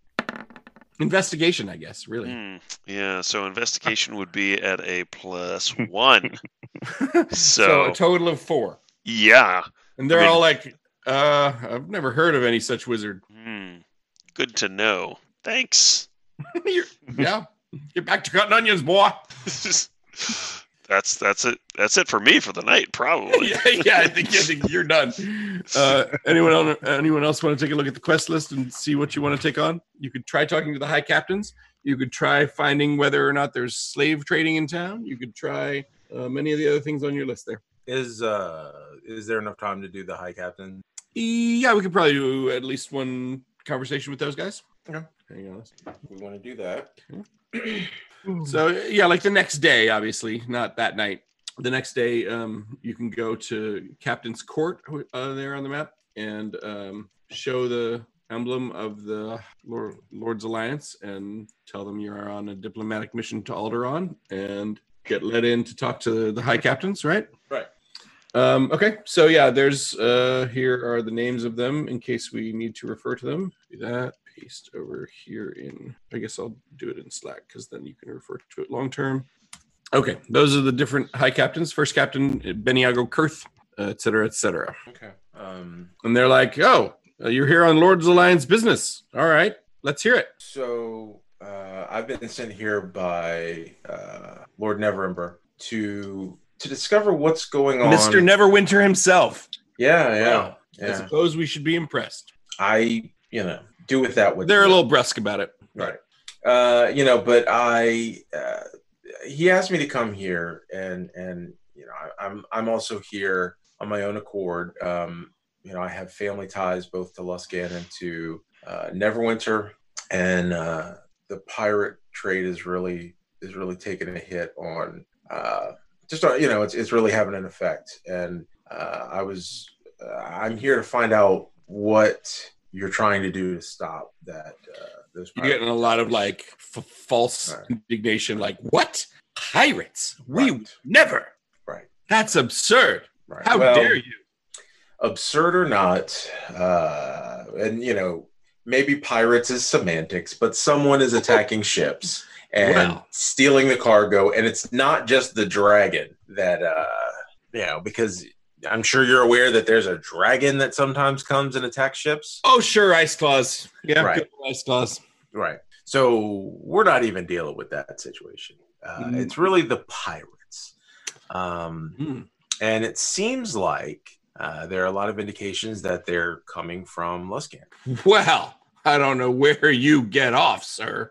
S2: Investigation, I guess. Really.
S3: Hmm, yeah so investigation would be at a plus
S2: [laughs]
S3: one so,
S2: so a total of four.
S3: yeah
S2: And they're
S3: I mean-
S2: all like, uh, I've never heard of any such wizard. [laughs]
S3: hmm, good to know thanks [laughs]
S2: You're- yeah. Get back to cutting onions, boy.
S3: that's that's it that's it for me for the night
S2: [laughs]
S3: probably
S2: yeah, yeah, I think, I think you're done. Uh, anyone else, anyone else want to take a look at the quest list and see what you want to take on? You could try talking to the high captains. You could try finding whether or not there's slave trading in town. You could try uh, many of the other things on your list there.
S5: Is uh is there enough time to do the high captain?
S2: Yeah, we could probably do at least one conversation with those guys. Okay. Hang on.
S5: We want to do that.
S2: So yeah, like the next day, obviously, not that night. The next day, um, you can go to Captain's Court uh, there on the map and um, show the emblem of the Lord, Lord's Alliance and tell them you are on a diplomatic mission to Alderaan and get let in to talk to the High Captains, right?
S5: Right.
S2: Um, okay, so yeah, there's uh, here are the names of them in case we need to refer to them. Do that paste over here in. I guess I'll do it in Slack because then you can refer to it long term. Okay, those are the different high captains. First captain uh, Beniago Kurth, uh, et cetera, et cetera.
S5: Okay. Um
S2: And they're like, "Oh, uh, you're here on Lord's Alliance business. All right, let's hear it."
S5: So uh, I've been sent here by uh, Lord Neverember to to discover what's going on.
S2: Mister Neverwinter himself.
S5: yeah, yeah,
S2: Wow. I
S5: yeah.
S2: suppose we should be impressed.
S5: I you know do with that what
S2: They're a
S5: you will.
S2: little brusque about it.
S5: right. Uh, you know, but I uh, he asked me to come here, and and you know I, I'm I'm also here on my own accord. Um, you know, I have family ties both to Luskan and to uh, Neverwinter, and uh, the pirate trade is really is really taking a hit on uh, just on, you know it's it's really having an effect. And uh, I was uh, I'm here to find out what you're trying to do to stop that. Uh, those
S2: You're getting a lot of like f- false
S5: Right.
S2: indignation, like, "What pirates? We
S5: Right.
S2: never.
S5: Right.
S2: That's absurd.
S5: Right.
S2: How
S5: Well,
S2: dare you?"
S5: Absurd or not, uh, and you know, maybe pirates is semantics, but someone
S2: [laughs]
S5: is attacking ships and
S2: Wow.
S5: stealing the cargo, and it's not just the dragon that, uh, you know, because I'm sure you're aware that there's a dragon that sometimes comes and attacks ships.
S2: Oh, sure, ice claws. Yeah,
S5: Right.
S2: good for ice claws.
S5: Right. So we're not even dealing with that situation. Uh,
S2: Mm.
S5: It's really the pirates. Um, and it seems like uh, there are a lot of indications that they're coming from Luskan.
S2: Well, I don't know where you get off, sir,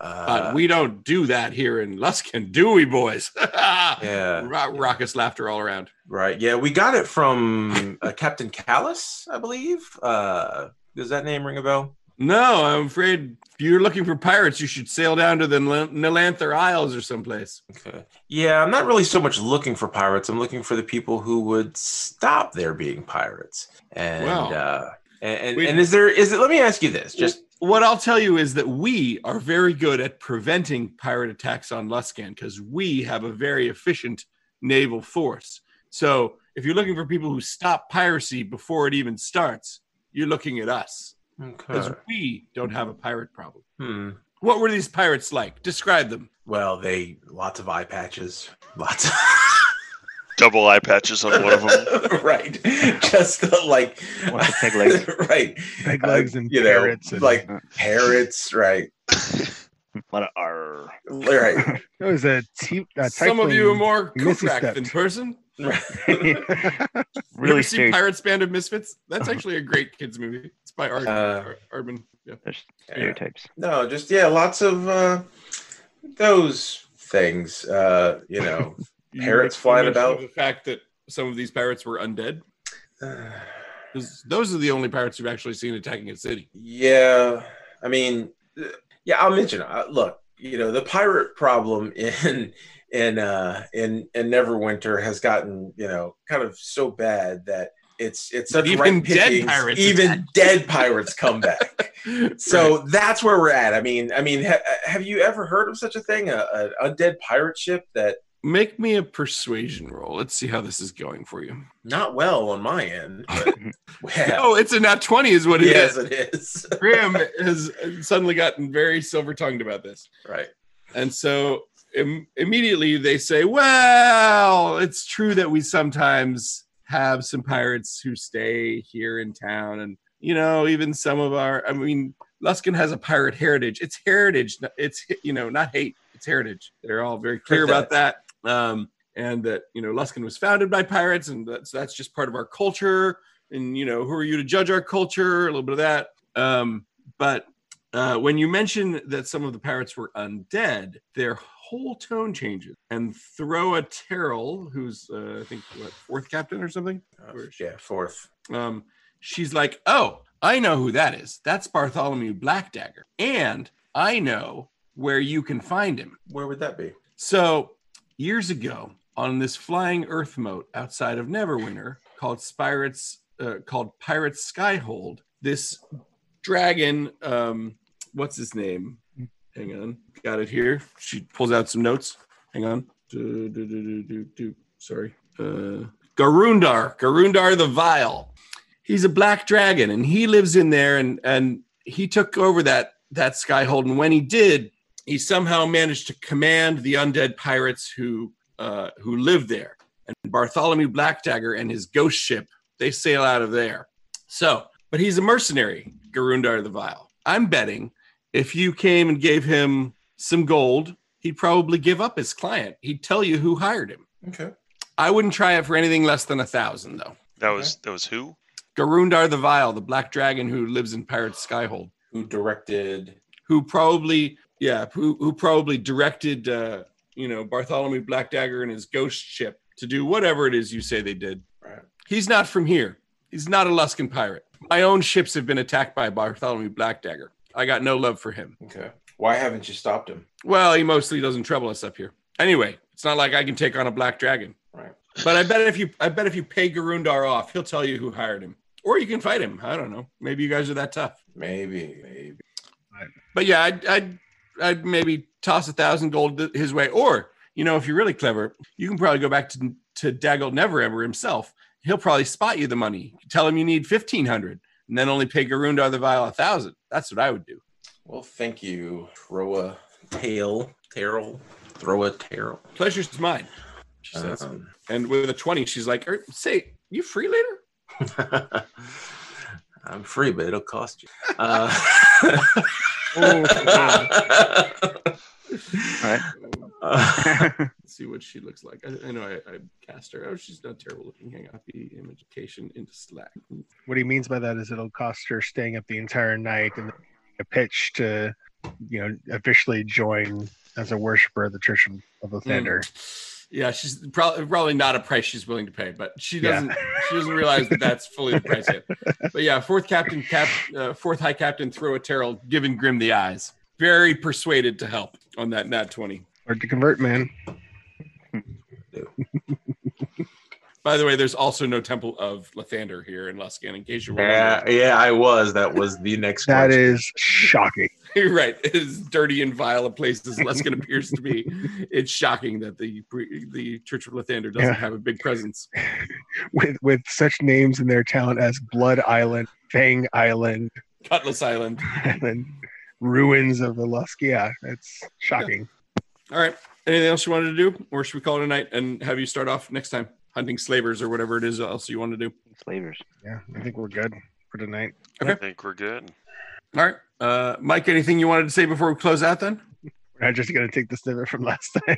S2: but
S5: Uh,
S2: we don't do that here in Luskin, do we, boys?
S5: yeah,
S2: Ro- Raucous laughter all around.
S5: right. Yeah, we got it from uh, Captain Callus, I believe. Uh, does that name ring a bell?
S2: No, I'm afraid if you're looking for pirates, you should sail down to the Nil- Nilanther Isles or someplace.
S5: Okay. Yeah, I'm not really so much looking for pirates. I'm looking for the people who would stop there being pirates. And
S2: Wow.
S5: uh, and, and,
S2: We-
S5: and is there is it? Let me ask you this. Just
S2: What I'll tell you is that we are very good at preventing pirate attacks on Luskan because we have a very efficient naval force. So if you're looking for people who stop piracy before it even starts, you're looking at us. because
S1: Okay.
S2: we don't have a pirate problem.
S5: Hmm.
S2: What were these pirates like? Describe them.
S5: Well, they lots of eye patches, lots. Of
S3: Double eye patches on one of
S5: [laughs]
S3: them.
S5: right. Just the, like
S6: Lots of peg legs.
S5: [laughs] right.
S4: Peg
S5: Uh,
S4: legs and
S5: you know,
S4: parrots and
S5: like parrots, right?
S6: A lot of R. [laughs]
S4: [laughs]
S5: Right.
S4: it was a, t- a
S2: Some of you are
S4: tiefling-
S2: more
S4: Uh, misstepped.
S2: Kukrak than person.
S5: right.
S2: You ever
S6: really
S2: see
S6: serious.
S2: Pirates Band of Misfits? That's actually a great kids movie. It's by Ar-
S5: Uh-huh. Uh,
S2: Ar- Armin. Yeah.
S6: There's stereotypes.
S5: No, just yeah, lots of uh, those things. Uh, you
S4: [laughs]
S5: know,
S2: You
S5: Parrots
S2: make
S5: flying
S2: mention
S5: about?
S2: of The fact that some of these pirates were undead.
S5: Uh,
S2: 'Cause Those are the only pirates you've actually seen attacking a city.
S5: yeah. I mean, uh, yeah, I'll mention. Uh, look, you know, the pirate problem [laughs] in in uh, in in Neverwinter has gotten you know kind of so bad that it's it's such
S2: Even
S5: ripe
S2: dead
S5: pickings,
S2: pirates
S5: even
S2: attack.
S5: dead pirates come back. So
S2: Right.
S5: that's where we're at. I mean, I mean, ha- uh, have you ever heard of such a thing, a, a undead pirate ship? That
S2: make me a persuasion roll. Let's see how this is going for you.
S5: not well on my [laughs] end. But, wow.
S2: Oh, it's a nat 20 is what it is.
S5: yes, it is. [laughs]
S2: Graham has suddenly gotten very silver tongued about this.
S5: right.
S2: And so im- immediately they say, well, it's true that we sometimes have some pirates who stay here in town. And, you know, even some of our, I mean, Luskin has a pirate heritage. It's heritage. n- It's, you know, not hate, it's heritage. They're all very clear about that. Um, and that, you know, Luskin was founded by pirates and that's, that's just part of our culture. And, you know, who are you to judge our culture? A little bit of that. Um, but uh, when you mention that some of the pirates were undead, their whole tone changes. And Throa Terrell, who's uh, I think what fourth captain or something,
S5: Uh,
S2: Where is
S5: yeah, fourth.
S2: um, she's like, "Oh, I know who that is. That's Bartholomew Blackdagger, and I know where you can find him."
S5: Where would that be?
S2: So years ago, on this flying Earth moat outside of Neverwinter, called Spirates, uh, called Pirate Skyhold, this dragon, um, what's his name? Hang on, got it here. She pulls out some notes. Hang on. Do, do, do, do, do, do. Sorry. Uh, Garundar, Garundar the Vile. He's a black dragon, and he lives in there, and and he took over that that Skyhold, and when he did, he somehow managed to command the undead pirates who uh, who live there. And Bartholomew Blackdagger and his ghost ship they sail out of there. So, but he's a mercenary, Garundar the Vile. I'm betting if you came and gave him some gold, he'd probably give up his client. He'd tell you who hired him.
S5: Okay.
S2: I wouldn't try it for anything less than a thousand, though.
S3: That was that was who?
S2: Garundar the Vile, the black dragon who lives in Pirate Skyhold.
S5: Who directed?
S2: who probably yeah who, who probably directed uh you know bartholomew black dagger and his ghost ship to do whatever it is you say they did
S5: Right.
S2: he's not from here he's not a luskin pirate my own ships have been attacked by bartholomew black dagger i got no love for him
S5: Okay. Why haven't you stopped him?
S2: well he mostly doesn't trouble us up here anyway it's not like i can take on a black dragon
S5: Right.
S2: but i bet if you i bet if you pay garundar off he'll tell you who hired him or you can fight him i don't know maybe you guys are that tough
S5: Maybe. Maybe.
S2: but yeah, I'd, I'd I'd maybe toss a thousand gold th- his way, or you know, if you're really clever, you can probably go back to to Daggle Never Ever himself. He'll probably spot you the money. Tell him you need fifteen hundred, and then only pay Garundar the Vile a thousand. That's what I would do.
S5: Well, thank you. Throw a tail. Terrell. Throw a Terrell.
S2: Pleasure's mine, she says.
S5: Um,
S2: and with a twenty, she's like, er, "Say, you free later?"
S5: [laughs] I'm free, but it'll cost you. Uh,
S6: Right.
S5: [laughs] Uh, [laughs]
S2: Let's see what she looks like. I, I know I, I cast her. Oh, she's not terrible looking. Hang on, the imitation into Slack.
S4: what he means by that is it'll cost her staying up the entire night and a pitch to you know officially join as a worshiper of the church of- of the thunder
S2: Hmm. Yeah, she's probably probably not a price she's willing to pay, but she
S4: Yeah.
S2: doesn't she doesn't realize that that's fully the price yet. But yeah, fourth captain cap uh, fourth high captain throw a Terrell giving Grim the eyes, very persuaded to help on that nat twenty.
S4: hard to convert man
S2: By the way, there's also no temple of Lathander here in Luskan, in case you're
S5: yeah,
S2: wondering.
S5: yeah, I was. That was the next
S4: that
S5: question.
S4: is shocking
S2: [laughs] You're right, as dirty and vile a place as Luskan appears to
S4: [laughs]
S2: be, it's shocking that the pre- the Church of Lathander doesn't
S4: Yeah.
S2: have a big presence.
S4: with with such names in their town as blood island fang island
S2: Cutlass Island.
S4: [laughs] and then ruins of the Lusk. Yeah, it's shocking.
S2: All right. Anything else you wanted to do, or should we call it a night and have you start off next time hunting slavers or whatever it is else you want to do?
S6: [laughs] Slavers.
S4: Yeah, I think we're good for tonight.
S2: Okay.
S3: I think we're good.
S2: All right, uh, Mike. Anything you wanted to say before we close out? Then
S4: [laughs] We're not just gonna take the snippet from last time.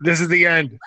S4: this is the end.